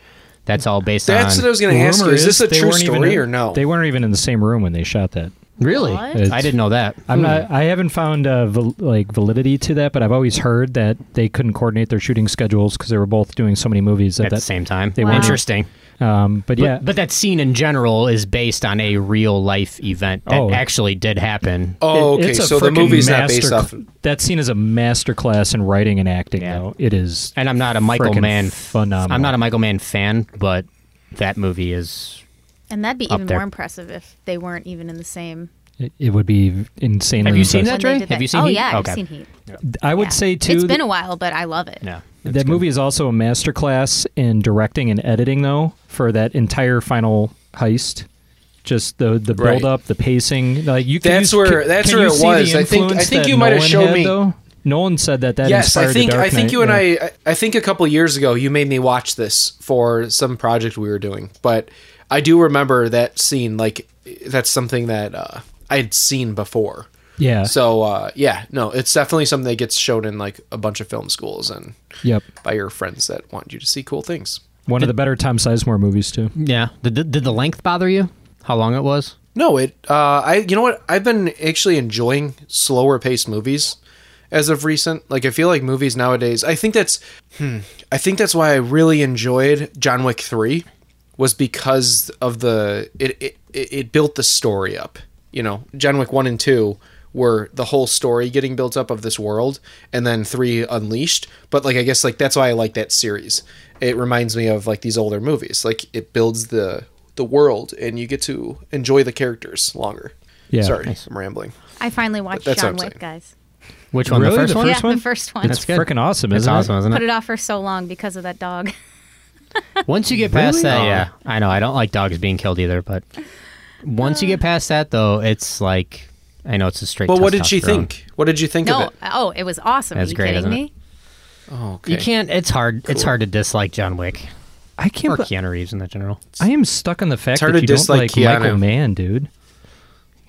Speaker 3: That's all based on.
Speaker 1: That's what I was gonna ask you.
Speaker 10: Rumor
Speaker 1: Is this a
Speaker 10: they
Speaker 1: true
Speaker 10: weren't even
Speaker 1: story
Speaker 10: in-
Speaker 1: or no?
Speaker 10: They weren't even in the same room when they shot that.
Speaker 3: Really? What?
Speaker 10: It's-
Speaker 3: I didn't know that.
Speaker 10: I'm
Speaker 3: Hmm.
Speaker 10: not. I haven't found uh, val- like validity to that, but I've always heard that they couldn't coordinate their shooting schedules because they were both doing so many movies at,
Speaker 3: At the
Speaker 10: that
Speaker 3: same time.
Speaker 10: They
Speaker 3: Wow.
Speaker 10: weren't
Speaker 3: Interesting.
Speaker 10: Um, but, yeah,
Speaker 3: But, that scene in general is based on a real life event that
Speaker 10: Oh.
Speaker 3: actually did happen.
Speaker 1: Oh,
Speaker 10: It-
Speaker 1: okay.
Speaker 10: it's a
Speaker 1: So the
Speaker 10: frickin'
Speaker 1: movie's not based
Speaker 10: master-
Speaker 1: off.
Speaker 10: That scene is a masterclass in writing and acting. Though it is,
Speaker 3: and I'm not a Michael
Speaker 10: frickin'
Speaker 3: Mann
Speaker 10: phenomenal.
Speaker 3: I'm not a Michael Mann fan, but that movie is.
Speaker 4: And that'd be
Speaker 3: Up
Speaker 4: even
Speaker 3: there.
Speaker 4: more impressive if they weren't even in the same.
Speaker 10: It, it would be insanely.
Speaker 3: Have you seen
Speaker 4: when
Speaker 3: that,
Speaker 4: they
Speaker 3: Dre?
Speaker 4: did
Speaker 3: Have you seen
Speaker 4: oh,
Speaker 3: Heat?
Speaker 4: yeah,
Speaker 3: Okay.
Speaker 4: I've seen Heat.
Speaker 10: I would
Speaker 4: Yeah.
Speaker 10: say too.
Speaker 4: It's been
Speaker 10: that-
Speaker 4: a while, but I love it. Yeah.
Speaker 10: that movie is also a masterclass in directing and editing, though, for that entire final heist. Just the the
Speaker 1: Right.
Speaker 10: build up, the pacing. Like you can
Speaker 1: That's
Speaker 10: you-
Speaker 1: where-
Speaker 10: can-
Speaker 1: that's
Speaker 10: can
Speaker 1: where
Speaker 10: you
Speaker 1: it
Speaker 10: see the
Speaker 1: was. I think- I
Speaker 10: influence
Speaker 1: think
Speaker 10: that
Speaker 1: you might have
Speaker 10: Nolan
Speaker 1: shown
Speaker 10: had,
Speaker 1: me-
Speaker 10: Though? Nolan said that that
Speaker 1: yes,
Speaker 10: inspired
Speaker 1: I think
Speaker 10: the Dark
Speaker 1: I think
Speaker 10: Knight,
Speaker 1: you and
Speaker 10: yeah.
Speaker 1: I I- I think a couple years ago you made me watch this for some project we were doing, but I do remember that scene. Like that's something that uh, I had seen before.
Speaker 10: Yeah.
Speaker 1: So uh, yeah, no, it's definitely something that gets shown in like a bunch of film schools and
Speaker 10: Yep.
Speaker 1: by your friends that want you to see cool things.
Speaker 10: One of the better Tom Sizemore movies too.
Speaker 3: Yeah. Did, did, did the length bother you? How long it was?
Speaker 1: No, it. Uh, I. You know what? I've been actually enjoying slower paced movies as of recent. Like I feel like movies nowadays. I think that's. Hmm, I think that's why I really enjoyed John Wick Three, was because of the it it it it built the story up. You know, John Wick One and Two were the whole story getting built up of this world and then 3 unleashed but like i guess like that's why i like that series it reminds me of like these older movies like it builds the the world and you get to enjoy the characters longer.
Speaker 10: Yeah.
Speaker 1: Sorry, I'm rambling.
Speaker 4: I finally watched
Speaker 1: That's what
Speaker 4: John
Speaker 1: I'm
Speaker 4: Wick, guys.
Speaker 3: Which one?
Speaker 10: Really?
Speaker 3: The first
Speaker 10: The
Speaker 3: one?
Speaker 10: first
Speaker 4: yeah, the first one.
Speaker 10: That's freaking awesome,
Speaker 3: That's
Speaker 10: isn't
Speaker 3: awesome,
Speaker 10: it?
Speaker 3: isn't
Speaker 4: Put it off for so long because of that dog.
Speaker 3: Once you get past
Speaker 4: Really?
Speaker 3: that,
Speaker 4: Oh.
Speaker 3: yeah. I know. I don't like dogs being killed either, but once you get past that, though, it's like. I know it's a straight
Speaker 1: But what did she
Speaker 3: testosterone.
Speaker 1: think? What did you think
Speaker 4: no,
Speaker 1: of it?
Speaker 4: oh, it was awesome.
Speaker 3: That's
Speaker 4: Are you
Speaker 3: great,
Speaker 4: kidding
Speaker 3: isn't it?
Speaker 4: me?
Speaker 1: Oh,
Speaker 3: You can't. It's hard. It's hard to dislike John Wick.
Speaker 10: I can't.
Speaker 3: Or
Speaker 10: be-
Speaker 3: Keanu Reeves in that general.
Speaker 10: I am stuck on the fact
Speaker 3: It's hard
Speaker 10: that
Speaker 3: to
Speaker 10: you don't
Speaker 3: dislike
Speaker 10: like
Speaker 3: Keanu.
Speaker 10: Michael Mann, dude.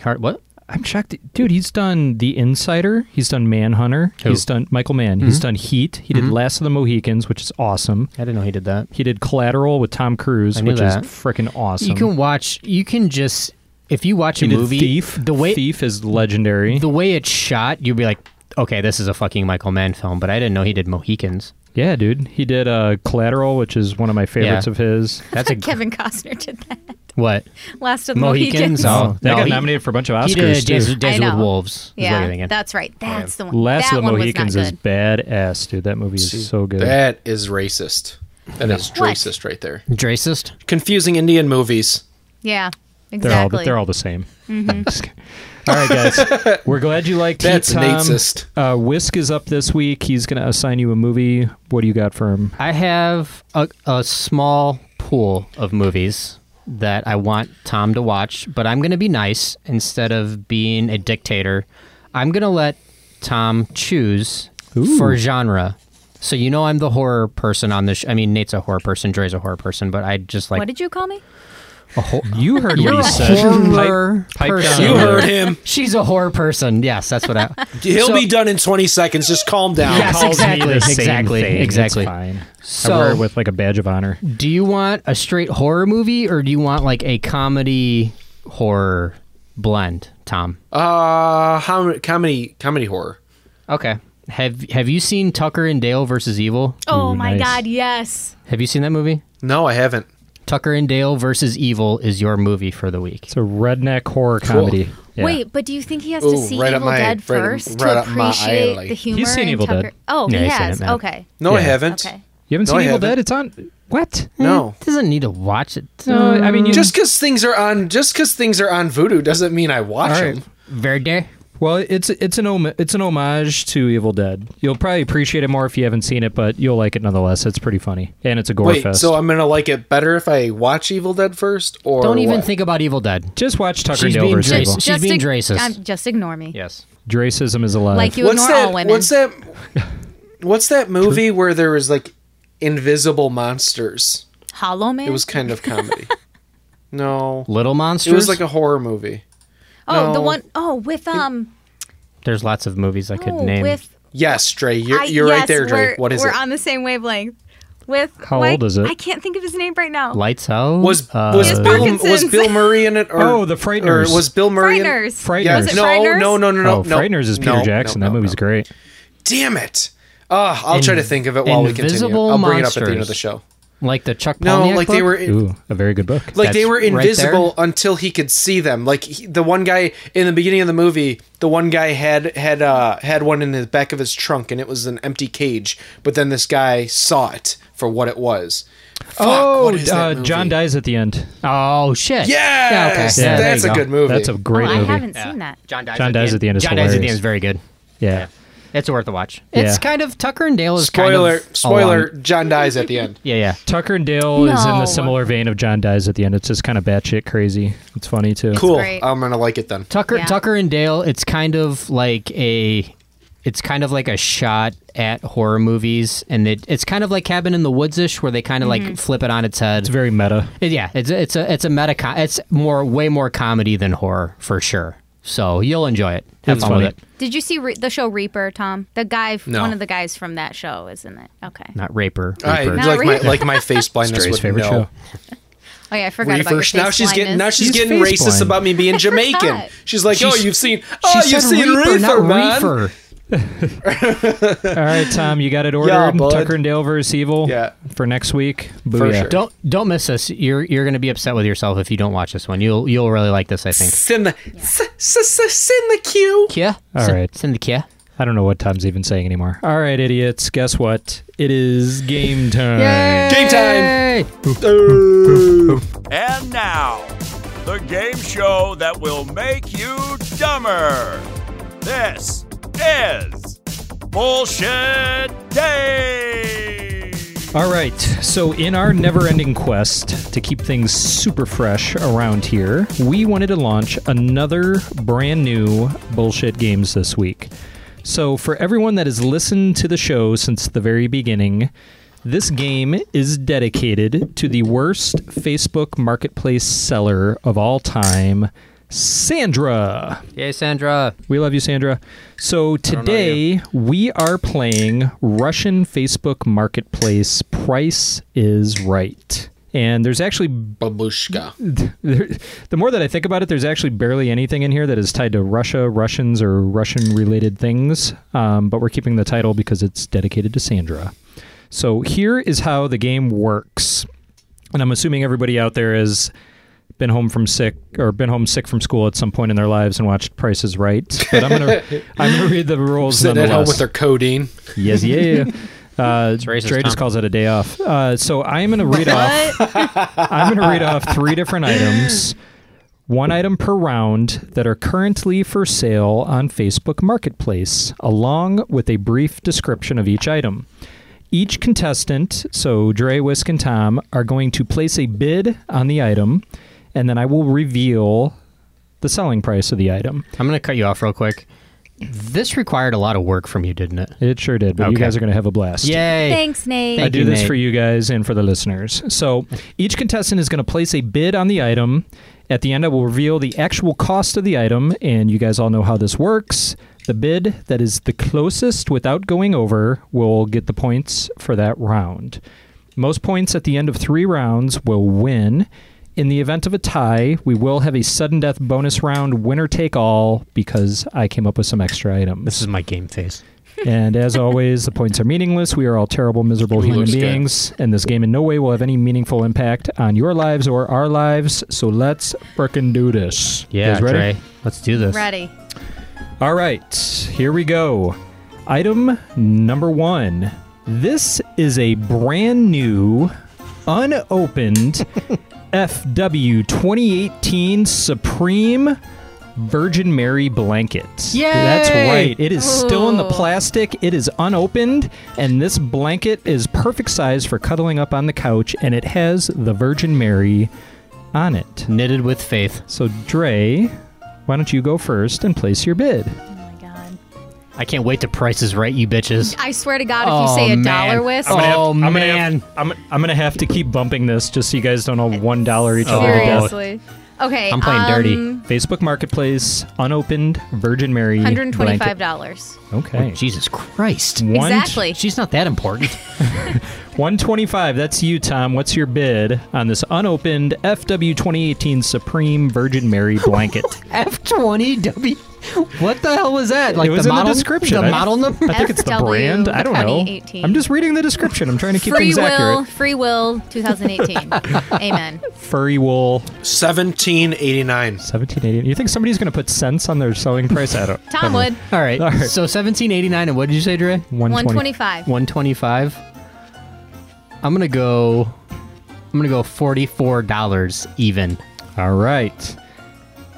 Speaker 3: Hard, what?
Speaker 10: I'm shocked, dude. He's done The Insider. He's done Manhunter.
Speaker 3: Who?
Speaker 10: He's done Michael Mann. He's
Speaker 3: Mhm.
Speaker 10: done Heat. He did
Speaker 3: Mhm.
Speaker 10: Last of the Mohicans, which is awesome.
Speaker 3: I didn't know he did that.
Speaker 10: He did Collateral with Tom Cruise,
Speaker 3: I knew
Speaker 10: which is
Speaker 3: that.
Speaker 10: freaking awesome.
Speaker 3: You can watch. You can just if you watch
Speaker 10: He
Speaker 3: a
Speaker 10: did
Speaker 3: movie.
Speaker 10: Thief.
Speaker 3: The way
Speaker 10: Thief is legendary.
Speaker 3: The way it's shot, you'd be like, okay, this is a fucking Michael Mann film. But I didn't know he did Mohicans.
Speaker 10: yeah, dude. He did uh, Collateral, which is one of my favorites
Speaker 3: Yeah.
Speaker 10: of his.
Speaker 3: That's a
Speaker 4: Kevin Costner did that.
Speaker 3: what?
Speaker 4: Last of the Mohicans.
Speaker 10: Oh, that got nominated for a bunch of
Speaker 3: He
Speaker 10: Oscars
Speaker 3: did Days,
Speaker 10: too.
Speaker 3: Days with Wolves. is what you're
Speaker 4: Yeah,
Speaker 3: thinking.
Speaker 4: that's right. That's the one.
Speaker 10: Last
Speaker 4: that
Speaker 10: of the
Speaker 4: one
Speaker 10: Mohicans
Speaker 4: was
Speaker 10: is
Speaker 4: not good.
Speaker 10: badass, dude. That movie is so good.
Speaker 1: That is racist. That is
Speaker 4: What?
Speaker 1: racist right there.
Speaker 3: Dracist?
Speaker 1: Confusing Indian movies.
Speaker 4: Yeah,
Speaker 10: They're all
Speaker 4: exactly.
Speaker 10: they're all the same.
Speaker 3: Mm-hmm.
Speaker 4: Mhm.
Speaker 10: Just kidding. all right, guys. We're glad you liked Heat,
Speaker 1: That's
Speaker 10: Tom.
Speaker 1: Natesist.
Speaker 10: Uh, Whisk is up this week. He's going to assign you a movie. What do you got for him?
Speaker 3: I have a, a small pool of movies that I want Tom to watch, but I'm going to be nice instead of being a dictator. I'm going to let Tom choose for genre. So you know I'm the horror person on this. Sh- I mean, Nate's a horror person, Dre's a horror person, but I just like
Speaker 4: what did you call me?
Speaker 3: a whole.
Speaker 10: You heard
Speaker 3: You're
Speaker 10: what
Speaker 3: a
Speaker 10: he said.
Speaker 3: horror
Speaker 10: Pipe- pipe
Speaker 3: person.
Speaker 10: down. You heard
Speaker 1: him.
Speaker 3: She's a horror person. Yes, that's what I.
Speaker 1: He'll
Speaker 3: So-
Speaker 1: be done in 20 seconds. Just calm down.
Speaker 3: Yes,
Speaker 10: Calls me the
Speaker 3: exactly,
Speaker 10: same
Speaker 3: exactly,
Speaker 10: thing. It's
Speaker 3: exactly.
Speaker 10: fine. I
Speaker 3: So- Mm.
Speaker 10: wear it with like a badge of honor.
Speaker 3: Do you want a straight horror movie or do you want like a comedy horror blend, Tom?
Speaker 1: Uh, how comedy comedy horror?
Speaker 3: Okay. Have Have you seen Tucker and Dale versus Evil?
Speaker 4: Oh my God, yes.
Speaker 3: Have you seen that movie?
Speaker 1: No, I haven't.
Speaker 3: Tucker and Dale versus Evil is your movie for the week. It's
Speaker 10: a redneck horror
Speaker 3: comedy.
Speaker 4: Wait, but do you think he has
Speaker 3: Ooh,
Speaker 4: to see
Speaker 3: right up
Speaker 4: Evil
Speaker 3: my-
Speaker 4: Dead
Speaker 3: right-
Speaker 4: first
Speaker 3: right
Speaker 4: to
Speaker 3: up my
Speaker 4: appreciate
Speaker 3: alley.
Speaker 4: the
Speaker 3: He's
Speaker 4: humor?
Speaker 10: seen
Speaker 4: in
Speaker 10: Evil Dead.
Speaker 4: Tucker? Oh,
Speaker 3: Yeah,
Speaker 4: he
Speaker 3: he's seen
Speaker 4: has.
Speaker 3: it, man.
Speaker 4: okay.
Speaker 1: No, I haven't.
Speaker 4: Okay.
Speaker 10: You haven't
Speaker 1: No,
Speaker 10: seen
Speaker 1: I
Speaker 10: Evil
Speaker 1: haven't.
Speaker 10: Dead? It's on. What?
Speaker 1: No.
Speaker 3: doesn't need to watch it.
Speaker 10: No, I mean, you-
Speaker 1: just because things are on just because things are on Voodoo doesn't mean I watch
Speaker 10: All right.
Speaker 1: them.
Speaker 3: Verde.
Speaker 10: Well, it's it's an hom- it's an homage to Evil Dead. You'll probably appreciate it more if you haven't seen it, but you'll like it nonetheless. It's pretty funny, and it's a gore
Speaker 1: Wait,
Speaker 10: fest.
Speaker 1: so I'm gonna like it better if I watch Evil Dead first, or
Speaker 3: Don't even
Speaker 1: what?
Speaker 3: think about Evil Dead.
Speaker 10: Just watch Tucker
Speaker 3: She's
Speaker 10: and Dale
Speaker 3: being
Speaker 10: versus
Speaker 3: dra-
Speaker 10: Evil.
Speaker 3: she's being
Speaker 4: ig-
Speaker 3: racist.
Speaker 4: um, just ignore me.
Speaker 3: Yes.
Speaker 10: Dracism is alive.
Speaker 4: Like you
Speaker 1: what's
Speaker 4: ignore
Speaker 1: that,
Speaker 4: all women.
Speaker 1: What's that? What's that movie where there was like invisible monsters?
Speaker 4: Hollow Man.
Speaker 1: It was kind of comedy. no,
Speaker 3: Little Monsters.
Speaker 1: it was like a horror movie.
Speaker 4: oh, the
Speaker 1: No.
Speaker 4: one oh with um.
Speaker 3: There's lots of movies I could
Speaker 4: Oh,
Speaker 3: name.
Speaker 4: with
Speaker 1: Yes, Dre, you're,
Speaker 4: I-
Speaker 1: you're
Speaker 4: yes,
Speaker 1: right there, Dre.
Speaker 4: We're,
Speaker 1: What is
Speaker 4: we're
Speaker 1: it?
Speaker 4: on the same wavelength. With
Speaker 1: How
Speaker 4: why-
Speaker 1: old is it?
Speaker 4: I can't think of his name right now.
Speaker 3: Lights Out.
Speaker 1: Was
Speaker 3: Uh,
Speaker 1: was Bill was
Speaker 4: Parkinson's.
Speaker 1: Bill Murray in it? Or,
Speaker 10: Oh, The Frighteners.
Speaker 1: Or was Bill Murray in
Speaker 4: Frighteners.
Speaker 10: Frighteners.
Speaker 1: Yes.
Speaker 10: Was it
Speaker 1: No,
Speaker 4: Frighteners?
Speaker 1: no, no, no, no,
Speaker 10: oh,
Speaker 1: no.
Speaker 10: Frighteners is Peter
Speaker 1: No, no,
Speaker 10: Jackson.
Speaker 1: no,
Speaker 10: that movie's great.
Speaker 1: Damn it! Uh, I'll try to think of it while we continue.
Speaker 3: Invisible
Speaker 1: I'll bring it up at the end of
Speaker 3: Monsters.
Speaker 1: the show.
Speaker 3: Like the Chuck
Speaker 1: No,
Speaker 3: Palahniuk
Speaker 1: like they
Speaker 3: book?
Speaker 1: were in-
Speaker 10: Ooh, a very good book.
Speaker 1: Like they
Speaker 3: That's
Speaker 1: were
Speaker 3: right there.
Speaker 1: invisible until he could see them. Like he, the one guy in the beginning of the movie, the one guy had had uh, had one in the back of his trunk, and it was an empty cage. But then this guy saw it for what it was.
Speaker 10: oh,
Speaker 1: is that
Speaker 10: uh, John dies at the end.
Speaker 3: Oh shit!
Speaker 1: Yes! Yeah, okay.
Speaker 10: there
Speaker 1: That's
Speaker 10: you
Speaker 1: a
Speaker 10: go.
Speaker 1: good movie.
Speaker 10: That's a great
Speaker 4: oh, I
Speaker 10: movie.
Speaker 4: haven't seen that.
Speaker 3: John dies.
Speaker 10: John
Speaker 3: at
Speaker 10: dies
Speaker 3: the
Speaker 10: at the end is
Speaker 3: John dies at the
Speaker 10: hilarious.
Speaker 3: end is very good.
Speaker 10: Yeah.
Speaker 3: It's worth a watch.
Speaker 10: Yeah.
Speaker 3: It's kind of Tucker and Dale is
Speaker 1: Spoiler!
Speaker 3: Kind of
Speaker 1: spoiler!
Speaker 3: along-
Speaker 1: John dies at the end.
Speaker 3: Yeah, yeah.
Speaker 10: Tucker and Dale is in
Speaker 1: No.
Speaker 10: the similar vein of John dies at the end. It's just kind of batshit crazy. It's funny too.
Speaker 1: Cool. I'm gonna like it then.
Speaker 3: Tucker
Speaker 1: Yeah.
Speaker 3: Tucker and Dale. It's kind of like a. It's kind of like a shot at horror movies, and it, it's kind of like Cabin in the Woods ish, where they kind of
Speaker 10: Mhm.
Speaker 3: like flip it on its head. It's
Speaker 10: very meta.
Speaker 3: Yeah, it's a- it's a it's a meta. co- It's more way more comedy than horror for sure. So you'll enjoy it. Have
Speaker 10: It's
Speaker 3: fun
Speaker 10: funny.
Speaker 3: with it.
Speaker 4: Did you see Re- the show Reaper, Tom? The guy, f-
Speaker 3: No.
Speaker 4: one of the guys from that show, isn't it? Okay.
Speaker 3: Not raper.
Speaker 1: I
Speaker 3: reaper.
Speaker 1: like my
Speaker 4: Reaper.
Speaker 1: like my face blindness
Speaker 3: Stray's
Speaker 1: would
Speaker 3: favorite
Speaker 1: know.
Speaker 3: show.
Speaker 4: Oh yeah, I forgot about your
Speaker 1: Reefer-
Speaker 4: face
Speaker 1: now she's getting now
Speaker 4: blindness.
Speaker 1: she's getting racist about me being Jamaican.
Speaker 4: forgot.
Speaker 1: She's like, oh,
Speaker 10: She's-
Speaker 1: you've seen
Speaker 10: she
Speaker 1: oh,
Speaker 10: said
Speaker 1: you've seen
Speaker 10: reefer,
Speaker 1: Reefer,
Speaker 10: not
Speaker 1: man.
Speaker 10: reefer. All right, Tom, you got it ordered.
Speaker 3: bud.
Speaker 10: Tucker and Dale versus Evil. Yeah. For next week. Booyah.
Speaker 3: Don't don't miss this. You're you're gonna be upset with yourself if you don't watch this one. You'll you'll really like this. I think.
Speaker 1: Send the s- s- s- send the cue.
Speaker 3: Kia.
Speaker 10: All
Speaker 3: Send-
Speaker 10: right.
Speaker 3: Send the Kia.
Speaker 10: I don't know what Tom's even saying anymore. All right, idiots. Guess what? It is game time.
Speaker 15: Game
Speaker 3: time.
Speaker 15: And now, the game show that will make you dumber. This is Bullshit Day.
Speaker 10: All right. So, in our never ending quest to keep things super fresh around here, we wanted to launch another brand new bullshit games this week. So, for everyone that has listened to the show since the very beginning, This game is dedicated to the worst Facebook marketplace seller of all time, Sandra.
Speaker 3: Yay, Sandra.
Speaker 10: We love you, Sandra. So today we are playing Russian Facebook marketplace Price is Right. And there's actually babushka. the more that I think about it, there's actually barely anything in here that is tied to Russia, Russians, or Russian-related things. Um, but we're keeping the title because it's dedicated to Sandra. So here is how the game works. And I'm assuming everybody out there has been home from sick or been home sick from school at some point in their lives and watched Price is Right. But I'm gonna I'm gonna read the rules.
Speaker 1: Sitting at home with
Speaker 10: nonetheless.
Speaker 1: their codeine.
Speaker 10: Yes, yeah. Uh, Dre
Speaker 1: racist, Tom.
Speaker 10: just calls it a day off. Uh, so I'm going to read off. I'm going to read off three different items, one item per round that are currently for sale on Facebook Marketplace, along with a brief description of each item. Each contestant, so Dre, Whisk, and Tom, are going to place a bid on the item, and then I will reveal the selling price of the item.
Speaker 3: I'm going to cut you off real quick. This required a lot of work from you, didn't it?
Speaker 10: It sure did, but you guys are going to have a blast.
Speaker 3: Yay.
Speaker 4: Thanks, Nate.
Speaker 10: I do this for you guys and for the listeners. So each contestant is going to place a bid on the item. At the end, I will reveal the actual cost of the item, and you guys all know how this works. The bid that is the closest without going over will get the points for that round. Most points at the end of three rounds will win. In the event of a tie, we will have a sudden death bonus round, winner take all, because I came up with some extra items. This
Speaker 3: is my game face.
Speaker 10: And as always, the points are meaningless. We are all terrible, miserable human
Speaker 3: looks good.
Speaker 10: beings, and this game in no way will have any meaningful impact on your lives or our lives. So let's frickin' do this.
Speaker 3: Yeah,
Speaker 10: Guys ready?
Speaker 3: Dre, let's do this.
Speaker 4: Ready.
Speaker 10: All right, here we go. Item number one. This is a brand new, unopened FW 2018 Supreme Virgin Mary blanket. That's
Speaker 2: Yay!
Speaker 10: right. It is still in the
Speaker 3: Oh.
Speaker 2: Ooh.
Speaker 10: plastic. It is unopened, and this blanket is perfect size for cuddling up on the couch, and it has the Virgin Mary on it.
Speaker 3: Knitted with faith.
Speaker 10: So, Dre, why don't you go first and place your bid?
Speaker 3: I can't wait to Price is Right, you bitches.
Speaker 4: I swear to God, if you say a dollar whisk,
Speaker 10: Oh, I'm gonna man, have, I'm, I'm gonna have to keep bumping this just so you guys don't owe one dollar each other. to death.
Speaker 4: Oh. seriously. Okay, um,
Speaker 10: Facebook Marketplace, unopened Virgin Mary.
Speaker 4: Hundred twenty-five
Speaker 10: blanket.
Speaker 4: dollars.
Speaker 10: Okay.
Speaker 3: Oh, Jesus Christ.
Speaker 4: Exactly.
Speaker 3: She's not that important.
Speaker 10: One twenty-five. That's you, Tom. What's your bid on this unopened FW 2018 Supreme Virgin Mary blanket?
Speaker 3: F20W. What the hell was that? Like
Speaker 10: it was
Speaker 3: the
Speaker 10: in
Speaker 3: model
Speaker 10: the description.
Speaker 3: The
Speaker 10: I-
Speaker 3: model number?
Speaker 10: I think it's the brand. I don't know.
Speaker 4: 2018.
Speaker 10: I'm just reading the description. I'm trying to keep
Speaker 4: Free
Speaker 10: things
Speaker 4: will,
Speaker 10: accurate.
Speaker 4: free will, 2018. Amen.
Speaker 10: Furry wool. Seventeen eighty-nine. Seventeen eighty-nine. You think somebody's gonna put cents on their selling price? I don't.
Speaker 4: Tom would.
Speaker 3: All right.
Speaker 10: All right.
Speaker 3: So 1789 and what did you say, Dre?
Speaker 4: 125.
Speaker 3: 125. I'm going to go I'm going to go $44 even.
Speaker 10: All right.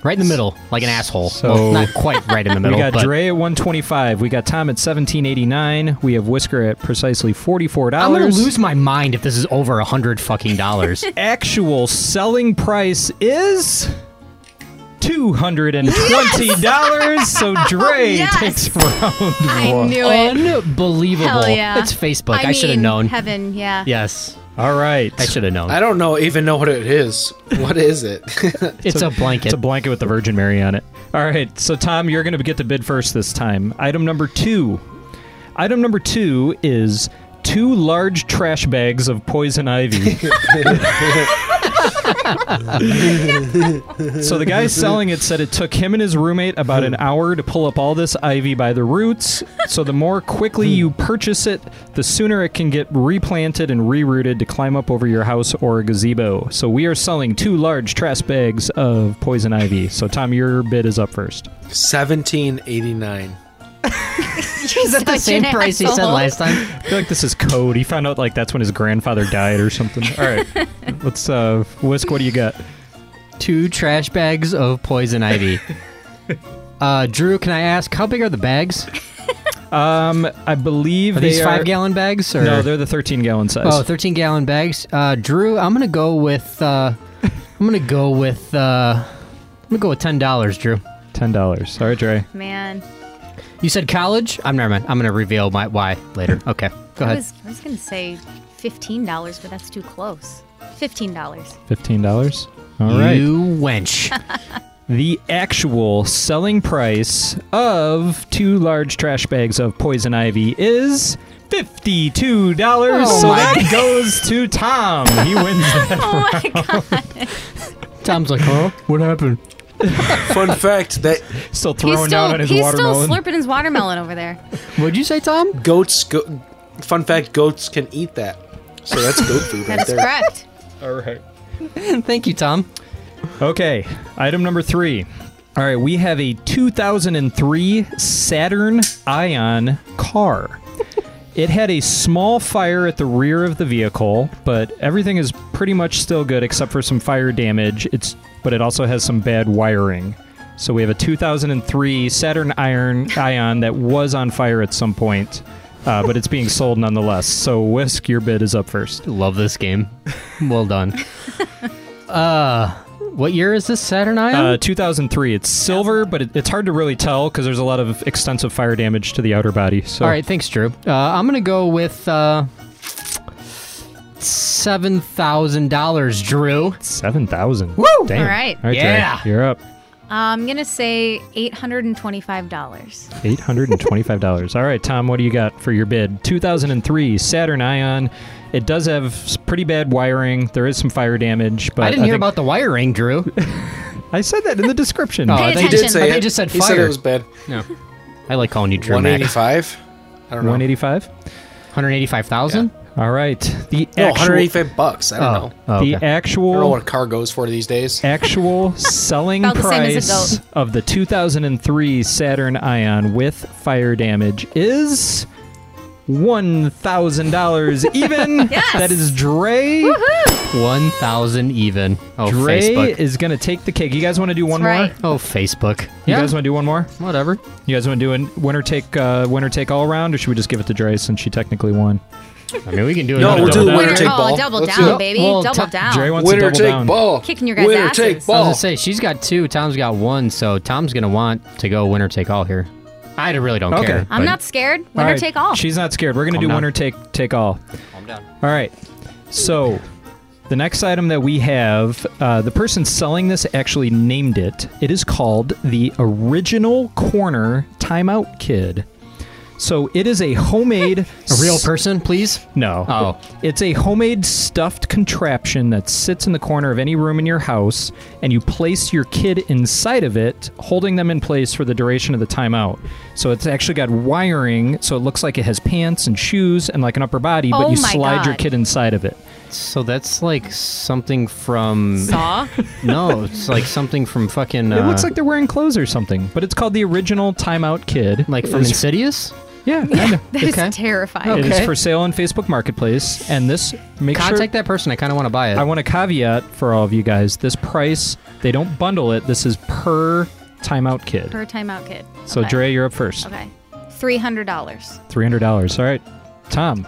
Speaker 3: Right in the middle, like an asshole.
Speaker 10: So
Speaker 3: Well, not quite right in the middle,
Speaker 10: We got
Speaker 3: but
Speaker 10: Dre at 125. We got Tom at 1789. We have Whisker at precisely 44 dollars.
Speaker 3: I'm going to lose my mind if this is over 100 fucking dollars.
Speaker 10: Actual selling price is two hundred and twenty dollars. So
Speaker 3: Oh,
Speaker 10: Dre
Speaker 4: Yes!
Speaker 10: takes round
Speaker 4: I
Speaker 10: one.
Speaker 4: knew it.
Speaker 3: Unbelievable.
Speaker 4: Hell yeah.
Speaker 3: It's Facebook. I, should have
Speaker 4: mean,
Speaker 3: known.
Speaker 4: Heaven, yeah.
Speaker 3: Yes.
Speaker 10: All right.
Speaker 3: I should have known.
Speaker 1: I don't know even know what it is. What is it?
Speaker 3: It's a blanket.
Speaker 10: It's a blanket with the Virgin Mary on it. All right, so Tom, you're going to get the bid first this time. Item number two. Item number two is two large trash bags of poison ivy. so the guy selling it said it took him and his roommate about
Speaker 3: Hmm.
Speaker 10: an hour to pull up all this ivy by the roots. So the more quickly you
Speaker 3: Hmm.
Speaker 10: purchase it, the sooner it can get replanted and rerouted to climb up over your house or gazebo. So we are selling two large trash bags of poison ivy. So Tom, your bid is up first.
Speaker 1: Seventeen eighty-nine.
Speaker 4: Is
Speaker 3: that the same price he said last time?
Speaker 10: I feel like this is code. He found out like that's when his grandfather died or something. All right, let's uh, whisk. What do you got?
Speaker 3: Two trash bags of poison ivy. uh, Drew, can I ask how big are the bags?
Speaker 10: Um, I believe
Speaker 3: are
Speaker 10: they
Speaker 3: these
Speaker 10: are-
Speaker 3: five gallon bags or
Speaker 10: No, they're the 13 gallon size.
Speaker 3: oh 13 gallon bags. Uh, Drew, I'm gonna go with uh, I'm gonna go with uh, I'm gonna go with ten dollars, Drew.
Speaker 10: Ten dollars. Sorry, Dre.
Speaker 4: Man.
Speaker 3: You said college? I'm never mind. I'm gonna reveal my why later. Okay, go
Speaker 4: I
Speaker 3: ahead.
Speaker 4: was, I was going to say $15, but that's too close. $15.
Speaker 10: Fifteen dollars. All right.
Speaker 3: You wench.
Speaker 10: the actual selling price of two large trash bags of poison ivy is fifty-two dollars.
Speaker 3: Oh
Speaker 10: so
Speaker 3: my
Speaker 10: that goes to Tom. He wins that.
Speaker 3: Tom's like, huh? What happened?
Speaker 1: Fun fact that
Speaker 10: still
Speaker 4: he's still, he's still slurping his watermelon over there.
Speaker 3: What'd you say, Tom?
Speaker 1: Goats. Go- fun fact: goats can eat that, so that's goat food right
Speaker 4: That is
Speaker 1: there.
Speaker 4: correct.
Speaker 10: All right.
Speaker 3: Thank you, Tom.
Speaker 10: Okay, item number three. All right, we have a 2003 Saturn Ion car. It had a small fire at the rear of the vehicle, but everything is pretty much still good except for some fire damage. It's but it also has some bad wiring. So we have a 2003 Saturn Iron Ion that was on fire at some point, uh, but it's being sold nonetheless. So Whisk, your bid is up first.
Speaker 3: Love this game. Well done. Uh, what year is this Saturn Ion?
Speaker 10: Uh, 2003. It's silver, but it, it's hard to really tell because there's a lot of extensive fire damage to the outer body. So,
Speaker 3: All right, thanks, Drew. Uh, I'm gonna go with uh, seven thousand dollars, Drew.
Speaker 10: Seven thousand.
Speaker 3: Woo!
Speaker 10: Damn.
Speaker 4: All right.
Speaker 10: All right,
Speaker 3: Yeah.
Speaker 10: Jerry, you're up.
Speaker 4: I'm going to say $825.
Speaker 10: Eight hundred and twenty-five dollars. All right, Tom, what do you got for your bid? 2003 Saturn Ion. It does have s- pretty bad wiring. There is some fire damage, but
Speaker 3: I didn't hear
Speaker 10: think-
Speaker 3: about the wiring, Drew.
Speaker 10: I said that in the description.
Speaker 3: Oh, I Pay think-
Speaker 1: He did say
Speaker 3: I
Speaker 1: it.
Speaker 3: think you just said
Speaker 1: He said
Speaker 3: fire.
Speaker 1: it was bad.
Speaker 3: No. I like calling you Drew.
Speaker 1: One
Speaker 3: Mac.
Speaker 1: eighty-five. I don't know.
Speaker 10: 185.
Speaker 3: 185,000?
Speaker 10: All right. The
Speaker 3: Oh,
Speaker 1: No,
Speaker 10: actual-
Speaker 1: 185 bucks. I don't
Speaker 10: Oh.
Speaker 1: know.
Speaker 10: Oh, The okay. actual-
Speaker 1: I don't know what a car goes for these days.
Speaker 10: actual selling
Speaker 1: About the same as a
Speaker 10: price
Speaker 1: goat.
Speaker 10: of the 2003 Saturn Ion with fire damage is one thousand dollars even.
Speaker 3: Yes!
Speaker 10: That is Dre.
Speaker 3: One thousand even. Oh,
Speaker 10: Dre
Speaker 3: Facebook.
Speaker 10: is gonna take the cake. You guys want to do one more?
Speaker 3: right. Oh, Facebook.
Speaker 10: You
Speaker 3: Yeah.
Speaker 10: guys want to do one more?
Speaker 3: Whatever.
Speaker 10: You guys want to do a winner take uh, winner take all round, or should we just give it to Dre since she technically won?
Speaker 3: I mean, we can do
Speaker 10: No,
Speaker 3: another
Speaker 10: we'll do
Speaker 3: double
Speaker 10: a
Speaker 3: down.
Speaker 10: winner take
Speaker 4: Oh, ball. double down, baby. Double down.
Speaker 10: Dre wants a Winner double take down. ball.
Speaker 4: Kicking your guys' Winner asses. take
Speaker 3: I was
Speaker 4: ball.
Speaker 3: gonna say she's got two. Tom's got one. So Tom's gonna want to go winner take all here. I really don't
Speaker 10: Okay.
Speaker 3: care.
Speaker 4: I'm
Speaker 3: but-
Speaker 4: not scared. Winner
Speaker 10: All right,
Speaker 4: take all.
Speaker 10: She's not scared. We're gonna
Speaker 3: Calm
Speaker 10: do
Speaker 3: down.
Speaker 10: winner take take all.
Speaker 3: Calm down.
Speaker 10: All right. So the next item that we have, uh, the person selling this actually named it. It is called the Original Corner Timeout Kid. So it is a homemade. a
Speaker 3: real person, please?
Speaker 10: No.
Speaker 3: Oh.
Speaker 10: It's a homemade stuffed contraption that sits in the corner of any room in your house, and you place your kid inside of it, holding them in place for the duration of the timeout. So it's actually got wiring, so it looks like it has pants and shoes and like an upper body,
Speaker 4: Oh
Speaker 10: but you
Speaker 4: my
Speaker 10: slide your
Speaker 4: God.
Speaker 10: kid inside of it.
Speaker 3: So that's like something from
Speaker 4: Saw?
Speaker 3: no, it's like something from fucking.
Speaker 10: It looks
Speaker 3: uh,
Speaker 10: like they're wearing clothes or something, but it's called the original Timeout Kid.
Speaker 3: Like from Insidious?
Speaker 10: Yeah, kind of.
Speaker 4: That is terrifying.
Speaker 10: It is for sale on Facebook Marketplace, and this make
Speaker 3: Contact
Speaker 10: sure.
Speaker 3: that person. I kind of want to buy it.
Speaker 10: I want a caveat for all of you guys. This price, they don't bundle it. This is per timeout kid.
Speaker 4: Per timeout kid.
Speaker 10: So
Speaker 4: Okay.
Speaker 10: Dre, you're up first.
Speaker 4: Okay. $300.
Speaker 10: Three hundred dollars. All right, Tom.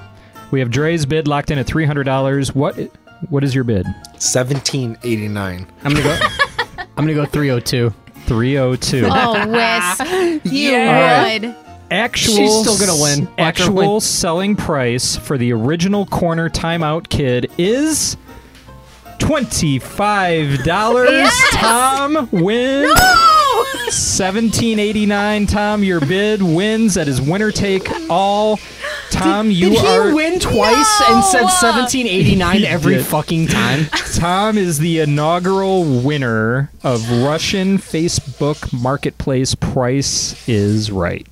Speaker 10: We have Dre's bid locked in at three hundred dollars. What? What is your bid?
Speaker 1: Seventeen eighty nine.
Speaker 3: I'm gonna go. I'm gonna go three oh two.
Speaker 10: Three oh two.
Speaker 4: Oh, Wes. You
Speaker 10: Yeah.
Speaker 4: would.
Speaker 10: actual
Speaker 3: She's still gonna win. Watch her
Speaker 10: Actual
Speaker 3: win.
Speaker 10: selling price for the original corner timeout kid is twenty-five dollars.
Speaker 16: Yes!
Speaker 10: Tom wins.
Speaker 16: No!
Speaker 10: Seventeen eighty-nine. Tom, your bid wins. That is winner take all. Tom, you
Speaker 3: Did he
Speaker 10: are
Speaker 3: win twice and said 1789
Speaker 10: He
Speaker 3: every
Speaker 10: did.
Speaker 3: fucking time?
Speaker 10: Tom is the inaugural winner of Russian Facebook Marketplace Price is Right.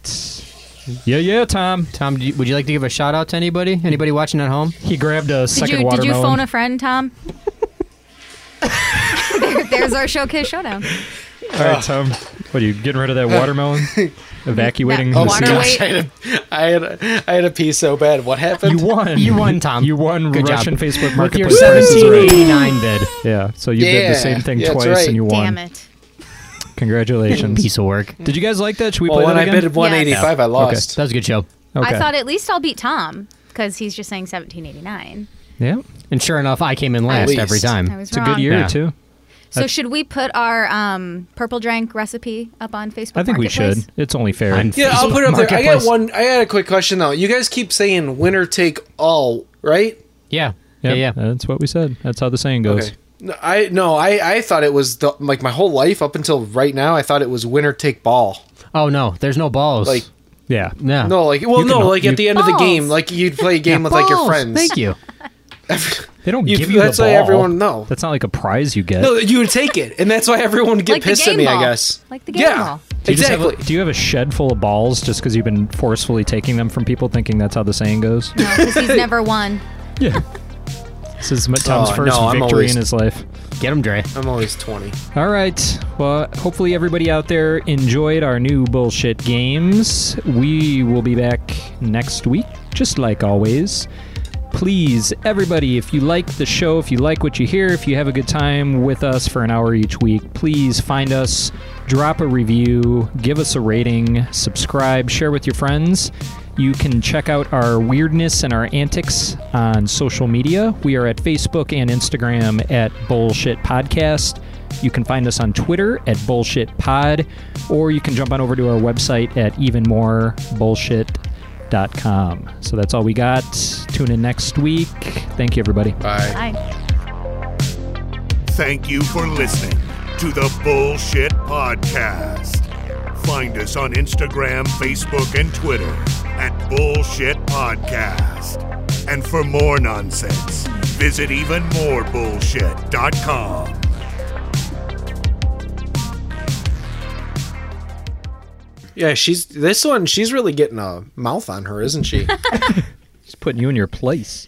Speaker 10: Yeah, yeah, Tom.
Speaker 3: Tom, do you- would you like to give a shout out to anybody? Anybody watching at home?
Speaker 10: He grabbed a
Speaker 4: Did you, did you phone a friend, Tom? There- there's our showcase showdown.
Speaker 10: All right, Tom. What are you getting rid of that watermelon? Evacuating.
Speaker 1: Oh
Speaker 10: the
Speaker 1: my
Speaker 10: scene?
Speaker 1: gosh, I had, a, I had a, I had a pee so bad. What happened?
Speaker 10: You won.
Speaker 3: You won, Tom.
Speaker 10: You won
Speaker 3: Good job.
Speaker 10: Russian Facebook
Speaker 3: With your
Speaker 10: Marketplace. Price is Right.
Speaker 3: 1789 bid.
Speaker 10: Yeah. So you did
Speaker 3: Yeah,
Speaker 10: the same thing
Speaker 3: that's
Speaker 10: twice
Speaker 3: right.
Speaker 10: and you won.
Speaker 4: Damn it.
Speaker 10: Congratulations.
Speaker 3: Piece of work.
Speaker 10: Did you guys like that? Should we
Speaker 3: Oh,
Speaker 1: Well,
Speaker 10: play
Speaker 1: when
Speaker 10: that
Speaker 1: Oh, I
Speaker 10: again?
Speaker 1: bid 185, I
Speaker 10: Okay.
Speaker 1: lost.
Speaker 3: That was a good show.
Speaker 4: I thought at least I'll beat Tom because he's just saying 1789.
Speaker 10: Yeah.
Speaker 3: And sure enough, I came in
Speaker 4: At
Speaker 3: last
Speaker 4: least.
Speaker 3: every time.
Speaker 4: I was It's a good wrong. year,
Speaker 10: too.
Speaker 4: So
Speaker 10: I-
Speaker 4: should we put our um, purple drank recipe up on Facebook?
Speaker 10: I think we
Speaker 4: Marketplace?
Speaker 10: should. It's only fair.
Speaker 1: Yeah, I'll put it up there. I got one. I got a quick question though. You guys keep saying winner take all, right?
Speaker 3: Yeah.
Speaker 10: Yep,
Speaker 3: Yeah,
Speaker 10: That's what we said. That's how the saying goes.
Speaker 1: Okay. No, I no, I I thought it was the, like my whole life up until right now. I thought it was winner take ball.
Speaker 3: Oh no, there's no balls.
Speaker 1: Like
Speaker 10: yeah,
Speaker 3: yeah.
Speaker 1: No, like well,
Speaker 10: You
Speaker 1: no,
Speaker 10: can-
Speaker 1: like
Speaker 10: you-
Speaker 1: at the end of the game,
Speaker 10: Balls.
Speaker 1: like you'd play a game
Speaker 10: Yeah,
Speaker 1: with like your
Speaker 10: balls.
Speaker 1: friends.
Speaker 10: Thank you. They don't
Speaker 1: You-
Speaker 10: give you
Speaker 1: that's
Speaker 10: the
Speaker 1: why
Speaker 10: ball.
Speaker 1: everyone- no.
Speaker 10: That's not like a prize you get.
Speaker 1: No, you would take it, and that's why everyone would get
Speaker 4: Like the
Speaker 1: pissed at
Speaker 4: game
Speaker 1: me.
Speaker 4: ball.
Speaker 1: I guess.
Speaker 4: Like the game
Speaker 1: yeah,
Speaker 4: ball.
Speaker 10: Do you just have a-
Speaker 1: exactly.
Speaker 10: do you have a shed full of balls just because you've been forcefully taking them from people, thinking that's how the saying goes?
Speaker 4: No, because he's never won.
Speaker 10: Yeah. This is Tom's
Speaker 1: Oh,
Speaker 10: first
Speaker 1: no, I'm
Speaker 10: victory
Speaker 1: always-
Speaker 10: in his life.
Speaker 3: Get him, Dre.
Speaker 1: I'm always twenty.
Speaker 10: All right. Well, hopefully everybody out there enjoyed our new bullshit games. We will be back next week, just like always. Please, everybody, if you like the show, if you like what you hear, if you have a good time with us for an hour each week, please find us, drop a review, give us a rating, subscribe, share with your friends. You can check out our weirdness and our antics on social media. We are at Facebook and Instagram at Bullshit Podcast. You can find us on Twitter at Bullshit Pod, or you can jump on over to our website at evenmorebullshit.com. So that's all we got. Tune in next week. Thank you, everybody.
Speaker 4: Bye.
Speaker 17: Thank you for listening to the Bullshit Podcast. Find us on Instagram, Facebook, and Twitter at Bullshit Podcast. And for more nonsense, visit evenmorebullshit.com.
Speaker 1: Yeah, she's this one. She's really getting a mouth on her, isn't she?
Speaker 10: Just putting you in your place.